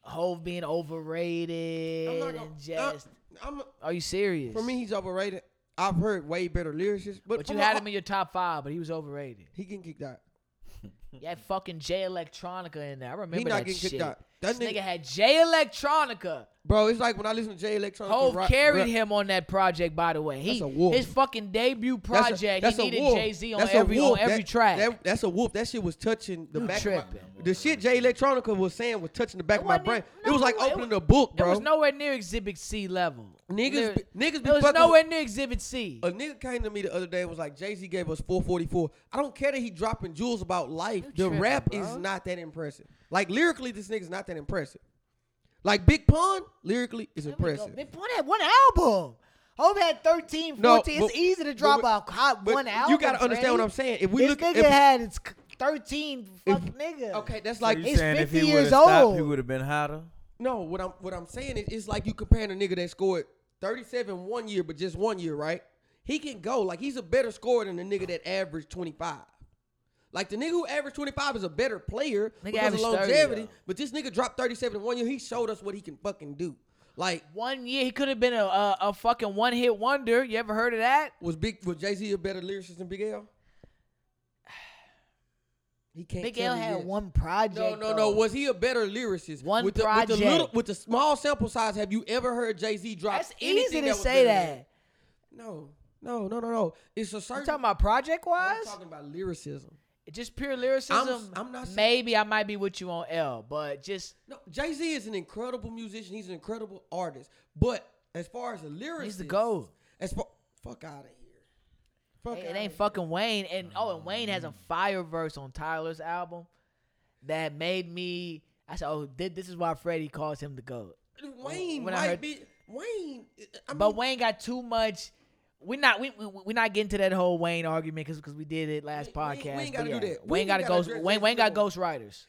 [SPEAKER 1] Hove being overrated
[SPEAKER 3] Hmm. I'm not gonna-
[SPEAKER 1] and just.
[SPEAKER 3] I- I'm-
[SPEAKER 1] are you serious?
[SPEAKER 3] for me, he's overrated. I've heard way better lyricists, but,
[SPEAKER 1] but
[SPEAKER 3] I'm
[SPEAKER 1] you
[SPEAKER 3] not-
[SPEAKER 1] had him in your top five, but he was overrated.
[SPEAKER 3] He getting kicked out.
[SPEAKER 1] You had fucking Jay Electronica in there. I remember
[SPEAKER 3] not
[SPEAKER 1] that
[SPEAKER 3] getting kicked
[SPEAKER 1] shit.
[SPEAKER 3] out. That
[SPEAKER 1] this nigga,
[SPEAKER 3] nigga-
[SPEAKER 1] had Jay Electronica.
[SPEAKER 3] Bro, it's like when I listen to Jay Electronica.
[SPEAKER 1] Hove
[SPEAKER 3] rock-
[SPEAKER 1] carried
[SPEAKER 3] rock-
[SPEAKER 1] him on that project, by the way. He
[SPEAKER 3] That's a wolf.
[SPEAKER 1] his fucking debut
[SPEAKER 3] That's a-
[SPEAKER 1] project.
[SPEAKER 3] that's a
[SPEAKER 1] he needed
[SPEAKER 3] wolf.
[SPEAKER 1] Jay Z on
[SPEAKER 3] That's a
[SPEAKER 1] every on
[SPEAKER 3] wolf.
[SPEAKER 1] every
[SPEAKER 3] That-
[SPEAKER 1] track.
[SPEAKER 3] that- that's a wolf. That shit was touching the
[SPEAKER 1] You
[SPEAKER 3] back. Of
[SPEAKER 1] tripping.
[SPEAKER 3] my, the shit Jay Electronica was saying was touching the back of my
[SPEAKER 1] wasn't
[SPEAKER 3] brain.
[SPEAKER 1] even-
[SPEAKER 3] it was
[SPEAKER 1] no,
[SPEAKER 3] like
[SPEAKER 1] it was-
[SPEAKER 3] opening a book,
[SPEAKER 1] it
[SPEAKER 3] bro.
[SPEAKER 1] was nowhere near Exhibit C level.
[SPEAKER 3] Niggas
[SPEAKER 1] There-
[SPEAKER 3] be- niggas be
[SPEAKER 1] It was
[SPEAKER 3] fucking-
[SPEAKER 1] nowhere near Exhibit C.
[SPEAKER 3] A nigga came to me the other day and was like, Jay Z gave us 444. I don't care that he dropping jewels about life.
[SPEAKER 1] You
[SPEAKER 3] the
[SPEAKER 1] tripping,
[SPEAKER 3] rap
[SPEAKER 1] bro.
[SPEAKER 3] is not that impressive. Like lyrically, this nigga's not that impressive. Like Big Pun, lyrically is
[SPEAKER 1] There we go.
[SPEAKER 3] impressive.
[SPEAKER 1] They put out one album. Hove had 13, 14.
[SPEAKER 3] No,
[SPEAKER 1] it's
[SPEAKER 3] but-
[SPEAKER 1] easy to
[SPEAKER 3] but
[SPEAKER 1] drop
[SPEAKER 3] we-
[SPEAKER 1] out hot
[SPEAKER 3] but
[SPEAKER 1] one album.
[SPEAKER 3] You gotta understand what
[SPEAKER 1] Freddie.
[SPEAKER 3] I'm saying. If we
[SPEAKER 1] this
[SPEAKER 3] look
[SPEAKER 1] nigga
[SPEAKER 3] if-
[SPEAKER 1] had his c- 13 fuck
[SPEAKER 3] If-
[SPEAKER 1] nigga.
[SPEAKER 3] Okay, that's
[SPEAKER 2] So
[SPEAKER 3] like
[SPEAKER 2] you
[SPEAKER 1] it's
[SPEAKER 2] saying if
[SPEAKER 1] 50
[SPEAKER 2] he
[SPEAKER 1] years
[SPEAKER 2] would've stopped, he
[SPEAKER 1] old.
[SPEAKER 2] would have been hotter.
[SPEAKER 3] No, what I'm what I'm saying is it's like you comparing a nigga that scored 37 one year, but just one year, right? He can go. Like he's a better scorer than the nigga that averaged 25. Like the nigga who averaged 25 is a better player because of
[SPEAKER 1] averaged 30,
[SPEAKER 3] longevity.
[SPEAKER 1] though.
[SPEAKER 3] but this nigga dropped 37 in one year. He showed us what he can fucking do. Like
[SPEAKER 1] One year he could have been a, a a fucking one hit wonder. You ever heard of that?
[SPEAKER 3] was Big was Jay Z a better lyricist than Big L? [sighs] He can't.
[SPEAKER 1] Big
[SPEAKER 3] tell
[SPEAKER 1] L
[SPEAKER 3] me
[SPEAKER 1] had
[SPEAKER 3] yes.
[SPEAKER 1] one project.
[SPEAKER 3] No, no, no.
[SPEAKER 1] though.
[SPEAKER 3] Was he a better lyricist?
[SPEAKER 1] One
[SPEAKER 3] with the, With the,
[SPEAKER 1] project.
[SPEAKER 3] little, with the small sample size, have you ever heard Jay Z drop?
[SPEAKER 1] That's
[SPEAKER 3] anything
[SPEAKER 1] easy to
[SPEAKER 3] that was
[SPEAKER 1] say
[SPEAKER 3] better than
[SPEAKER 1] that.
[SPEAKER 3] No, no, no, no, no. It's a certain.
[SPEAKER 1] I'm talking about project
[SPEAKER 3] I'm
[SPEAKER 1] wise.
[SPEAKER 3] talking about lyricism.
[SPEAKER 1] Just pure lyricism.
[SPEAKER 3] I'm not saying-
[SPEAKER 1] Maybe I might be with you on L, but just
[SPEAKER 3] No, Jay Z is an incredible musician. He's an incredible artist. But as far as the lyricist,
[SPEAKER 1] He's the GOAT.
[SPEAKER 3] As far, fuck out of here. Fuck
[SPEAKER 1] it
[SPEAKER 3] outta
[SPEAKER 1] ain't
[SPEAKER 3] here.
[SPEAKER 1] fucking Wayne. And oh, and Wayne has a fire verse on Tyler's album that made me. I said, oh, thi- this is why Freddie calls him the goat.
[SPEAKER 3] Wayne
[SPEAKER 1] when I
[SPEAKER 3] might
[SPEAKER 1] heard- Mm-hmm.
[SPEAKER 3] be Wayne. I mean,
[SPEAKER 1] but Wayne got too much We're not we we we not getting to that whole Wayne argument because we did it last
[SPEAKER 3] We- we- we
[SPEAKER 1] podcast.
[SPEAKER 3] ain't
[SPEAKER 1] but
[SPEAKER 3] gotta do
[SPEAKER 1] yeah,
[SPEAKER 3] that. We
[SPEAKER 1] Wayne
[SPEAKER 3] ain't
[SPEAKER 1] got a
[SPEAKER 3] gotta
[SPEAKER 1] ghost.
[SPEAKER 3] address
[SPEAKER 1] Wayne
[SPEAKER 3] this
[SPEAKER 1] Wayne got
[SPEAKER 3] no more.
[SPEAKER 1] ghost writers.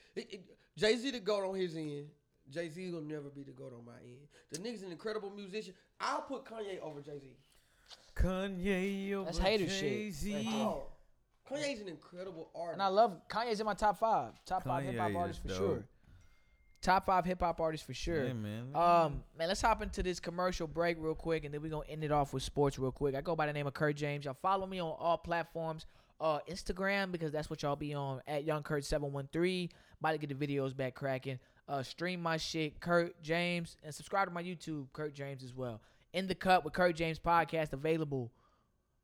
[SPEAKER 3] Jay Z the goat on his end. Jay Z will never be the goat on my end. The nigga's an incredible musician. I'll put Kanye over Jay Z.
[SPEAKER 2] Kanye over
[SPEAKER 1] That's hater shit.
[SPEAKER 2] Jay-Z.
[SPEAKER 1] Right there.
[SPEAKER 3] Oh, Kanye's an incredible artist.
[SPEAKER 1] And I love Kanye's in my top five. Top five hip hop
[SPEAKER 2] Kanye
[SPEAKER 1] artists for
[SPEAKER 2] is dope.
[SPEAKER 1] sure. Top five hip hop artists for sure.
[SPEAKER 2] Yeah, man.
[SPEAKER 1] Um, man, let's hop into this commercial break real quick, and then we're gonna end it off with sports real quick. I go by the name of Kurt James. Y'all follow me on all platforms, uh, Instagram because that's what y'all be on at Young Kurt Seven One Three. About to get the videos back cracking. Uh, stream my shit, Kurt James, and subscribe to my YouTube, Kurt James as well. In the Cup with Kurt James podcast available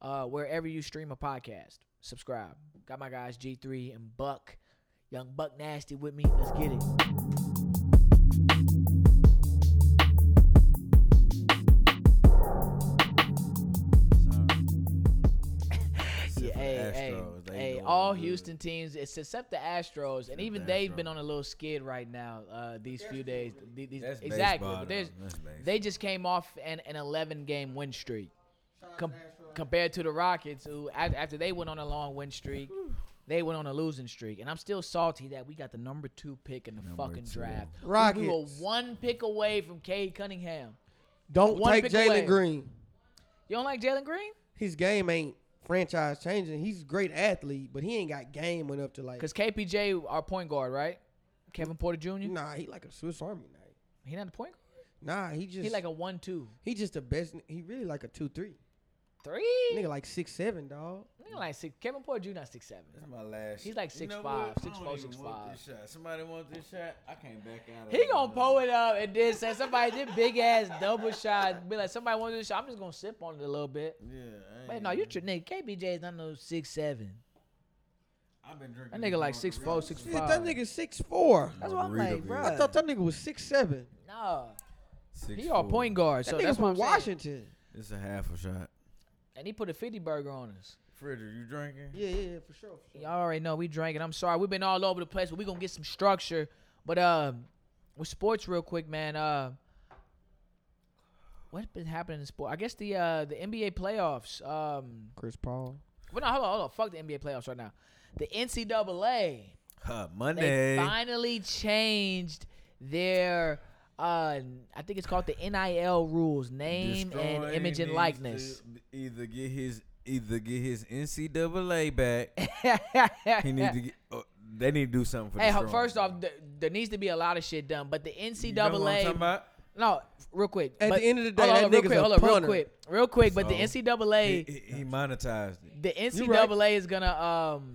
[SPEAKER 1] uh, wherever you stream a podcast. Subscribe. Got my guys G three and Buck, Young Buck Nasty with me. Let's get it.
[SPEAKER 2] Except
[SPEAKER 1] [laughs] Yeah,
[SPEAKER 2] for the
[SPEAKER 1] hey, hey,
[SPEAKER 2] Astros, they
[SPEAKER 1] hey,
[SPEAKER 2] doing
[SPEAKER 1] all
[SPEAKER 2] good.
[SPEAKER 1] Houston teams, it's except the Astros, and even
[SPEAKER 2] the
[SPEAKER 1] they've
[SPEAKER 2] Astros.
[SPEAKER 1] been on a little skid right now. Uh, these few days, Th- these,
[SPEAKER 2] That's
[SPEAKER 1] exactly.
[SPEAKER 2] baseball,
[SPEAKER 1] But there's,
[SPEAKER 2] though. That's baseball.
[SPEAKER 1] they just came off an, an 11 game win streak, Com- compared to the Rockets, who a- after they went on a long win streak, they went on a losing streak. And I'm still salty that we got the number two pick in the fucking
[SPEAKER 2] two.
[SPEAKER 1] draft. We were
[SPEAKER 3] Rockets.
[SPEAKER 1] one pick away from Cade Cunningham.
[SPEAKER 3] Don't
[SPEAKER 1] One
[SPEAKER 3] take
[SPEAKER 1] pick
[SPEAKER 3] Jalen
[SPEAKER 1] away.
[SPEAKER 3] Green.
[SPEAKER 1] You don't like Jalen Green?
[SPEAKER 3] His game ain't franchise changing. He's a great athlete, but he ain't got game enough to like.
[SPEAKER 1] Because KPJ, our point guard, right? Kevin Porter Jr.
[SPEAKER 3] Nah, he like a Swiss Army knife.
[SPEAKER 1] He not the point guard.
[SPEAKER 3] Nah, he just
[SPEAKER 1] He
[SPEAKER 3] he,
[SPEAKER 1] like a one, two,
[SPEAKER 3] just the best. He really like a two three.
[SPEAKER 1] three.
[SPEAKER 3] Nigga like six seven dog.
[SPEAKER 1] Nigga like six. Kevin Porter Jr. not six seven.
[SPEAKER 2] That's my last.
[SPEAKER 1] He's like
[SPEAKER 2] shot.
[SPEAKER 1] 6'5",
[SPEAKER 2] what? I don't
[SPEAKER 1] 6'4",
[SPEAKER 2] even
[SPEAKER 1] 6'5".
[SPEAKER 2] want this shot. Somebody want this shot? I can't back out. of
[SPEAKER 1] He
[SPEAKER 2] it.
[SPEAKER 1] gonna pull it up and then say somebody did big ass double shot. Be like somebody wants this shot. I'm just gonna sip on it a little bit.
[SPEAKER 2] Yeah. I
[SPEAKER 1] But
[SPEAKER 2] ain't-
[SPEAKER 1] no, you tri- nigga. KBJ is not no six seven.
[SPEAKER 2] I've been
[SPEAKER 1] That
[SPEAKER 2] drinking.
[SPEAKER 1] nigga like six four, six
[SPEAKER 3] Shit,
[SPEAKER 1] five.
[SPEAKER 3] that nigga six four.
[SPEAKER 1] That's what I'm
[SPEAKER 2] Margarita,
[SPEAKER 1] like,
[SPEAKER 2] man.
[SPEAKER 1] bro.
[SPEAKER 3] I thought that nigga was six seven.
[SPEAKER 1] nah,
[SPEAKER 2] Six,
[SPEAKER 1] he our point guard.
[SPEAKER 3] That
[SPEAKER 1] So
[SPEAKER 3] nigga
[SPEAKER 1] that's what
[SPEAKER 3] from
[SPEAKER 1] I'm Washington.
[SPEAKER 3] Washington.
[SPEAKER 2] It's a half a shot.
[SPEAKER 1] And he put a fifty burger on us.
[SPEAKER 2] Fridger, you drinking?
[SPEAKER 3] Yeah, yeah, yeah, for sure. for sure.
[SPEAKER 1] Y'all already know we drank it. I'm sorry. We've been all over the place, but we gonna get some structure. But uh, with sports real quick, man. Uh, what's been happening in sport? I guess the uh the NBA playoffs. Um,
[SPEAKER 3] Chris Paul.
[SPEAKER 1] well, no, hold on, hold on. Fuck the NBA playoffs right now. The NCAA
[SPEAKER 2] Huh,
[SPEAKER 1] they
[SPEAKER 2] Monday.
[SPEAKER 1] finally changed their uh I think it's called the NIL rules, name and
[SPEAKER 2] Destroying
[SPEAKER 1] image and
[SPEAKER 2] needs
[SPEAKER 1] likeness.
[SPEAKER 2] to Either get his either get his
[SPEAKER 1] [laughs]
[SPEAKER 2] NCAA back. He need to get. oh, they need to do something for.
[SPEAKER 1] Hey, ho-
[SPEAKER 2] Destroying.
[SPEAKER 1] first off, th- there needs to be a lot of shit done, but the
[SPEAKER 2] You know what I'm
[SPEAKER 1] NCAA.
[SPEAKER 2] talking about?
[SPEAKER 1] No, real quick.
[SPEAKER 3] At
[SPEAKER 1] but-
[SPEAKER 3] the end of the
[SPEAKER 1] hold
[SPEAKER 3] day,
[SPEAKER 1] on, hold on,
[SPEAKER 3] that
[SPEAKER 1] real
[SPEAKER 3] nigga's
[SPEAKER 1] quick,
[SPEAKER 3] a
[SPEAKER 1] hold on, real
[SPEAKER 3] punter.
[SPEAKER 1] quick, real quick. But the
[SPEAKER 2] So,
[SPEAKER 1] NCAA,
[SPEAKER 2] He, he, he monetized it.
[SPEAKER 1] the
[SPEAKER 3] You right.
[SPEAKER 1] NCAA is gonna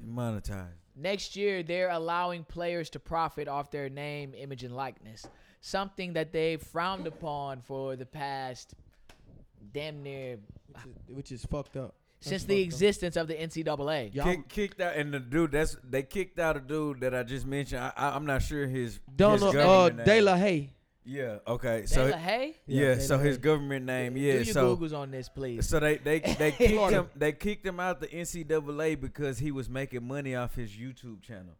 [SPEAKER 2] He
[SPEAKER 1] um
[SPEAKER 2] monetized.
[SPEAKER 1] next year they're allowing players to profit off their name, image, and likeness, something that they frowned upon for the past damn near
[SPEAKER 3] Which is, which is fucked up. That's
[SPEAKER 1] since the
[SPEAKER 3] fucked up.
[SPEAKER 1] existence of the NCAA.
[SPEAKER 3] Y'all
[SPEAKER 2] Kick, kicked out, and the dude that's they kicked out a dude that I just mentioned. I, I, I'm not sure his his
[SPEAKER 3] Donald uh,
[SPEAKER 2] government
[SPEAKER 3] De
[SPEAKER 2] name.
[SPEAKER 3] La Haye.
[SPEAKER 2] Yeah. Okay.
[SPEAKER 1] So,
[SPEAKER 2] So
[SPEAKER 1] hey,
[SPEAKER 2] yeah.
[SPEAKER 3] Yeah, De
[SPEAKER 2] so
[SPEAKER 3] La
[SPEAKER 2] his
[SPEAKER 3] Haye.
[SPEAKER 2] government name. Yeah.
[SPEAKER 1] do your
[SPEAKER 2] So
[SPEAKER 1] Googles on this, please.
[SPEAKER 2] so they they
[SPEAKER 1] [laughs]
[SPEAKER 2] they kicked
[SPEAKER 3] Florida.
[SPEAKER 2] him they kicked him out the NCAA because he was making money off his YouTube channel.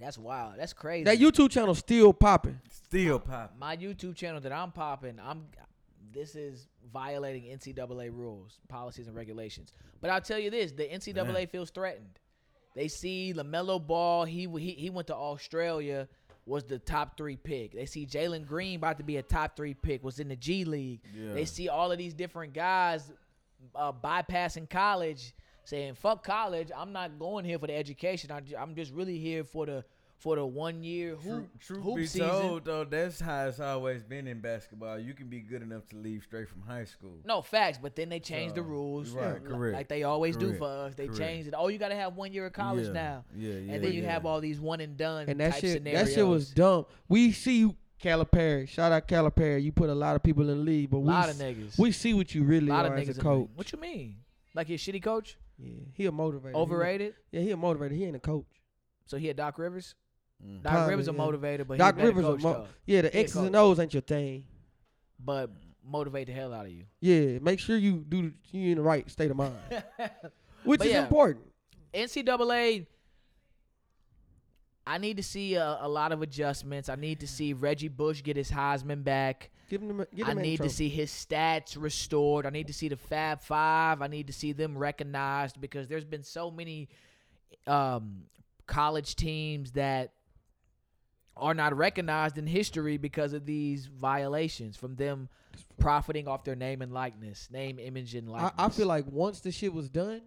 [SPEAKER 1] That's wild. That's crazy.
[SPEAKER 3] That YouTube channel still popping.
[SPEAKER 2] Still popping.
[SPEAKER 1] my YouTube channel that I'm popping, I'm this is violating NCAA rules, policies, and regulations. But I'll tell you this: the NCAA
[SPEAKER 2] Man.
[SPEAKER 1] feels threatened. They see Lamelo Ball. He he he went to Australia. Was the top three pick. They see Jalen Green about to be a top three pick. Was in the G League.
[SPEAKER 2] Yeah.
[SPEAKER 1] They see all of these different guys uh, bypassing college, saying "fuck college." I'm not going here for the education. I, am just really here for the for the one year hoop,
[SPEAKER 2] Truth
[SPEAKER 1] hoop
[SPEAKER 2] be
[SPEAKER 1] season.
[SPEAKER 2] told, though, that's how it's always been in basketball. You can be good enough to leave straight from high school.
[SPEAKER 1] No facts, but then they changed the
[SPEAKER 2] So,
[SPEAKER 1] rules,
[SPEAKER 2] right,
[SPEAKER 1] li-
[SPEAKER 2] correct,
[SPEAKER 1] Like they always do
[SPEAKER 2] correct,
[SPEAKER 1] for us. They
[SPEAKER 2] correct.
[SPEAKER 1] changed it. Oh, you gotta have one year of college
[SPEAKER 2] Yeah,
[SPEAKER 1] now,
[SPEAKER 2] yeah, yeah,
[SPEAKER 1] and then you
[SPEAKER 2] yeah.
[SPEAKER 1] have all these one and done
[SPEAKER 3] And that
[SPEAKER 1] type
[SPEAKER 3] shit
[SPEAKER 1] scenarios.
[SPEAKER 3] that shit was dumb. We see you Calipari. Shout out Calipari. You put a lot of people in the league, but we
[SPEAKER 1] Lot of
[SPEAKER 3] s-
[SPEAKER 1] niggas.
[SPEAKER 3] We see what you
[SPEAKER 1] a
[SPEAKER 3] really
[SPEAKER 1] lot
[SPEAKER 3] are
[SPEAKER 1] of niggas. in
[SPEAKER 3] as
[SPEAKER 1] the
[SPEAKER 3] a coach.
[SPEAKER 1] league. What you mean? Like his shitty coach,
[SPEAKER 3] Yeah, he a motivator. He a-
[SPEAKER 1] overrated.
[SPEAKER 3] yeah, he a motivator. He ain't a coach.
[SPEAKER 1] So he had Doc Rivers.
[SPEAKER 2] Mm.
[SPEAKER 1] Doc
[SPEAKER 3] Kinda,
[SPEAKER 1] Rivers a
[SPEAKER 3] yeah.
[SPEAKER 1] motivator, but he
[SPEAKER 3] Doc
[SPEAKER 1] better
[SPEAKER 3] Rivers a
[SPEAKER 1] coach,
[SPEAKER 3] mo-
[SPEAKER 1] though.
[SPEAKER 3] Yeah,
[SPEAKER 1] He
[SPEAKER 3] the
[SPEAKER 1] a
[SPEAKER 3] X's and
[SPEAKER 1] coach.
[SPEAKER 3] O's ain't your thing.
[SPEAKER 1] but motivate the hell out of you.
[SPEAKER 3] Yeah, make sure you do the, you in the right state
[SPEAKER 1] [laughs]
[SPEAKER 3] of mind, which
[SPEAKER 1] But
[SPEAKER 3] is
[SPEAKER 1] yeah.
[SPEAKER 3] important.
[SPEAKER 1] NCAA. I need to see a, a lot of adjustments. I need to see Reggie Bush get his Heisman back.
[SPEAKER 3] Give him, the- give
[SPEAKER 1] I
[SPEAKER 3] him
[SPEAKER 1] need to
[SPEAKER 3] trophy.
[SPEAKER 1] see his stats restored. I need to see the Fab Five. I need to see them recognized because there's been so many um, college teams that are not recognized in history because of these violations from them profiting off their name and likeness, name, image, and
[SPEAKER 3] I,
[SPEAKER 1] likeness.
[SPEAKER 3] I feel like once the shit was done,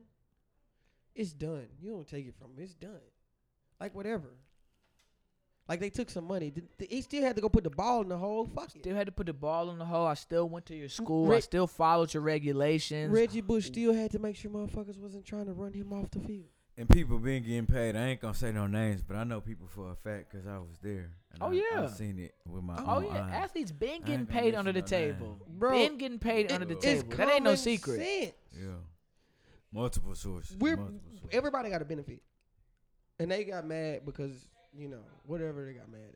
[SPEAKER 3] it's done. You don't take it from 'em. It's done. Like whatever. Like they took some money. Did- th- He still had to go put the ball in the hole. Fuck it.
[SPEAKER 1] still had to put the ball in the hole. I still went to your school. I
[SPEAKER 3] Rick-
[SPEAKER 1] still followed your regulations.
[SPEAKER 3] Reggie Bush still had to make sure motherfuckers wasn't trying to run him off the field.
[SPEAKER 2] And people been getting paid. I ain't gonna say no names, but I know people for a fact because I was there. And
[SPEAKER 1] Oh,
[SPEAKER 2] I,
[SPEAKER 1] yeah.
[SPEAKER 2] I seen it with my
[SPEAKER 1] Oh
[SPEAKER 2] own
[SPEAKER 1] yeah,
[SPEAKER 2] eyes.
[SPEAKER 1] athletes been
[SPEAKER 2] ain't
[SPEAKER 1] getting
[SPEAKER 2] gonna
[SPEAKER 1] paid under the
[SPEAKER 2] mention no
[SPEAKER 1] table.
[SPEAKER 2] name.
[SPEAKER 3] Bro,
[SPEAKER 1] been getting paid under the
[SPEAKER 2] it's
[SPEAKER 1] table. That ain't no
[SPEAKER 3] common
[SPEAKER 1] secret.
[SPEAKER 3] sense.
[SPEAKER 2] Yeah. Multiple sources.
[SPEAKER 3] We're
[SPEAKER 2] multiple sources.
[SPEAKER 3] everybody got a benefit, and they got mad because you know whatever they got mad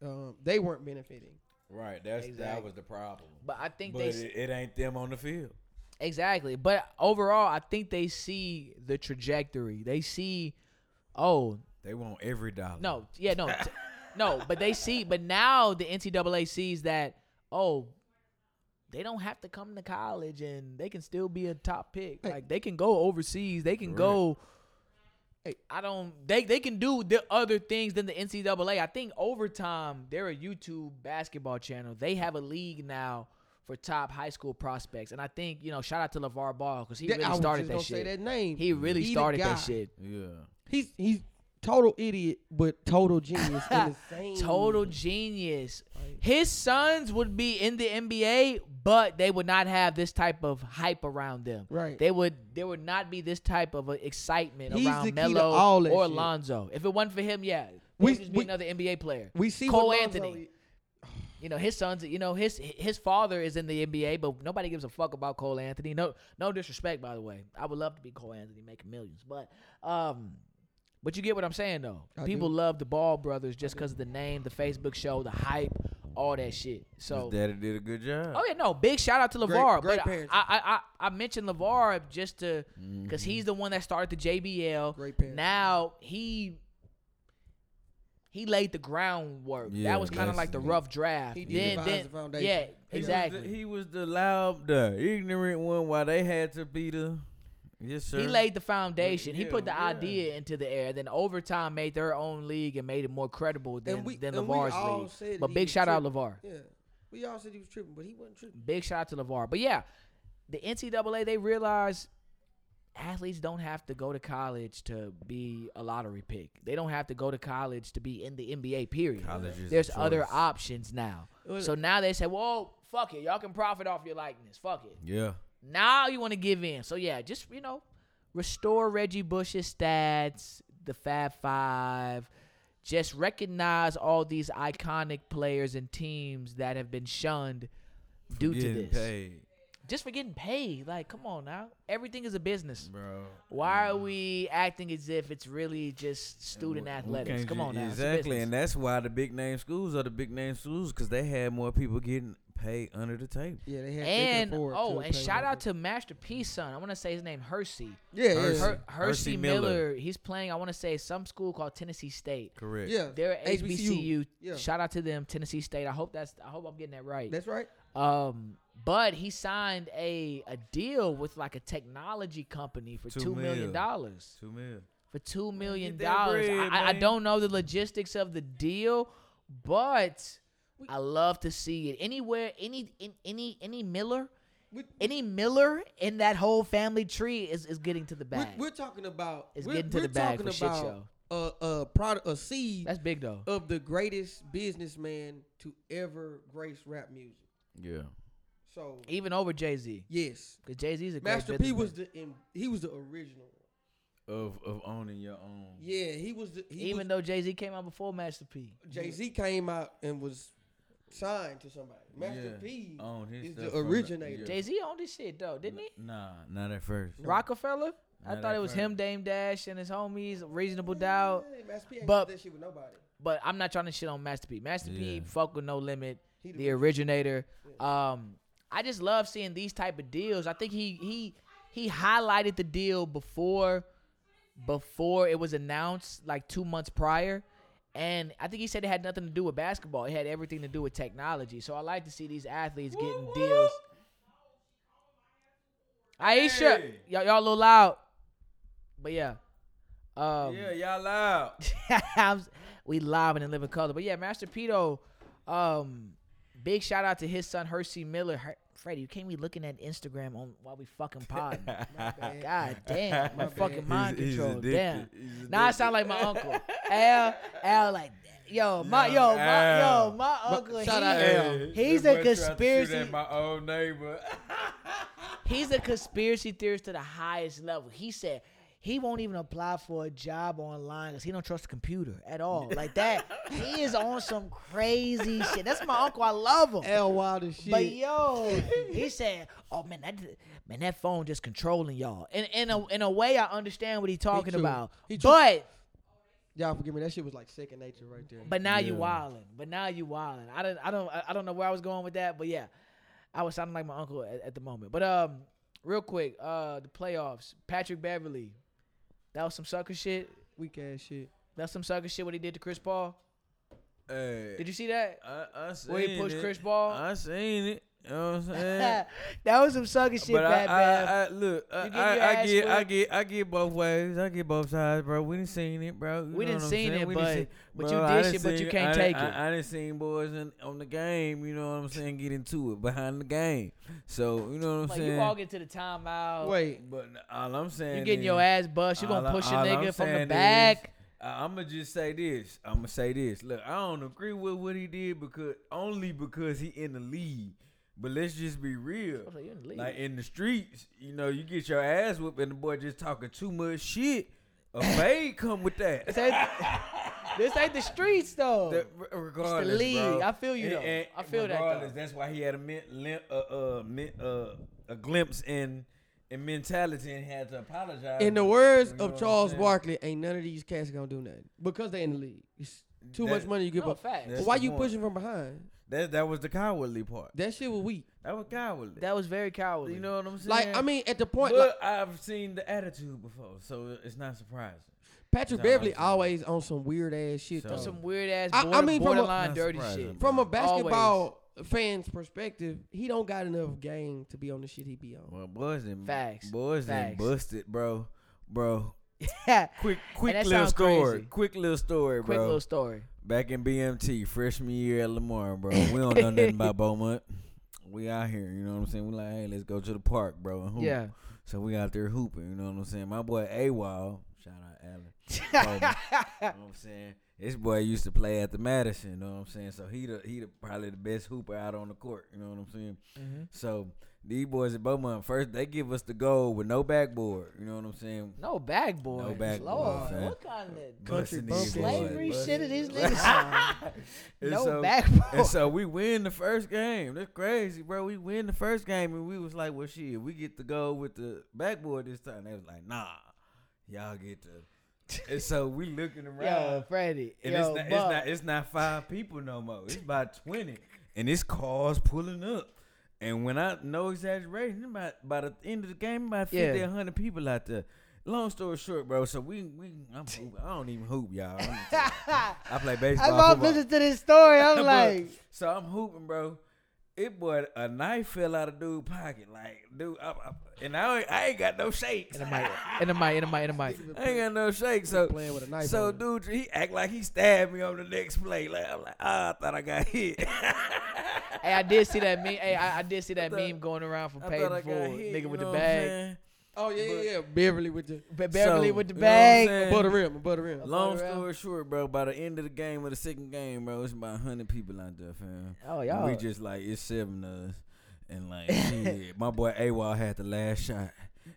[SPEAKER 3] at, um, they weren't benefiting.
[SPEAKER 2] right. That's
[SPEAKER 1] Exactly.
[SPEAKER 2] that was the problem.
[SPEAKER 1] But I think
[SPEAKER 2] But
[SPEAKER 1] they s-
[SPEAKER 2] it, it ain't them on the field.
[SPEAKER 1] exactly. But overall, I think they see the trajectory. They see, oh
[SPEAKER 2] They want every dollar.
[SPEAKER 1] no, yeah, no, t- no. But they see. But now the NCAA sees that. Oh, they don't have to come to college, and they can still be a top pick.
[SPEAKER 3] Hey.
[SPEAKER 1] Like they can go overseas. They can go.
[SPEAKER 3] Hey.
[SPEAKER 1] I don't. They they can do the other things than the NCAA. I think over time they're a YouTube basketball channel. They have a league now for top high school prospects, and I think you know shout out to Levar Ball because he
[SPEAKER 3] That- I
[SPEAKER 1] really
[SPEAKER 3] was
[SPEAKER 1] started
[SPEAKER 3] just
[SPEAKER 1] that
[SPEAKER 3] gonna say
[SPEAKER 1] shit.
[SPEAKER 3] that name.
[SPEAKER 1] he really
[SPEAKER 3] He the
[SPEAKER 1] started
[SPEAKER 3] guy.
[SPEAKER 1] that shit.
[SPEAKER 2] Yeah.
[SPEAKER 3] He's he's total idiot, but total genius
[SPEAKER 1] [laughs]
[SPEAKER 3] in the same.
[SPEAKER 1] Total genius. His sons would be in the NBA, but they would not have this type of hype around them.
[SPEAKER 3] Right.
[SPEAKER 1] They would there would not be this type of uh, excitement
[SPEAKER 3] He's the
[SPEAKER 1] around
[SPEAKER 3] key to
[SPEAKER 1] Melo
[SPEAKER 3] all that
[SPEAKER 1] or
[SPEAKER 3] shit.
[SPEAKER 1] Alonzo. If it wasn't for him, yeah,
[SPEAKER 3] We-
[SPEAKER 1] we just be
[SPEAKER 3] we-
[SPEAKER 1] another NBA player.
[SPEAKER 3] We see
[SPEAKER 1] Cole
[SPEAKER 3] what Lonzo-
[SPEAKER 1] Anthony. You know his sons. You know his his father is in the NBA, but nobody gives a fuck about Cole Anthony. No, no disrespect, by the way. I would love to be Cole Anthony, making millions, but um, but you get what I'm saying though.
[SPEAKER 3] I
[SPEAKER 1] People
[SPEAKER 3] do.
[SPEAKER 1] love the Ball brothers just because of the name, the Facebook show, the hype, all that shit. So
[SPEAKER 2] His daddy did a good job.
[SPEAKER 1] Oh yeah, no. Big shout out to
[SPEAKER 3] Great-
[SPEAKER 1] Levar.
[SPEAKER 3] great
[SPEAKER 1] but I,
[SPEAKER 3] parents.
[SPEAKER 1] I I I mentioned Levar just to because
[SPEAKER 3] Mm-hmm.
[SPEAKER 1] he's the one that started the JBL.
[SPEAKER 3] Great parents.
[SPEAKER 1] Now he he laid the groundwork.
[SPEAKER 2] Yeah,
[SPEAKER 1] that was kind of
[SPEAKER 2] that's-
[SPEAKER 1] like the rough draft.
[SPEAKER 3] He
[SPEAKER 1] then,
[SPEAKER 3] devised
[SPEAKER 1] then
[SPEAKER 3] the foundation.
[SPEAKER 1] yeah,
[SPEAKER 2] He was the-
[SPEAKER 1] exactly.
[SPEAKER 2] He was the loud, the ignorant one. While they had to be the yes sir.
[SPEAKER 1] He laid the foundation. he put the
[SPEAKER 2] Yeah, yeah.
[SPEAKER 1] idea into the air. Then over time, made their own league and made it more credible than
[SPEAKER 3] we-
[SPEAKER 1] than
[SPEAKER 3] and we all
[SPEAKER 1] Levar's
[SPEAKER 3] said
[SPEAKER 1] league. But
[SPEAKER 3] he
[SPEAKER 1] big
[SPEAKER 3] was
[SPEAKER 1] shout out
[SPEAKER 3] tripping.
[SPEAKER 1] Levar.
[SPEAKER 3] Yeah, we all said he was tripping, but he wasn't tripping.
[SPEAKER 1] Big shout out to Levar. But yeah, the NCAA they realize athletes don't have to go to college to be a lottery pick. They don't have to go to college to be in the NBA. Period.
[SPEAKER 2] College is a
[SPEAKER 1] There's other
[SPEAKER 2] choice.
[SPEAKER 1] options now.
[SPEAKER 3] Well-
[SPEAKER 1] So now they say, well, fuck it, y'all can profit off your likeness. Fuck it.
[SPEAKER 2] Yeah.
[SPEAKER 1] Now you want to give in. So yeah, just you know, restore Reggie Bush's stats, the Fab Five. Just recognize all these iconic players and teams that have been shunned due to
[SPEAKER 2] Getting
[SPEAKER 1] this.
[SPEAKER 2] paid,
[SPEAKER 1] Just for getting paid. Like, come on now. Everything is a business.
[SPEAKER 2] bro.
[SPEAKER 1] Why are we acting as if it's really just student
[SPEAKER 2] We- we
[SPEAKER 1] athletics?
[SPEAKER 2] can't
[SPEAKER 1] Come
[SPEAKER 2] ju-
[SPEAKER 1] on now. it's a
[SPEAKER 2] Exactly,
[SPEAKER 1] business.
[SPEAKER 2] and that's why the big name schools are the big name schools because they had more people getting paid under the table.
[SPEAKER 3] Yeah, they had.
[SPEAKER 1] and
[SPEAKER 3] they could afford
[SPEAKER 1] oh,
[SPEAKER 3] to
[SPEAKER 1] and
[SPEAKER 3] pay
[SPEAKER 1] shout
[SPEAKER 3] him.
[SPEAKER 1] out to Master P son. I want to say his name Hersey.
[SPEAKER 3] yeah, yeah,
[SPEAKER 2] Hersey.
[SPEAKER 1] Her-
[SPEAKER 3] yeah.
[SPEAKER 1] Hersey
[SPEAKER 2] Hersey
[SPEAKER 1] Miller.
[SPEAKER 2] Miller.
[SPEAKER 1] He's playing. I want to say some school called Tennessee State.
[SPEAKER 2] Correct.
[SPEAKER 3] yeah.
[SPEAKER 1] They're at HBCU.
[SPEAKER 3] Yeah.
[SPEAKER 1] Shout out to them, Tennessee State. I hope that's. I hope I'm getting that right.
[SPEAKER 3] That's right.
[SPEAKER 1] Um, but he signed a a deal with like a technology company for
[SPEAKER 2] Two
[SPEAKER 1] two million
[SPEAKER 2] mil.
[SPEAKER 1] dollars.
[SPEAKER 2] Two mil.
[SPEAKER 1] for two million
[SPEAKER 2] get that
[SPEAKER 1] dollars.
[SPEAKER 2] bread,
[SPEAKER 1] I, I
[SPEAKER 2] man.
[SPEAKER 1] don't know the logistics of the deal, but I love to see it anywhere. Any in, any any Miller,
[SPEAKER 3] We-
[SPEAKER 1] any Miller in that whole family tree is, is getting to the
[SPEAKER 3] We're,
[SPEAKER 1] bag.
[SPEAKER 3] we're talking about.
[SPEAKER 1] It's
[SPEAKER 3] we're,
[SPEAKER 1] getting to
[SPEAKER 3] we're
[SPEAKER 1] the bag
[SPEAKER 3] talking
[SPEAKER 1] for shit
[SPEAKER 3] about a a product a seed
[SPEAKER 1] That's big though.
[SPEAKER 3] of the greatest businessman to ever grace rap music.
[SPEAKER 2] Yeah.
[SPEAKER 3] So
[SPEAKER 1] Even over Jay Z,
[SPEAKER 3] yes,
[SPEAKER 1] because Jay Z's a great
[SPEAKER 3] Master P
[SPEAKER 1] businessman.
[SPEAKER 3] was the in- he was the original.
[SPEAKER 2] Of of owning your own.
[SPEAKER 3] Yeah, he was the he
[SPEAKER 1] Even
[SPEAKER 3] was,
[SPEAKER 1] though Jay Z came out before Master P,
[SPEAKER 3] Jay Z came out and was signed to somebody. Master
[SPEAKER 2] Yeah,
[SPEAKER 3] P
[SPEAKER 2] owned his
[SPEAKER 3] is
[SPEAKER 2] stuff
[SPEAKER 3] the
[SPEAKER 2] from the-
[SPEAKER 3] originator.
[SPEAKER 2] yeah.
[SPEAKER 1] Jay Z owned this shit though, didn't he?
[SPEAKER 2] Nah, not at first.
[SPEAKER 1] Rockefeller. I
[SPEAKER 2] Not
[SPEAKER 1] thought
[SPEAKER 2] at
[SPEAKER 1] it was
[SPEAKER 2] first.
[SPEAKER 1] him, Dame Dash, and his homies. Reasonable doubt.
[SPEAKER 3] Yeah, Master P ain't
[SPEAKER 1] But-
[SPEAKER 3] but, that shit with nobody.
[SPEAKER 1] but I'm not trying to shit on Master P. Master P,
[SPEAKER 2] Yeah.
[SPEAKER 1] fuck with no limit,
[SPEAKER 3] He the
[SPEAKER 1] the originator. Um, I just love seeing these type of deals. I think he he he highlighted the deal before before it was announced, like two months prior, And I think he said it had nothing to do with basketball. It had everything to do with technology. So I like to see these athletes getting deals. Aisha,
[SPEAKER 2] Hey.
[SPEAKER 1] y'all, y'all a little loud, but yeah, um, [laughs]
[SPEAKER 2] yeah, y'all loud.
[SPEAKER 1] I'm s- we live and in living color. But yeah, Master Pito, um, big shout out to his son Hersey Miller. Her- Freddie, you can't be looking at Instagram on while we fucking pod. God damn, my
[SPEAKER 3] bad.
[SPEAKER 1] fucking
[SPEAKER 2] [laughs]
[SPEAKER 1] mind
[SPEAKER 2] He's- he's
[SPEAKER 1] control.
[SPEAKER 2] addicted.
[SPEAKER 1] damn.
[SPEAKER 2] He's
[SPEAKER 1] Now I sound like my uncle. Al, Al, like, yo, my, yo,
[SPEAKER 2] Yo,
[SPEAKER 1] my,
[SPEAKER 2] Al.
[SPEAKER 1] yo, my uncle.
[SPEAKER 3] shout
[SPEAKER 1] he-
[SPEAKER 3] out Al.
[SPEAKER 1] He's
[SPEAKER 2] that
[SPEAKER 1] a
[SPEAKER 2] boy tried to shoot
[SPEAKER 1] conspiracy.
[SPEAKER 2] at my old neighbor.
[SPEAKER 1] He's a conspiracy theorist to the highest level. He said he won't even apply for a job online because he don't trust the computer at all. Like that, he is on some crazy shit. That's my uncle. I love
[SPEAKER 2] [laughs]
[SPEAKER 1] him.
[SPEAKER 3] L Wild as shit.
[SPEAKER 1] But yo, he said, "Oh man, that man, that phone just controlling y'all." And in a in a way, I understand what he's talking
[SPEAKER 3] true.
[SPEAKER 1] about.
[SPEAKER 3] He true.
[SPEAKER 1] but
[SPEAKER 3] Y'all forgive me. That shit was like second nature right there.
[SPEAKER 1] but now you
[SPEAKER 2] Yeah.
[SPEAKER 1] wildin'. But now you wildin'. I don't I don't I don't know where I was going with that, but yeah, I was sounding like my uncle at, at the moment. But um, real quick, uh, the playoffs. Patrick Beverly, that was some sucker shit.
[SPEAKER 3] Weak ass shit.
[SPEAKER 1] That's some sucker shit. What he did to Chris Paul.
[SPEAKER 2] hey,
[SPEAKER 1] Did you see that?
[SPEAKER 2] I, I seen
[SPEAKER 1] Where he pushed
[SPEAKER 2] it.
[SPEAKER 1] Chris Paul.
[SPEAKER 2] I seen it. You know
[SPEAKER 1] [laughs]
[SPEAKER 2] what I'm saying?
[SPEAKER 1] that was some sucker shit,
[SPEAKER 2] but I,
[SPEAKER 1] Bad Bev.
[SPEAKER 2] I, I, look,
[SPEAKER 1] You
[SPEAKER 2] I,
[SPEAKER 1] give your
[SPEAKER 2] I, I
[SPEAKER 1] ass
[SPEAKER 2] get, I
[SPEAKER 1] whooped.
[SPEAKER 2] get, I get both ways. I get both sides, bro. We didn't seen it, bro. You
[SPEAKER 1] We
[SPEAKER 2] know
[SPEAKER 1] didn't
[SPEAKER 2] what I'm
[SPEAKER 1] seen
[SPEAKER 2] saying?
[SPEAKER 1] it,
[SPEAKER 2] We done
[SPEAKER 1] but-
[SPEAKER 2] seen-
[SPEAKER 1] but you
[SPEAKER 2] Bro, I
[SPEAKER 1] did
[SPEAKER 2] done
[SPEAKER 1] shit, but you
[SPEAKER 2] seen-
[SPEAKER 1] can't
[SPEAKER 2] I done-
[SPEAKER 1] take it.
[SPEAKER 2] I, I didn't seen boys in, on the game. You know what I'm saying? Get into it behind the game. So you know what I'm
[SPEAKER 1] like
[SPEAKER 2] saying.
[SPEAKER 1] you all get to the timeout.
[SPEAKER 3] Wait.
[SPEAKER 2] but all I'm saying,
[SPEAKER 1] You getting
[SPEAKER 2] is,
[SPEAKER 1] your ass bust. You gonna
[SPEAKER 2] all I-
[SPEAKER 1] push a
[SPEAKER 2] all I'm
[SPEAKER 1] nigga from the
[SPEAKER 2] saying
[SPEAKER 1] back.
[SPEAKER 2] is, I- I'ma just say this. I'ma say this. Look, I don't agree with what he did because only because he in the league. But let's just be real.
[SPEAKER 1] I was like, you in the league.
[SPEAKER 2] Like in the streets, you know, you get your ass whooped and the boy just talking too much shit.
[SPEAKER 1] [laughs]
[SPEAKER 2] A fade come with that.
[SPEAKER 1] This ain't- [laughs] this ain't the streets though.
[SPEAKER 2] That- re- regardless,
[SPEAKER 1] league.
[SPEAKER 2] bro.
[SPEAKER 1] I feel you,
[SPEAKER 2] And-
[SPEAKER 1] though.
[SPEAKER 2] and
[SPEAKER 1] I feel that, though.
[SPEAKER 2] regardless, That's why he had a min, lim, uh, uh, min, uh, a glimpse in in mentality and had to apologize.
[SPEAKER 3] In the
[SPEAKER 2] You
[SPEAKER 3] words
[SPEAKER 2] know what I'm
[SPEAKER 3] of Charles
[SPEAKER 2] saying?
[SPEAKER 3] Barkley, ain't none of these cats gonna do nothing because they in the league. It's too much
[SPEAKER 2] That-
[SPEAKER 3] money you give
[SPEAKER 1] No,
[SPEAKER 3] up.
[SPEAKER 1] facts.
[SPEAKER 3] But
[SPEAKER 2] That's
[SPEAKER 3] why
[SPEAKER 2] the
[SPEAKER 3] you
[SPEAKER 2] point.
[SPEAKER 3] pushing from behind?
[SPEAKER 2] That that was the cowardly part.
[SPEAKER 3] That shit was weak.
[SPEAKER 2] That was cowardly.
[SPEAKER 1] that was very cowardly.
[SPEAKER 2] you know what I'm saying?
[SPEAKER 3] Like I mean, at the point,
[SPEAKER 2] but
[SPEAKER 3] like,
[SPEAKER 2] I've seen the attitude before, so it's not surprising.
[SPEAKER 3] Patrick
[SPEAKER 2] That's how I
[SPEAKER 3] Beverly
[SPEAKER 2] feel.
[SPEAKER 3] always on some weird ass shit
[SPEAKER 2] So-
[SPEAKER 3] though.
[SPEAKER 1] On some weird ass
[SPEAKER 3] I- I
[SPEAKER 1] border,
[SPEAKER 3] mean, from a-
[SPEAKER 1] borderline
[SPEAKER 2] Not
[SPEAKER 1] dirty
[SPEAKER 2] surprising.
[SPEAKER 1] shit.
[SPEAKER 3] From a basketball fan's perspective, he don't got enough game to be on the shit he be on.
[SPEAKER 2] Well, boys and
[SPEAKER 1] Facts.
[SPEAKER 2] boys and
[SPEAKER 1] Facts.
[SPEAKER 2] busted, bro, bro.
[SPEAKER 1] [laughs] Yeah.
[SPEAKER 2] Quick, quick
[SPEAKER 1] that
[SPEAKER 2] little
[SPEAKER 1] sound
[SPEAKER 2] story.
[SPEAKER 1] crazy.
[SPEAKER 2] Quick little story,
[SPEAKER 1] Quick
[SPEAKER 2] bro.
[SPEAKER 1] little story.
[SPEAKER 2] Back in BMT, freshman year at Lamar, bro. We don't
[SPEAKER 1] [laughs]
[SPEAKER 2] know nothing about Beaumont. We out here, you know what I'm saying? We like, hey, let's go to the park, bro. And hoop.
[SPEAKER 1] Yeah.
[SPEAKER 2] So we out there hooping, you know what I'm saying? My boy AWOL, shout out Allen. Coleman, you know what I'm saying? This boy used to play at the Madison, you know what I'm saying? So he the, he the, probably the best hooper out on the court, you know what I'm saying? So these boys at Beaumont, first they give us the goal with no backboard, you know what I'm saying?
[SPEAKER 1] No bag boy.
[SPEAKER 2] No bag boy,
[SPEAKER 1] Lord,
[SPEAKER 2] fam.
[SPEAKER 1] what kind of
[SPEAKER 2] Busting these
[SPEAKER 3] bumpkin.
[SPEAKER 2] boys,
[SPEAKER 1] slavery
[SPEAKER 2] busting
[SPEAKER 1] shit
[SPEAKER 2] [laughs]
[SPEAKER 1] are these niggas on?
[SPEAKER 2] And
[SPEAKER 1] No
[SPEAKER 2] so,
[SPEAKER 1] backbone.
[SPEAKER 2] And so we win the first game. That's crazy, bro. We win the first game, and we was like, "Well, shit, we get to go with the backboard this time." They was like, "Nah, y'all get
[SPEAKER 1] [laughs]
[SPEAKER 2] to." and so we looking around,
[SPEAKER 1] Yo, Freddie.
[SPEAKER 2] and
[SPEAKER 1] yo,
[SPEAKER 2] it's not, it's
[SPEAKER 1] Buck.
[SPEAKER 2] not, it's not five people no more. It's about twenty, and it's cars pulling up. And when I no exaggeration, about by the end of the game, about
[SPEAKER 1] Yeah.
[SPEAKER 2] fifty, hundred people out there. Long story short, bro. So we we I'm, hooping. I don't even hoop, y'all. I'm
[SPEAKER 1] [laughs]
[SPEAKER 2] just- I play baseball.
[SPEAKER 1] I'm off
[SPEAKER 2] football.
[SPEAKER 1] listening to this story. I'm
[SPEAKER 2] [laughs] But-
[SPEAKER 1] like,
[SPEAKER 2] so I'm hooping, bro. It boy, a knife fell out of dude pocket, like dude, I, I, and I, ain't- I ain't got no shakes.
[SPEAKER 1] in the mic, in the mic, in the mic, in the mic.
[SPEAKER 2] I ain't got no shakes. So
[SPEAKER 3] Playing with a knife
[SPEAKER 2] So
[SPEAKER 3] on it.
[SPEAKER 2] dude, he act like he stabbed me on the next play. Like I'm like, ah, I thought I got hit. [laughs]
[SPEAKER 1] Hey, I did see that meme. Hey, I, I did see that
[SPEAKER 2] thought-
[SPEAKER 1] meme going around from
[SPEAKER 2] I
[SPEAKER 1] Peyton
[SPEAKER 2] thought I
[SPEAKER 1] Ford,
[SPEAKER 2] got hit.
[SPEAKER 1] nigga
[SPEAKER 2] you
[SPEAKER 1] with the
[SPEAKER 2] know what I'm
[SPEAKER 1] bag.
[SPEAKER 2] saying?
[SPEAKER 3] Oh yeah,
[SPEAKER 2] But-
[SPEAKER 3] yeah, yeah. Beverly with the
[SPEAKER 1] Be- Beverly
[SPEAKER 2] So,
[SPEAKER 1] with the
[SPEAKER 2] you know what I'm
[SPEAKER 1] bag.
[SPEAKER 2] saying?
[SPEAKER 3] above the rim, above the rim.
[SPEAKER 2] Long
[SPEAKER 1] Fuck around.
[SPEAKER 2] story short, bro, by the end of the game of the second game, bro, it's about hundred people out there, fam.
[SPEAKER 1] Oh,
[SPEAKER 2] And
[SPEAKER 1] y'all.
[SPEAKER 2] We just like it's seven of us, and
[SPEAKER 1] [laughs]
[SPEAKER 2] like shit, my boy AWOL had the last shot,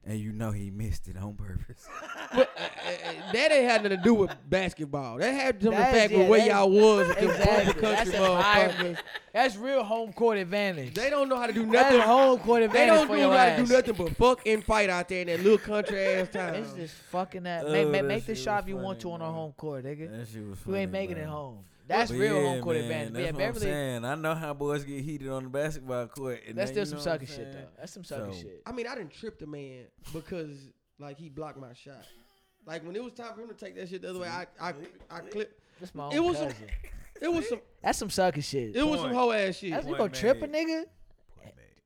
[SPEAKER 2] and you know he missed it on purpose.
[SPEAKER 3] But, uh, uh, that ain't had nothing to do with basketball. That had something to
[SPEAKER 1] That's-
[SPEAKER 3] fact
[SPEAKER 1] yeah,
[SPEAKER 3] with where
[SPEAKER 1] that-
[SPEAKER 3] y'all was with them
[SPEAKER 1] Exactly.
[SPEAKER 3] bumper country
[SPEAKER 1] That's environment.
[SPEAKER 3] motherfuckers.
[SPEAKER 1] That's real home court advantage.
[SPEAKER 3] They don't know how to do
[SPEAKER 1] That's
[SPEAKER 3] nothing.
[SPEAKER 1] home court
[SPEAKER 3] They
[SPEAKER 1] advantage.
[SPEAKER 3] don't
[SPEAKER 1] for
[SPEAKER 3] do
[SPEAKER 1] your
[SPEAKER 3] how to
[SPEAKER 1] ass.
[SPEAKER 3] do nothing but fuck and fight out there in that little country ass
[SPEAKER 1] [laughs]
[SPEAKER 3] town.
[SPEAKER 1] It's just fucking that.
[SPEAKER 2] Oh,
[SPEAKER 1] Make, make,
[SPEAKER 2] that
[SPEAKER 1] make the
[SPEAKER 2] shit
[SPEAKER 1] shot
[SPEAKER 2] was
[SPEAKER 1] if you want
[SPEAKER 2] funny,
[SPEAKER 1] to on our
[SPEAKER 2] man.
[SPEAKER 1] home court, nigga.
[SPEAKER 2] That shit was.
[SPEAKER 1] [laughs] You
[SPEAKER 2] Funny,
[SPEAKER 1] ain't making
[SPEAKER 2] bro.
[SPEAKER 1] it home. That's
[SPEAKER 2] But
[SPEAKER 1] real
[SPEAKER 2] yeah,
[SPEAKER 1] home court
[SPEAKER 2] man,
[SPEAKER 1] advantage. But
[SPEAKER 2] That's
[SPEAKER 1] yeah,
[SPEAKER 2] what
[SPEAKER 1] Beverly,
[SPEAKER 2] I'm saying. I know how boys get heated on the basketball court. And
[SPEAKER 1] that's
[SPEAKER 2] they-
[SPEAKER 1] still
[SPEAKER 2] you
[SPEAKER 1] some
[SPEAKER 2] know what
[SPEAKER 1] sucker
[SPEAKER 2] I'm
[SPEAKER 1] shit though.
[SPEAKER 2] saying?
[SPEAKER 1] That's some sucker
[SPEAKER 2] So,
[SPEAKER 1] shit.
[SPEAKER 3] I mean, I didn't trip the man because like he blocked my shot. Like when it was time for him to take that shit the other way, I I I clipped.
[SPEAKER 1] That's my own
[SPEAKER 3] It was some,
[SPEAKER 1] cousin.
[SPEAKER 3] it was some,
[SPEAKER 1] That's some sucker shit.
[SPEAKER 3] it was some
[SPEAKER 2] Point.
[SPEAKER 3] hoe ass shit.
[SPEAKER 1] That's, you
[SPEAKER 2] Point
[SPEAKER 1] gonna trip a
[SPEAKER 2] made.
[SPEAKER 1] nigga?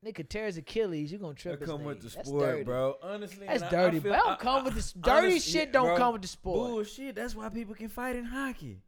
[SPEAKER 1] Nigga tears Achilles. You gonna trip?
[SPEAKER 2] That
[SPEAKER 1] his
[SPEAKER 2] come with
[SPEAKER 1] nigga.
[SPEAKER 2] the
[SPEAKER 1] That's
[SPEAKER 2] sport,
[SPEAKER 1] dirty.
[SPEAKER 2] bro. Honestly,
[SPEAKER 1] That's
[SPEAKER 2] and
[SPEAKER 1] dirty, but don't
[SPEAKER 2] I-
[SPEAKER 1] come
[SPEAKER 2] I-
[SPEAKER 1] with this-
[SPEAKER 2] I-
[SPEAKER 1] dirty
[SPEAKER 2] honestly,
[SPEAKER 1] shit don't
[SPEAKER 2] bro,
[SPEAKER 1] come with the sport.
[SPEAKER 2] Bullshit. That's why people can fight in hockey.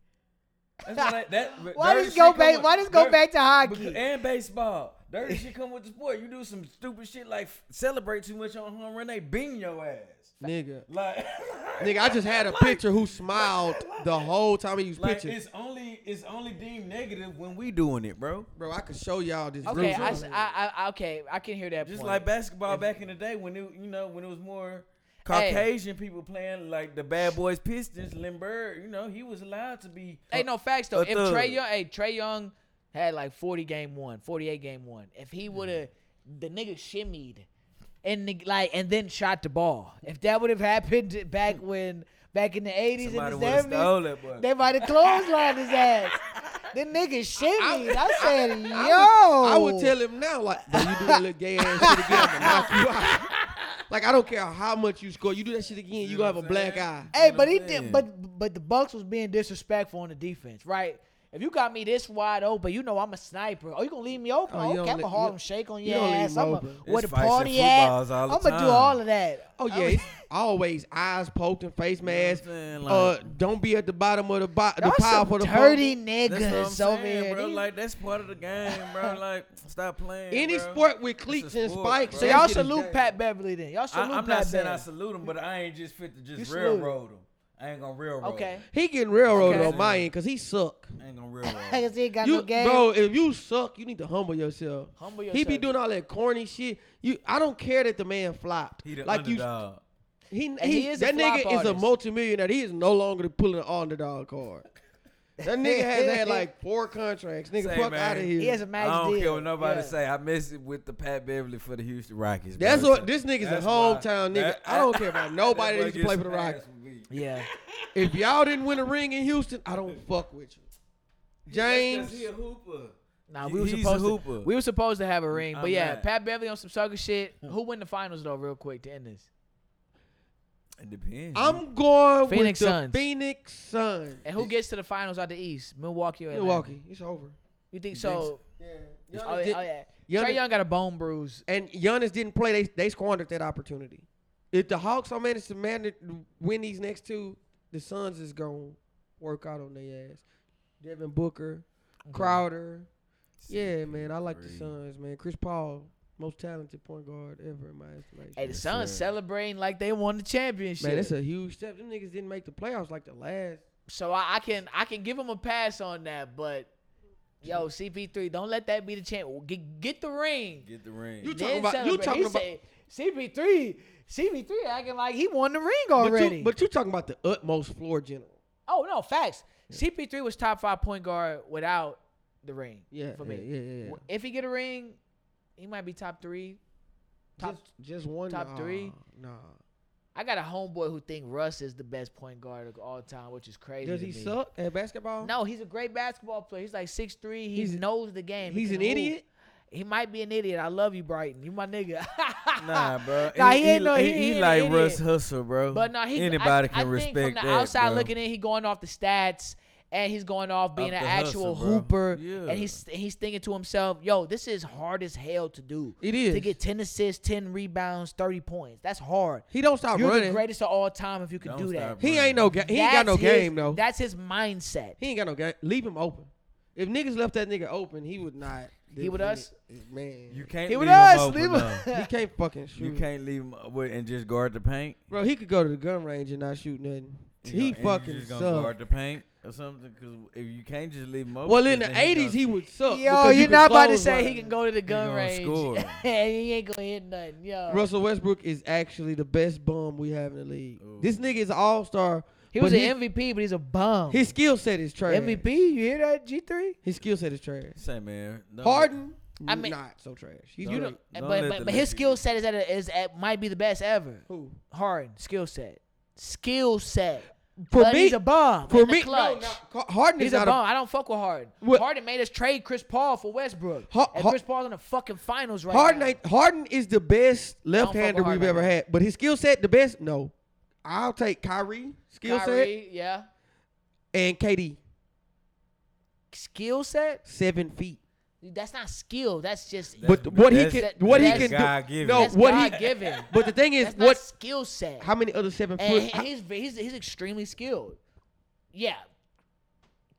[SPEAKER 2] That's why
[SPEAKER 1] [laughs]
[SPEAKER 2] that, that,
[SPEAKER 1] Why
[SPEAKER 2] dirty
[SPEAKER 1] just go
[SPEAKER 2] shit come
[SPEAKER 1] back-
[SPEAKER 2] with-
[SPEAKER 1] why just go
[SPEAKER 2] dirt-
[SPEAKER 1] back to hockey?
[SPEAKER 2] because- and baseball? Dirty shit come with the sport. You do some stupid shit like f- celebrate too much on home run, they bing your ass.
[SPEAKER 3] Nigga,
[SPEAKER 2] Like, [laughs]
[SPEAKER 3] nigga, I just had a picture who smiled the whole time he was
[SPEAKER 2] like
[SPEAKER 3] pitching.
[SPEAKER 2] it's only it's only deemed negative when we doing it, bro.
[SPEAKER 3] Bro, I could show y'all this.
[SPEAKER 1] Okay,
[SPEAKER 3] video.
[SPEAKER 1] I, s- I- I- okay, I can hear that.
[SPEAKER 2] Just
[SPEAKER 1] point.
[SPEAKER 2] like basketball back in the day when it, you know, when it was more Caucasian people playing, like the Bad Boys Pistons, Lindbergh, you know, he was allowed to be.
[SPEAKER 1] Hey, no facts though.
[SPEAKER 2] A
[SPEAKER 1] If
[SPEAKER 2] thug.
[SPEAKER 1] Trey Young, hey, Trey Young had like 40 game one, 48 game one. If he would have, the nigga shimmied and the, like, and then shot the ball. If that would have happened [laughs] back when, back in the 80s
[SPEAKER 2] Somebody
[SPEAKER 1] and the
[SPEAKER 2] woulda stole that
[SPEAKER 1] 70s,
[SPEAKER 2] boy.
[SPEAKER 1] they might have clotheslined his ass. The nigga shimmied. I, said, yo.
[SPEAKER 3] I would tell him now, like, bro, you do that little gay ass shit again, I'm gonna knock you
[SPEAKER 2] [laughs]
[SPEAKER 3] out. Like, I don't care how much you score, you do that shit again, you gonna have a black eye.
[SPEAKER 1] Hey,
[SPEAKER 2] what
[SPEAKER 1] but
[SPEAKER 2] I'm
[SPEAKER 1] he did.
[SPEAKER 2] saying?
[SPEAKER 1] But but the Bucks was being disrespectful on the defense, right? If you got me this wide open, you know I'm a sniper. Oh, you gonna leave me open?
[SPEAKER 3] Oh, you don't
[SPEAKER 1] okay, I'm
[SPEAKER 3] let-
[SPEAKER 1] a Harlem
[SPEAKER 3] you-
[SPEAKER 1] shake on
[SPEAKER 3] you
[SPEAKER 1] your
[SPEAKER 3] don't leave
[SPEAKER 1] ass.
[SPEAKER 3] me
[SPEAKER 1] I'm a,
[SPEAKER 3] open.
[SPEAKER 1] where the
[SPEAKER 2] It's fights
[SPEAKER 1] party
[SPEAKER 2] and
[SPEAKER 1] at? I'm
[SPEAKER 2] footballs all the
[SPEAKER 1] gonna do
[SPEAKER 2] time.
[SPEAKER 1] all of that.
[SPEAKER 3] Oh yeah, it's always eyes poked and face masks.
[SPEAKER 2] what I'm saying?
[SPEAKER 3] uh,
[SPEAKER 2] Like-
[SPEAKER 3] don't be at the bottom of the bo-
[SPEAKER 1] [laughs]
[SPEAKER 3] the
[SPEAKER 1] Y'all
[SPEAKER 3] pile
[SPEAKER 1] some
[SPEAKER 3] for the
[SPEAKER 1] dirty
[SPEAKER 3] pole.
[SPEAKER 2] That's what I'm
[SPEAKER 1] niggas over
[SPEAKER 2] saying,
[SPEAKER 1] here.
[SPEAKER 2] bro.
[SPEAKER 1] These-
[SPEAKER 2] Like that's part of the game, bro. Like stop playing.
[SPEAKER 3] Any
[SPEAKER 2] bro.
[SPEAKER 3] sport with
[SPEAKER 2] It's a
[SPEAKER 3] cleats and
[SPEAKER 2] sport,
[SPEAKER 3] spikes,
[SPEAKER 2] bro.
[SPEAKER 1] so
[SPEAKER 3] that
[SPEAKER 1] y'all
[SPEAKER 3] shit is
[SPEAKER 1] salute
[SPEAKER 3] dirty.
[SPEAKER 1] Pat Beverly then. Y'all salute
[SPEAKER 2] I, I'm not
[SPEAKER 1] Pat
[SPEAKER 2] saying I
[SPEAKER 1] Beverly.
[SPEAKER 2] salute him, but I ain't just fit to just
[SPEAKER 1] You salute him.
[SPEAKER 2] railroad him. I ain't gonna railroad.
[SPEAKER 1] Okay.
[SPEAKER 2] him.
[SPEAKER 3] He getting railroaded
[SPEAKER 1] Okay.
[SPEAKER 3] on my end because he suck.
[SPEAKER 2] I ain't
[SPEAKER 3] [laughs]
[SPEAKER 2] gonna railroad.
[SPEAKER 1] [laughs]
[SPEAKER 2] him.
[SPEAKER 1] Niggas ain't got
[SPEAKER 3] You,
[SPEAKER 1] no game.
[SPEAKER 3] bro, if you suck, you need to humble yourself.
[SPEAKER 1] Humble
[SPEAKER 3] He be
[SPEAKER 1] yourself.
[SPEAKER 3] doing all that corny shit. You, I don't care that the man flopped.
[SPEAKER 2] He the
[SPEAKER 3] like
[SPEAKER 2] underdog.
[SPEAKER 3] you, he,
[SPEAKER 1] he
[SPEAKER 3] he-
[SPEAKER 1] is a
[SPEAKER 3] that
[SPEAKER 1] flop
[SPEAKER 3] nigga is a
[SPEAKER 1] artist.
[SPEAKER 3] multimillionaire. He is no longer pulling an underdog card. That nigga
[SPEAKER 1] [laughs]
[SPEAKER 3] has had like four contracts. Nigga,
[SPEAKER 2] Say,
[SPEAKER 3] fuck
[SPEAKER 2] man.
[SPEAKER 3] out of here.
[SPEAKER 1] he has a
[SPEAKER 2] I
[SPEAKER 1] max
[SPEAKER 2] don't
[SPEAKER 1] deal.
[SPEAKER 2] care what nobody
[SPEAKER 1] Yeah.
[SPEAKER 2] say. I miss it with the Pat Beverly for the Houston Rockets. bro.
[SPEAKER 3] That's what
[SPEAKER 2] So
[SPEAKER 3] this nigga's
[SPEAKER 2] that's
[SPEAKER 3] a
[SPEAKER 2] why-
[SPEAKER 3] hometown nigga.
[SPEAKER 2] that-
[SPEAKER 3] I don't care
[SPEAKER 2] [laughs]
[SPEAKER 3] about nobody
[SPEAKER 2] boy
[SPEAKER 3] that used to
[SPEAKER 2] gets
[SPEAKER 3] play for the
[SPEAKER 2] passed
[SPEAKER 3] Rockets.
[SPEAKER 2] with me.
[SPEAKER 1] Yeah.
[SPEAKER 3] If y'all didn't win a ring in Houston, I don't fuck with you. James,
[SPEAKER 2] He a hooper.
[SPEAKER 1] Nah,
[SPEAKER 2] He-
[SPEAKER 1] we were
[SPEAKER 2] he's a
[SPEAKER 1] supposed
[SPEAKER 2] hooper.
[SPEAKER 1] to. We were supposed to have a ring, but
[SPEAKER 2] I'm
[SPEAKER 1] yeah,
[SPEAKER 2] not.
[SPEAKER 1] Pat Beverly on some sucker
[SPEAKER 2] [laughs]
[SPEAKER 1] shit. Who win the finals though? Real quick to end this.
[SPEAKER 2] It depends.
[SPEAKER 3] I'm going
[SPEAKER 1] Phoenix
[SPEAKER 3] with the
[SPEAKER 1] Suns.
[SPEAKER 3] Phoenix Suns.
[SPEAKER 1] And who gets to the finals out the East? Milwaukee or Atlanta?
[SPEAKER 3] Milwaukee, it's over.
[SPEAKER 1] You think
[SPEAKER 2] think
[SPEAKER 1] so?
[SPEAKER 2] so?
[SPEAKER 3] Yeah.
[SPEAKER 1] Oh, yeah, oh, yeah.
[SPEAKER 3] Giannis-
[SPEAKER 1] Trae Young got a bone bruise.
[SPEAKER 3] And Giannis didn't play. They they squandered that opportunity. If the Hawks don't manage to manage win these next two, the Suns is gonna work out on their ass. Devin Booker,
[SPEAKER 1] Mm-hmm.
[SPEAKER 3] Crowder. Yeah, man, I like the
[SPEAKER 2] Three.
[SPEAKER 3] Suns, man. Chris Paul, most talented point guard ever in my estimation.
[SPEAKER 1] Hey, the Suns
[SPEAKER 2] sir.
[SPEAKER 1] celebrating like they won the championship.
[SPEAKER 3] man, that's a huge step. Them niggas didn't make the playoffs like the last.
[SPEAKER 1] so I, I can I can give them a pass on that, but yo, CP3, don't let that be the champ. Get get the ring.
[SPEAKER 2] Get the ring.
[SPEAKER 3] You
[SPEAKER 1] Then
[SPEAKER 3] talking about? You
[SPEAKER 1] celebrate.
[SPEAKER 3] talking
[SPEAKER 1] He
[SPEAKER 3] about?
[SPEAKER 1] said, CP3? CP3 acting like he won the ring
[SPEAKER 3] But
[SPEAKER 1] already.
[SPEAKER 3] you, but you talking about the utmost floor general?
[SPEAKER 1] Oh no, facts. CP3 was top five point guard without the ring.
[SPEAKER 3] Yeah,
[SPEAKER 1] for
[SPEAKER 3] yeah,
[SPEAKER 1] me.
[SPEAKER 3] yeah, yeah, yeah.
[SPEAKER 1] If he get a ring, he might be top three. Top.
[SPEAKER 3] just, just one.
[SPEAKER 1] top three?
[SPEAKER 3] Nah.
[SPEAKER 1] I got a homeboy who think Russ is the best point guard of all time, which is crazy.
[SPEAKER 3] Does
[SPEAKER 1] to
[SPEAKER 3] he
[SPEAKER 1] me.
[SPEAKER 3] suck at basketball?
[SPEAKER 1] No, he's a great basketball player. He's like six three. He
[SPEAKER 3] He's-
[SPEAKER 1] knows the game. He
[SPEAKER 3] he's
[SPEAKER 1] can
[SPEAKER 3] an
[SPEAKER 1] hoop.
[SPEAKER 3] idiot?
[SPEAKER 1] He might be an idiot. I love you, Brighton. You my nigga. [laughs]
[SPEAKER 3] [laughs]
[SPEAKER 2] Nah, bro.
[SPEAKER 1] Nah, he ain't no- he ain't an
[SPEAKER 2] like
[SPEAKER 1] idiot.
[SPEAKER 2] Russ Hustle, bro.
[SPEAKER 1] But no, he
[SPEAKER 2] anybody
[SPEAKER 1] I,
[SPEAKER 2] can
[SPEAKER 1] I
[SPEAKER 2] respect
[SPEAKER 1] think from the
[SPEAKER 2] that,
[SPEAKER 1] outside
[SPEAKER 2] bro.
[SPEAKER 1] looking in, he going off the stats and he's going off being
[SPEAKER 2] Off
[SPEAKER 1] an
[SPEAKER 2] the
[SPEAKER 1] actual
[SPEAKER 2] hustle, bro.
[SPEAKER 1] hooper.
[SPEAKER 2] Yeah.
[SPEAKER 1] And he's and he's thinking to himself, "Yo, this is hard as hell to do.
[SPEAKER 3] It is.
[SPEAKER 1] to get ten assists, ten rebounds, thirty points. That's hard.
[SPEAKER 3] He don't stop
[SPEAKER 1] You're the
[SPEAKER 3] running.
[SPEAKER 1] greatest of all time if you can
[SPEAKER 2] Don't
[SPEAKER 1] do that.
[SPEAKER 2] stop
[SPEAKER 3] He ain't no. Ga- he ain't
[SPEAKER 1] That's
[SPEAKER 3] got no
[SPEAKER 1] his-
[SPEAKER 3] game though.
[SPEAKER 1] That's his mindset.
[SPEAKER 3] He ain't got no game. Leave him open. If niggas left that nigga open, he would not.
[SPEAKER 1] He with us?
[SPEAKER 3] man.
[SPEAKER 2] You can't
[SPEAKER 1] He
[SPEAKER 2] leave
[SPEAKER 1] with
[SPEAKER 2] him
[SPEAKER 1] us,
[SPEAKER 3] [laughs]
[SPEAKER 2] open,
[SPEAKER 1] leave him-
[SPEAKER 2] though.
[SPEAKER 3] he can't fucking shoot.
[SPEAKER 2] You can't leave him with- and just guard the paint.
[SPEAKER 3] Bro, he could go to the gun range and not shoot nothing. He
[SPEAKER 2] You know, and you
[SPEAKER 3] fucking
[SPEAKER 2] just gonna guard
[SPEAKER 3] suck.
[SPEAKER 2] the paint or something. Because if you can't just leave him open,
[SPEAKER 3] Well, in
[SPEAKER 2] then
[SPEAKER 3] the eighties,
[SPEAKER 2] gonna-
[SPEAKER 3] he would suck.
[SPEAKER 1] Yo,
[SPEAKER 3] because you
[SPEAKER 1] you're
[SPEAKER 3] could
[SPEAKER 1] not about to
[SPEAKER 3] close
[SPEAKER 1] say
[SPEAKER 3] one.
[SPEAKER 1] he can go to the gun
[SPEAKER 2] gonna
[SPEAKER 1] range
[SPEAKER 2] score.
[SPEAKER 3] [laughs]
[SPEAKER 1] and he ain't gonna hit nothing. Yo,
[SPEAKER 3] Russell Westbrook is actually the best bum we have in the league.
[SPEAKER 2] Ooh.
[SPEAKER 3] This nigga is an all star.
[SPEAKER 1] he was
[SPEAKER 3] his,
[SPEAKER 1] an MVP, but he's a bum.
[SPEAKER 3] His skill set is trash.
[SPEAKER 1] MVP, you hear that? G three.
[SPEAKER 3] His skill set is trash.
[SPEAKER 2] say, man, no,
[SPEAKER 3] Harden,
[SPEAKER 1] I mean-
[SPEAKER 3] not so trash. He's
[SPEAKER 1] You
[SPEAKER 2] Don't
[SPEAKER 1] know,
[SPEAKER 2] let-
[SPEAKER 1] but
[SPEAKER 2] don't
[SPEAKER 1] but,
[SPEAKER 2] let
[SPEAKER 1] but,
[SPEAKER 2] the
[SPEAKER 1] his
[SPEAKER 2] lefty-
[SPEAKER 1] skill set is at a, is at might be the best ever.
[SPEAKER 3] who?
[SPEAKER 1] Harden skill set, skill set.
[SPEAKER 3] For
[SPEAKER 1] But
[SPEAKER 3] me-
[SPEAKER 1] he's a bomb.
[SPEAKER 3] For
[SPEAKER 1] in the
[SPEAKER 3] me,
[SPEAKER 1] clutch.
[SPEAKER 3] no, no, Ca- Harden
[SPEAKER 1] he's
[SPEAKER 3] is
[SPEAKER 1] a
[SPEAKER 3] not
[SPEAKER 1] bomb. I don't fuck with Harden.
[SPEAKER 3] What-
[SPEAKER 1] Harden made us trade Chris Paul for Westbrook,
[SPEAKER 3] Ha-
[SPEAKER 1] and
[SPEAKER 3] ha-
[SPEAKER 1] Chris Paul's in the fucking finals right
[SPEAKER 3] Harden,
[SPEAKER 1] now.
[SPEAKER 3] ain't, Harden is the best
[SPEAKER 1] fuck
[SPEAKER 3] left hander
[SPEAKER 1] with Harden
[SPEAKER 3] we've ever
[SPEAKER 1] right now.
[SPEAKER 3] had, but his skill set the best. No, I'll take Kyrie skill set
[SPEAKER 1] Kyrie, yeah.
[SPEAKER 3] and KD
[SPEAKER 1] Skill set?
[SPEAKER 3] seven feet.
[SPEAKER 1] That's not skill. That's just
[SPEAKER 3] But
[SPEAKER 2] That's-
[SPEAKER 3] what he
[SPEAKER 2] that's-
[SPEAKER 3] can, what he
[SPEAKER 1] that's
[SPEAKER 3] can do.
[SPEAKER 2] God-given.
[SPEAKER 3] No,
[SPEAKER 1] that's
[SPEAKER 3] what
[SPEAKER 1] God
[SPEAKER 3] he.
[SPEAKER 1] given.
[SPEAKER 3] But the thing is,
[SPEAKER 1] That's not
[SPEAKER 3] what?
[SPEAKER 1] skill set.
[SPEAKER 3] How many other seven
[SPEAKER 1] And
[SPEAKER 3] foot?
[SPEAKER 1] he- he's, ve- he's he's extremely skilled. Yeah,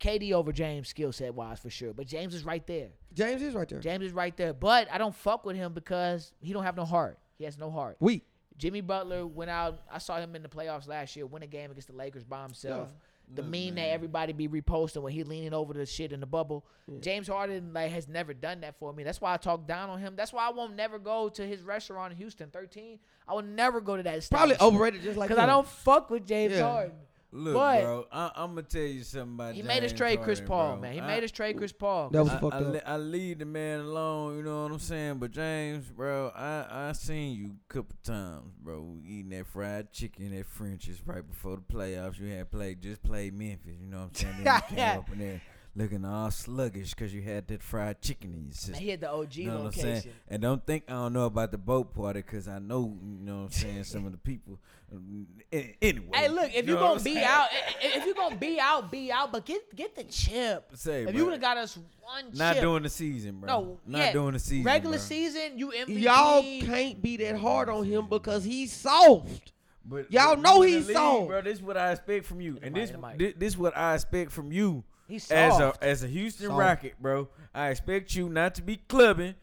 [SPEAKER 1] KD over James skill set wise for sure, but James is right there.
[SPEAKER 3] James is right there.
[SPEAKER 1] James is right there, but I don't fuck with him because he don't have no heart. He has no heart.
[SPEAKER 3] Weak.
[SPEAKER 1] Jimmy Butler went out. I saw him in the playoffs last year, win a game against the Lakers by himself. The meme that everybody be reposting when he leaning over the shit in the bubble. James Harden like has never done that for me. That's why I talk down on him. That's why I won't never go to his restaurant in Houston. Thirteen. I will never go to that.
[SPEAKER 3] Probably
[SPEAKER 1] establishment.
[SPEAKER 3] overrated, just like
[SPEAKER 1] Because I
[SPEAKER 3] him.
[SPEAKER 1] don't fuck with James
[SPEAKER 3] Yeah.
[SPEAKER 1] Harden.
[SPEAKER 2] Look,
[SPEAKER 1] but
[SPEAKER 2] bro, I, I'm gonna tell you something about.
[SPEAKER 1] he made us
[SPEAKER 2] James
[SPEAKER 1] trade Chris
[SPEAKER 2] Harden,
[SPEAKER 1] Paul,
[SPEAKER 2] bro.
[SPEAKER 1] man. He
[SPEAKER 2] I-
[SPEAKER 1] made us trade Chris Paul.
[SPEAKER 3] That was
[SPEAKER 2] I,
[SPEAKER 3] fucked
[SPEAKER 2] I,
[SPEAKER 3] up.
[SPEAKER 2] le- I leave the man alone, you know what I'm saying? But James, bro, I I seen you a couple times, bro, eating that fried chicken at French's right before the playoffs. You had played just played Memphis, you know what I'm saying? Then
[SPEAKER 1] [laughs]
[SPEAKER 2] you came up in there looking all sluggish because you had that fried chicken in your system.
[SPEAKER 1] Man, he had the OG
[SPEAKER 2] You know what I'm saying?
[SPEAKER 1] location.
[SPEAKER 2] And don't think I don't know about the boat party because I know, you know what I'm saying, some of the people. Um, a- Anyway.
[SPEAKER 1] Hey, look, if
[SPEAKER 2] you
[SPEAKER 1] you're
[SPEAKER 2] know
[SPEAKER 1] gonna
[SPEAKER 2] what I'm
[SPEAKER 1] be
[SPEAKER 2] saying?
[SPEAKER 1] out, i- i- if you're gonna be out, be out. But get get the chip.
[SPEAKER 2] Say,
[SPEAKER 1] if
[SPEAKER 2] bro.
[SPEAKER 1] you would have got us one
[SPEAKER 2] Not
[SPEAKER 1] chip,
[SPEAKER 2] during the season, bro.
[SPEAKER 1] no,
[SPEAKER 2] Not
[SPEAKER 1] yeah,
[SPEAKER 2] during the season.
[SPEAKER 1] Regular
[SPEAKER 2] bro.
[SPEAKER 1] season, you MVP.
[SPEAKER 3] Y'all can't be that hard on him because he's soft.
[SPEAKER 2] But
[SPEAKER 3] Y'all
[SPEAKER 2] but
[SPEAKER 3] know
[SPEAKER 2] you in
[SPEAKER 3] he's
[SPEAKER 2] the league,
[SPEAKER 3] soft.
[SPEAKER 2] bro. This is what I expect from you,
[SPEAKER 1] mic,
[SPEAKER 2] and this
[SPEAKER 1] in the mic.
[SPEAKER 2] thi- this what I expect from you
[SPEAKER 1] He's
[SPEAKER 2] as a
[SPEAKER 1] soft.
[SPEAKER 2] as a Houston
[SPEAKER 3] Soft.
[SPEAKER 2] Rocket, bro. I expect you not to be clubbing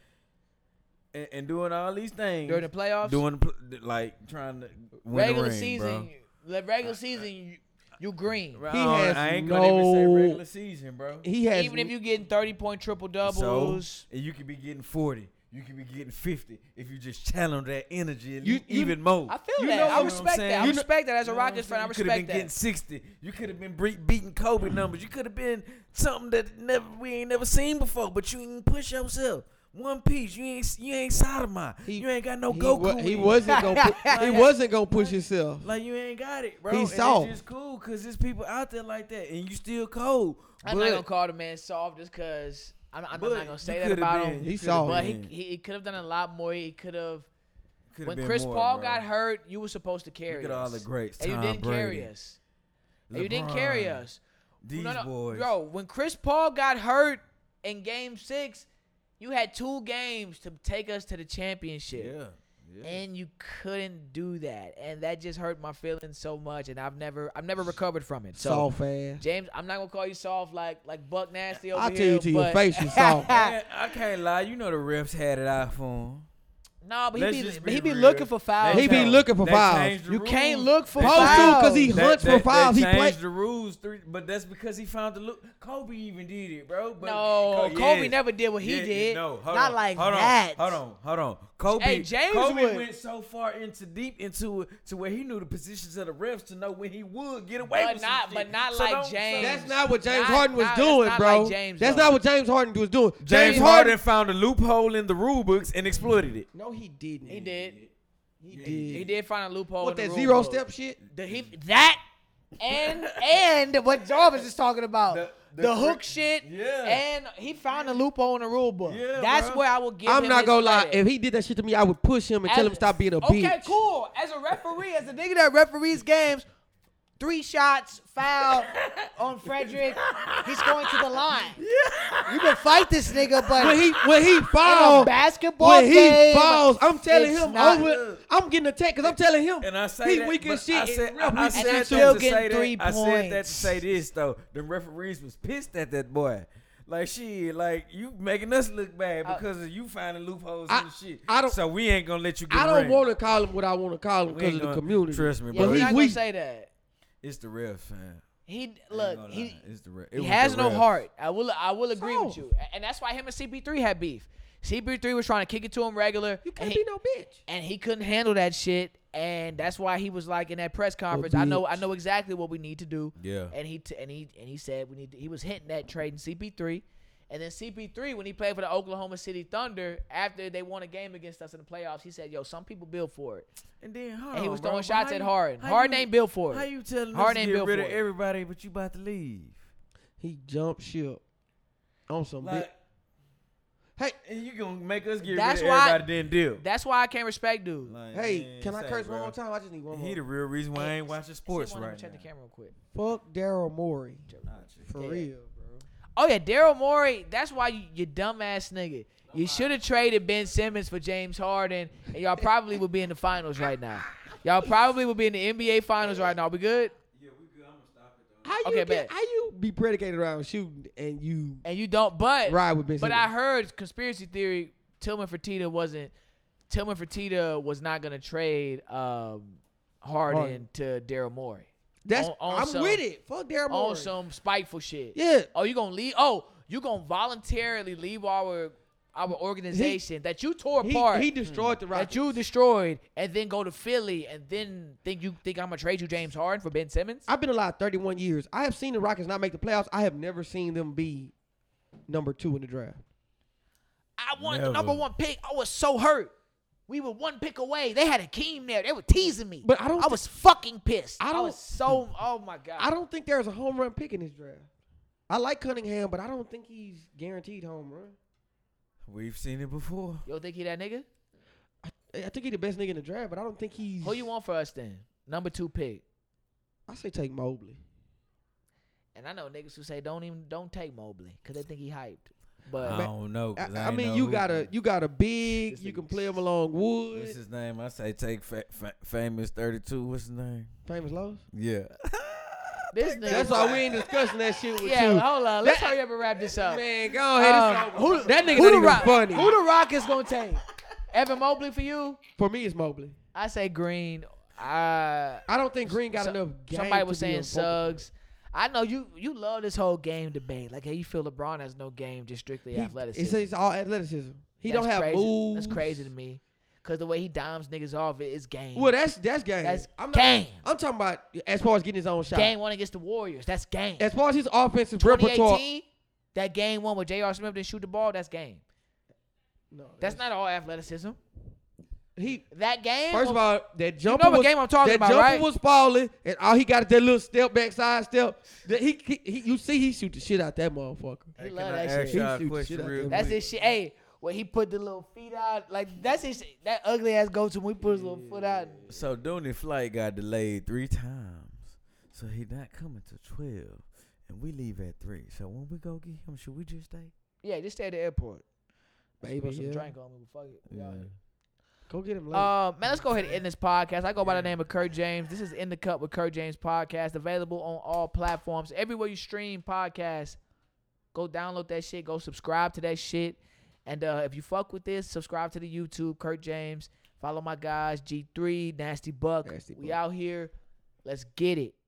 [SPEAKER 2] and, and doing all these things
[SPEAKER 1] during the playoffs,
[SPEAKER 2] doing pl- like trying to win
[SPEAKER 1] regular
[SPEAKER 2] the ring,
[SPEAKER 1] season,
[SPEAKER 2] Bro.
[SPEAKER 1] the regular season, you, you green.
[SPEAKER 2] Bro,
[SPEAKER 3] He
[SPEAKER 2] I don't-
[SPEAKER 3] has
[SPEAKER 2] I ain't gonna even say
[SPEAKER 3] no-
[SPEAKER 2] regular season, bro.
[SPEAKER 3] He has
[SPEAKER 1] Even if you getting thirty point triple
[SPEAKER 2] so
[SPEAKER 1] doubles,
[SPEAKER 2] and you could be getting forty, you could be getting fifty if you just channel that energy and
[SPEAKER 3] You-
[SPEAKER 2] you,
[SPEAKER 3] you-
[SPEAKER 2] even more.
[SPEAKER 1] I feel
[SPEAKER 2] You
[SPEAKER 1] that.
[SPEAKER 2] know what
[SPEAKER 1] I
[SPEAKER 2] I'm
[SPEAKER 1] respect
[SPEAKER 2] saying?
[SPEAKER 1] that. I
[SPEAKER 2] You know-
[SPEAKER 1] respect that as a
[SPEAKER 2] You know what
[SPEAKER 1] Rockets
[SPEAKER 2] I'm
[SPEAKER 1] fan. I
[SPEAKER 2] saying?
[SPEAKER 1] respect
[SPEAKER 2] You could have been getting
[SPEAKER 1] that.
[SPEAKER 2] 60. You could have been bre- beating Kobe numbers. You could have been something that never we ain't never seen before. But you ain't push yourself. One piece. You ain't you ain't Sodomite.
[SPEAKER 3] He-
[SPEAKER 2] you ain't got no
[SPEAKER 3] he,
[SPEAKER 2] Goku.
[SPEAKER 3] wa-
[SPEAKER 2] in
[SPEAKER 3] he
[SPEAKER 2] you.
[SPEAKER 3] wasn't gonna
[SPEAKER 1] [laughs]
[SPEAKER 3] pu- he wasn't gonna push himself.
[SPEAKER 2] like you ain't got it, bro.
[SPEAKER 3] He
[SPEAKER 2] and
[SPEAKER 3] soft.
[SPEAKER 2] It's just cool because there's people out there like that, and you still cold.
[SPEAKER 1] I'm
[SPEAKER 2] But-
[SPEAKER 1] not gonna call the man soft just because I'm, I'm
[SPEAKER 2] but
[SPEAKER 1] not gonna say
[SPEAKER 2] you
[SPEAKER 1] that
[SPEAKER 2] coulda
[SPEAKER 1] about
[SPEAKER 2] been-
[SPEAKER 1] him.
[SPEAKER 2] you
[SPEAKER 3] He's
[SPEAKER 2] coulda
[SPEAKER 3] soft.
[SPEAKER 1] But he,
[SPEAKER 2] been-
[SPEAKER 1] he, he could have done a lot more. He could have.
[SPEAKER 2] coulda
[SPEAKER 1] When
[SPEAKER 2] been
[SPEAKER 1] Chris
[SPEAKER 2] more,
[SPEAKER 1] Paul
[SPEAKER 2] bro.
[SPEAKER 1] got hurt, you were supposed to carry
[SPEAKER 2] Look at
[SPEAKER 1] us.
[SPEAKER 2] all the greats.
[SPEAKER 1] And you
[SPEAKER 2] Tom
[SPEAKER 1] didn't
[SPEAKER 2] Brady,
[SPEAKER 1] carry us. And you didn't carry
[SPEAKER 2] LeBron,
[SPEAKER 1] us.
[SPEAKER 2] These
[SPEAKER 1] no, no,
[SPEAKER 2] boys.
[SPEAKER 1] Bro, when Chris Paul got hurt in game six, you had two games to take us to the championship.
[SPEAKER 2] Yeah. yeah.
[SPEAKER 1] And you couldn't do that. And that just hurt my feelings so much. And I've never I've never recovered from it. So
[SPEAKER 3] soft ass.
[SPEAKER 1] James, I'm not gonna call you soft like like Buck Nasty over
[SPEAKER 3] I'll tell
[SPEAKER 1] here,
[SPEAKER 3] you to your
[SPEAKER 1] but-
[SPEAKER 3] face, you soft.
[SPEAKER 1] [laughs]
[SPEAKER 2] Man, I can't lie. You know the refs had it out for him.
[SPEAKER 1] No, but
[SPEAKER 2] Let's
[SPEAKER 1] he be,
[SPEAKER 2] just be
[SPEAKER 1] he be
[SPEAKER 2] real.
[SPEAKER 1] looking for fouls.
[SPEAKER 3] They He be
[SPEAKER 1] though.
[SPEAKER 2] changed-
[SPEAKER 3] looking for
[SPEAKER 2] they
[SPEAKER 3] fouls.
[SPEAKER 2] changed the
[SPEAKER 1] You
[SPEAKER 2] rules.
[SPEAKER 1] can't look for
[SPEAKER 2] They
[SPEAKER 1] Supposed to,
[SPEAKER 2] changed-
[SPEAKER 1] 'cause he
[SPEAKER 2] they-
[SPEAKER 3] hunts for
[SPEAKER 2] they-
[SPEAKER 3] fouls.
[SPEAKER 2] They
[SPEAKER 3] He
[SPEAKER 2] changed
[SPEAKER 3] play-
[SPEAKER 2] the rules three, but that's because he found the loop. Kobe even did it, bro. But
[SPEAKER 1] No,
[SPEAKER 2] Co-
[SPEAKER 1] Kobe
[SPEAKER 2] yes.
[SPEAKER 1] never did what he
[SPEAKER 2] Yeah,
[SPEAKER 1] did.
[SPEAKER 2] No, hold
[SPEAKER 1] not
[SPEAKER 2] on,
[SPEAKER 1] like
[SPEAKER 2] hold
[SPEAKER 1] that.
[SPEAKER 2] On, hold on, hold on. Kobe,
[SPEAKER 1] Hey, James
[SPEAKER 2] Kobe
[SPEAKER 1] would.
[SPEAKER 2] went so far into deep into it to where he knew the positions of the refs to know when he would get away
[SPEAKER 1] But
[SPEAKER 2] with
[SPEAKER 1] not-
[SPEAKER 2] some
[SPEAKER 1] but
[SPEAKER 2] shit.
[SPEAKER 1] not
[SPEAKER 2] So
[SPEAKER 1] like
[SPEAKER 2] don't- so-
[SPEAKER 1] James.
[SPEAKER 3] That's not what James
[SPEAKER 1] Not-
[SPEAKER 3] Harden was
[SPEAKER 1] not- that's
[SPEAKER 3] doing,
[SPEAKER 1] not
[SPEAKER 3] bro.
[SPEAKER 1] like James,
[SPEAKER 3] that's
[SPEAKER 1] though.
[SPEAKER 3] not what James Harden was doing.
[SPEAKER 2] James Harden found a loophole in the rule books and exploited it.
[SPEAKER 3] No, he didn't.
[SPEAKER 1] He did.
[SPEAKER 3] He did.
[SPEAKER 1] He did find a loophole.
[SPEAKER 3] What
[SPEAKER 1] in the
[SPEAKER 3] that
[SPEAKER 1] rule
[SPEAKER 3] zero
[SPEAKER 1] book.
[SPEAKER 3] step shit?
[SPEAKER 1] The- he- that and and what Jarvis is talking about. The,
[SPEAKER 2] The- the
[SPEAKER 1] hook
[SPEAKER 2] cr-
[SPEAKER 1] shit.
[SPEAKER 2] Yeah.
[SPEAKER 1] And he found a loophole in the rule book.
[SPEAKER 2] Yeah,
[SPEAKER 1] That's
[SPEAKER 2] bruh.
[SPEAKER 1] where I would give
[SPEAKER 3] I'm
[SPEAKER 1] him
[SPEAKER 3] not
[SPEAKER 1] his
[SPEAKER 3] gonna lie.
[SPEAKER 1] credit.
[SPEAKER 3] If he did that shit to me, I would push him and tell
[SPEAKER 1] As-
[SPEAKER 3] him stop being a
[SPEAKER 1] okay,
[SPEAKER 3] bitch.
[SPEAKER 1] cool. As a referee, as a nigga that referees games, three shots, foul on Frederick. He's going to the line. You can fight this nigga, but
[SPEAKER 3] When he when [laughs] he falls,
[SPEAKER 1] basketball
[SPEAKER 3] when he
[SPEAKER 1] game,
[SPEAKER 3] falls, I'm telling
[SPEAKER 1] it's
[SPEAKER 3] him
[SPEAKER 1] not-
[SPEAKER 3] over. I'm getting attacked because I'm telling him.
[SPEAKER 2] And I say
[SPEAKER 3] he
[SPEAKER 2] that,
[SPEAKER 3] weak
[SPEAKER 2] but
[SPEAKER 3] as shit.
[SPEAKER 2] I said,
[SPEAKER 3] and
[SPEAKER 2] I,
[SPEAKER 3] real
[SPEAKER 2] I
[SPEAKER 1] and
[SPEAKER 3] weak
[SPEAKER 2] said
[SPEAKER 1] he's
[SPEAKER 2] that
[SPEAKER 3] as
[SPEAKER 1] still
[SPEAKER 2] to
[SPEAKER 1] getting
[SPEAKER 2] say that.
[SPEAKER 1] three
[SPEAKER 2] I said that
[SPEAKER 1] points.
[SPEAKER 2] to say this though. The referees was pissed at that boy. Like shit, like you making us look
[SPEAKER 1] Uh,
[SPEAKER 2] bad because of you finding loopholes
[SPEAKER 3] I-
[SPEAKER 2] and shit.
[SPEAKER 3] I don't-
[SPEAKER 2] so we ain't gonna let you. get
[SPEAKER 3] I don't
[SPEAKER 2] ran.
[SPEAKER 3] want to call him what I want to call him
[SPEAKER 2] We ain't
[SPEAKER 3] because of the
[SPEAKER 2] gonna-
[SPEAKER 3] community.
[SPEAKER 2] Trust me,
[SPEAKER 1] yeah,
[SPEAKER 2] bro.
[SPEAKER 1] we're
[SPEAKER 3] he's
[SPEAKER 1] not gonna
[SPEAKER 3] weak.
[SPEAKER 1] say that.
[SPEAKER 2] it's the refs, man.
[SPEAKER 1] He
[SPEAKER 2] I ain't
[SPEAKER 1] look
[SPEAKER 2] gonna
[SPEAKER 1] he.
[SPEAKER 2] lie. it's the ref. It
[SPEAKER 1] He
[SPEAKER 2] was
[SPEAKER 1] has
[SPEAKER 2] the
[SPEAKER 1] no
[SPEAKER 2] refs.
[SPEAKER 1] heart. I will I will agree with
[SPEAKER 3] Soft.
[SPEAKER 1] you. A- And that's why him and CP3 had beef. CP3 was trying to kick it to him regular.
[SPEAKER 3] You can't
[SPEAKER 1] and he,
[SPEAKER 3] be no bitch.
[SPEAKER 1] and he couldn't handle that shit. And that's why he was like in that press conference. I know, I know exactly what we need to do.
[SPEAKER 2] Yeah.
[SPEAKER 1] And he t- and he and he said we need. To, he was hitting that trade in CP3, and then CP3 when he played for the Oklahoma City Thunder after they won a game against us in the playoffs, he said, "Yo, some people build for it."
[SPEAKER 2] And then hold
[SPEAKER 1] And he
[SPEAKER 2] on,
[SPEAKER 1] was
[SPEAKER 2] bro.
[SPEAKER 1] throwing shots
[SPEAKER 2] How
[SPEAKER 1] at
[SPEAKER 2] you-
[SPEAKER 1] Harden.
[SPEAKER 2] how
[SPEAKER 1] Harden
[SPEAKER 2] you-
[SPEAKER 1] ain't built for it.
[SPEAKER 2] How you telling us
[SPEAKER 1] Harden
[SPEAKER 2] to
[SPEAKER 1] ain't
[SPEAKER 2] get
[SPEAKER 1] built
[SPEAKER 2] rid
[SPEAKER 1] for
[SPEAKER 2] of
[SPEAKER 1] it.
[SPEAKER 2] everybody, but you about to leave?
[SPEAKER 3] He jumped ship on some bitch.
[SPEAKER 2] Like
[SPEAKER 3] Hey,
[SPEAKER 2] And you gonna make us get
[SPEAKER 1] That's
[SPEAKER 2] rid of
[SPEAKER 1] why-
[SPEAKER 2] everybody didn't deal.
[SPEAKER 1] That's why I can't respect dude.
[SPEAKER 2] Like,
[SPEAKER 3] hey,
[SPEAKER 2] man,
[SPEAKER 3] can I
[SPEAKER 2] say,
[SPEAKER 3] curse
[SPEAKER 2] bro.
[SPEAKER 3] one more time? I just need one more.
[SPEAKER 2] He the real reason why I ain't watching sports
[SPEAKER 1] Someone, let me check
[SPEAKER 2] right
[SPEAKER 1] the
[SPEAKER 2] now.
[SPEAKER 1] camera real quick.
[SPEAKER 3] Fuck Daryl Morey.
[SPEAKER 2] Nah, shit.
[SPEAKER 3] For
[SPEAKER 1] Yeah.
[SPEAKER 3] real, bro.
[SPEAKER 1] Oh yeah, Daryl Morey. That's why you, you dumbass nigga. You should have traded Ben Simmons for James Harden, and y'all probably would be in the finals right now. Y'all probably would be in the NBA finals right now. We good?
[SPEAKER 3] How you
[SPEAKER 1] Okay,
[SPEAKER 3] get,
[SPEAKER 1] bet.
[SPEAKER 3] how you be predicated around shooting and you
[SPEAKER 1] And you don't, but
[SPEAKER 3] ride with Ben
[SPEAKER 1] but I
[SPEAKER 3] Simmons?
[SPEAKER 1] heard conspiracy theory. Tillman Fertitta wasn't. Tillman Fertitta was not gonna trade um, Harden,
[SPEAKER 3] Harden.
[SPEAKER 1] to Daryl Morey
[SPEAKER 3] That's
[SPEAKER 1] on- on
[SPEAKER 3] I'm
[SPEAKER 1] some-
[SPEAKER 3] with it. Fuck Daryl Morey.
[SPEAKER 1] on some spiteful shit.
[SPEAKER 3] yeah,
[SPEAKER 1] Oh, you gonna leave? Oh, you gonna voluntarily leave our our organization that you tore apart?
[SPEAKER 3] he, he destroyed the
[SPEAKER 1] that
[SPEAKER 3] Rockets.
[SPEAKER 1] you destroyed and then go to Philly and then think you think I'm gonna trade you James Harden for Ben Simmons?
[SPEAKER 3] I've been alive 31 years. I have seen the Rockets not make the playoffs. I have never seen them be number two in the draft.
[SPEAKER 1] I wanted the
[SPEAKER 2] Never.
[SPEAKER 1] number one pick. I was so hurt. We were one pick away. They had a team there. They were teasing me.
[SPEAKER 3] But I don't
[SPEAKER 1] I
[SPEAKER 3] thi-
[SPEAKER 1] was fucking pissed.
[SPEAKER 3] I
[SPEAKER 1] I,
[SPEAKER 3] don't-
[SPEAKER 1] was so. Oh my god.
[SPEAKER 3] I don't think there's a home run pick in this draft. I like Cunningham, but I don't think he's guaranteed home run.
[SPEAKER 2] We've seen it before.
[SPEAKER 1] Yo, think he that nigga?
[SPEAKER 3] I, I think he's the best nigga in the draft, but I don't think he's.
[SPEAKER 1] Who you want for us then? Number two pick.
[SPEAKER 3] I say take Mobley.
[SPEAKER 1] And I know niggas who say don't even don't take Mobley because they think he hyped. But
[SPEAKER 2] I don't know. 'cause
[SPEAKER 3] I, I
[SPEAKER 2] ain't
[SPEAKER 3] mean,
[SPEAKER 2] know
[SPEAKER 3] you
[SPEAKER 2] who-
[SPEAKER 3] got a you got a big.
[SPEAKER 1] This
[SPEAKER 3] You
[SPEAKER 1] nigga-
[SPEAKER 3] can play him along
[SPEAKER 2] [laughs]
[SPEAKER 3] Wood,
[SPEAKER 2] What's his name? I say take fa- fa- famous thirty two. What's his name?
[SPEAKER 3] famous Lowe's.
[SPEAKER 2] Yeah.
[SPEAKER 1] this nigga.
[SPEAKER 3] That's why we ain't discussing that shit with
[SPEAKER 1] Yeah,
[SPEAKER 3] you.
[SPEAKER 1] hold on. Let's
[SPEAKER 3] That-
[SPEAKER 1] hurry up and wrap this up.
[SPEAKER 3] Man, go ahead.
[SPEAKER 1] Um,
[SPEAKER 3] it's over. that
[SPEAKER 1] who
[SPEAKER 3] nigga not
[SPEAKER 1] the
[SPEAKER 3] even
[SPEAKER 1] Rock-
[SPEAKER 3] funny.
[SPEAKER 1] Who the Rock is gonna take? Evan Mobley for you?
[SPEAKER 3] For me, it's Mobley.
[SPEAKER 1] I say Green. I
[SPEAKER 3] I don't think Green got
[SPEAKER 1] so-
[SPEAKER 3] enough. Game
[SPEAKER 1] somebody
[SPEAKER 3] to
[SPEAKER 1] was
[SPEAKER 3] be a
[SPEAKER 1] saying
[SPEAKER 3] vocal-
[SPEAKER 1] Suggs. I know you you love this whole game debate. Like how you feel LeBron has no game, just strictly
[SPEAKER 3] He-
[SPEAKER 1] athleticism.
[SPEAKER 3] It's, it's all athleticism. He
[SPEAKER 1] That's
[SPEAKER 3] don't have
[SPEAKER 1] crazy.
[SPEAKER 3] moves.
[SPEAKER 1] That's crazy to me. Cause the way he dimes niggas off it is game.
[SPEAKER 3] Well, that's that's game.
[SPEAKER 1] That's
[SPEAKER 3] I'm
[SPEAKER 1] game.
[SPEAKER 3] I'm talking about as far as getting his own shot.
[SPEAKER 1] game one against the Warriors. That's game.
[SPEAKER 3] As far as his offensive repertoire.
[SPEAKER 1] 2018, that game one where J.R. Smith didn't shoot the ball, that's game.
[SPEAKER 3] No,
[SPEAKER 1] That's not all athleticism.
[SPEAKER 3] he.
[SPEAKER 1] That game
[SPEAKER 3] First of
[SPEAKER 1] was-
[SPEAKER 3] all, that jumper
[SPEAKER 1] know what
[SPEAKER 3] was,
[SPEAKER 1] game I'm talking
[SPEAKER 3] that
[SPEAKER 1] about,
[SPEAKER 3] jumper
[SPEAKER 1] right?
[SPEAKER 3] was falling, and all he got is that little step back side step. That he, he, he- you see, he shoot the shit out that motherfucker.
[SPEAKER 1] he
[SPEAKER 2] Hey,
[SPEAKER 1] love
[SPEAKER 2] can I
[SPEAKER 1] that shit.
[SPEAKER 2] ask
[SPEAKER 3] He
[SPEAKER 2] y'all a
[SPEAKER 3] shoot the
[SPEAKER 2] question
[SPEAKER 3] shit out
[SPEAKER 2] real
[SPEAKER 3] there.
[SPEAKER 1] That's
[SPEAKER 2] quick?
[SPEAKER 1] his shit. Hey, when he put the little feet out, like that's his that ugly ass go to when he put his little foot out.
[SPEAKER 2] So Dooney flight got delayed three times, so he not coming to twelve, and we leave at three. So when we go get him, should we just stay?
[SPEAKER 1] Yeah, just stay at the airport.
[SPEAKER 3] Baby,
[SPEAKER 1] Put some
[SPEAKER 3] yeah.
[SPEAKER 1] drink on me. Fuck it. We out here.
[SPEAKER 3] Go get him late.
[SPEAKER 1] Uh, man, let's go ahead and end this podcast. I go by the name of Kurt James. This is In the Cup with Kurt James podcast, available on all platforms. Everywhere you stream podcasts, go download that shit. Go subscribe to that shit. And uh, if you fuck with this, subscribe to the YouTube, Kurt James. Follow my guys, G3, Nasty Buck.
[SPEAKER 3] Nasty
[SPEAKER 1] we
[SPEAKER 3] Buck.
[SPEAKER 1] out here. Let's get it.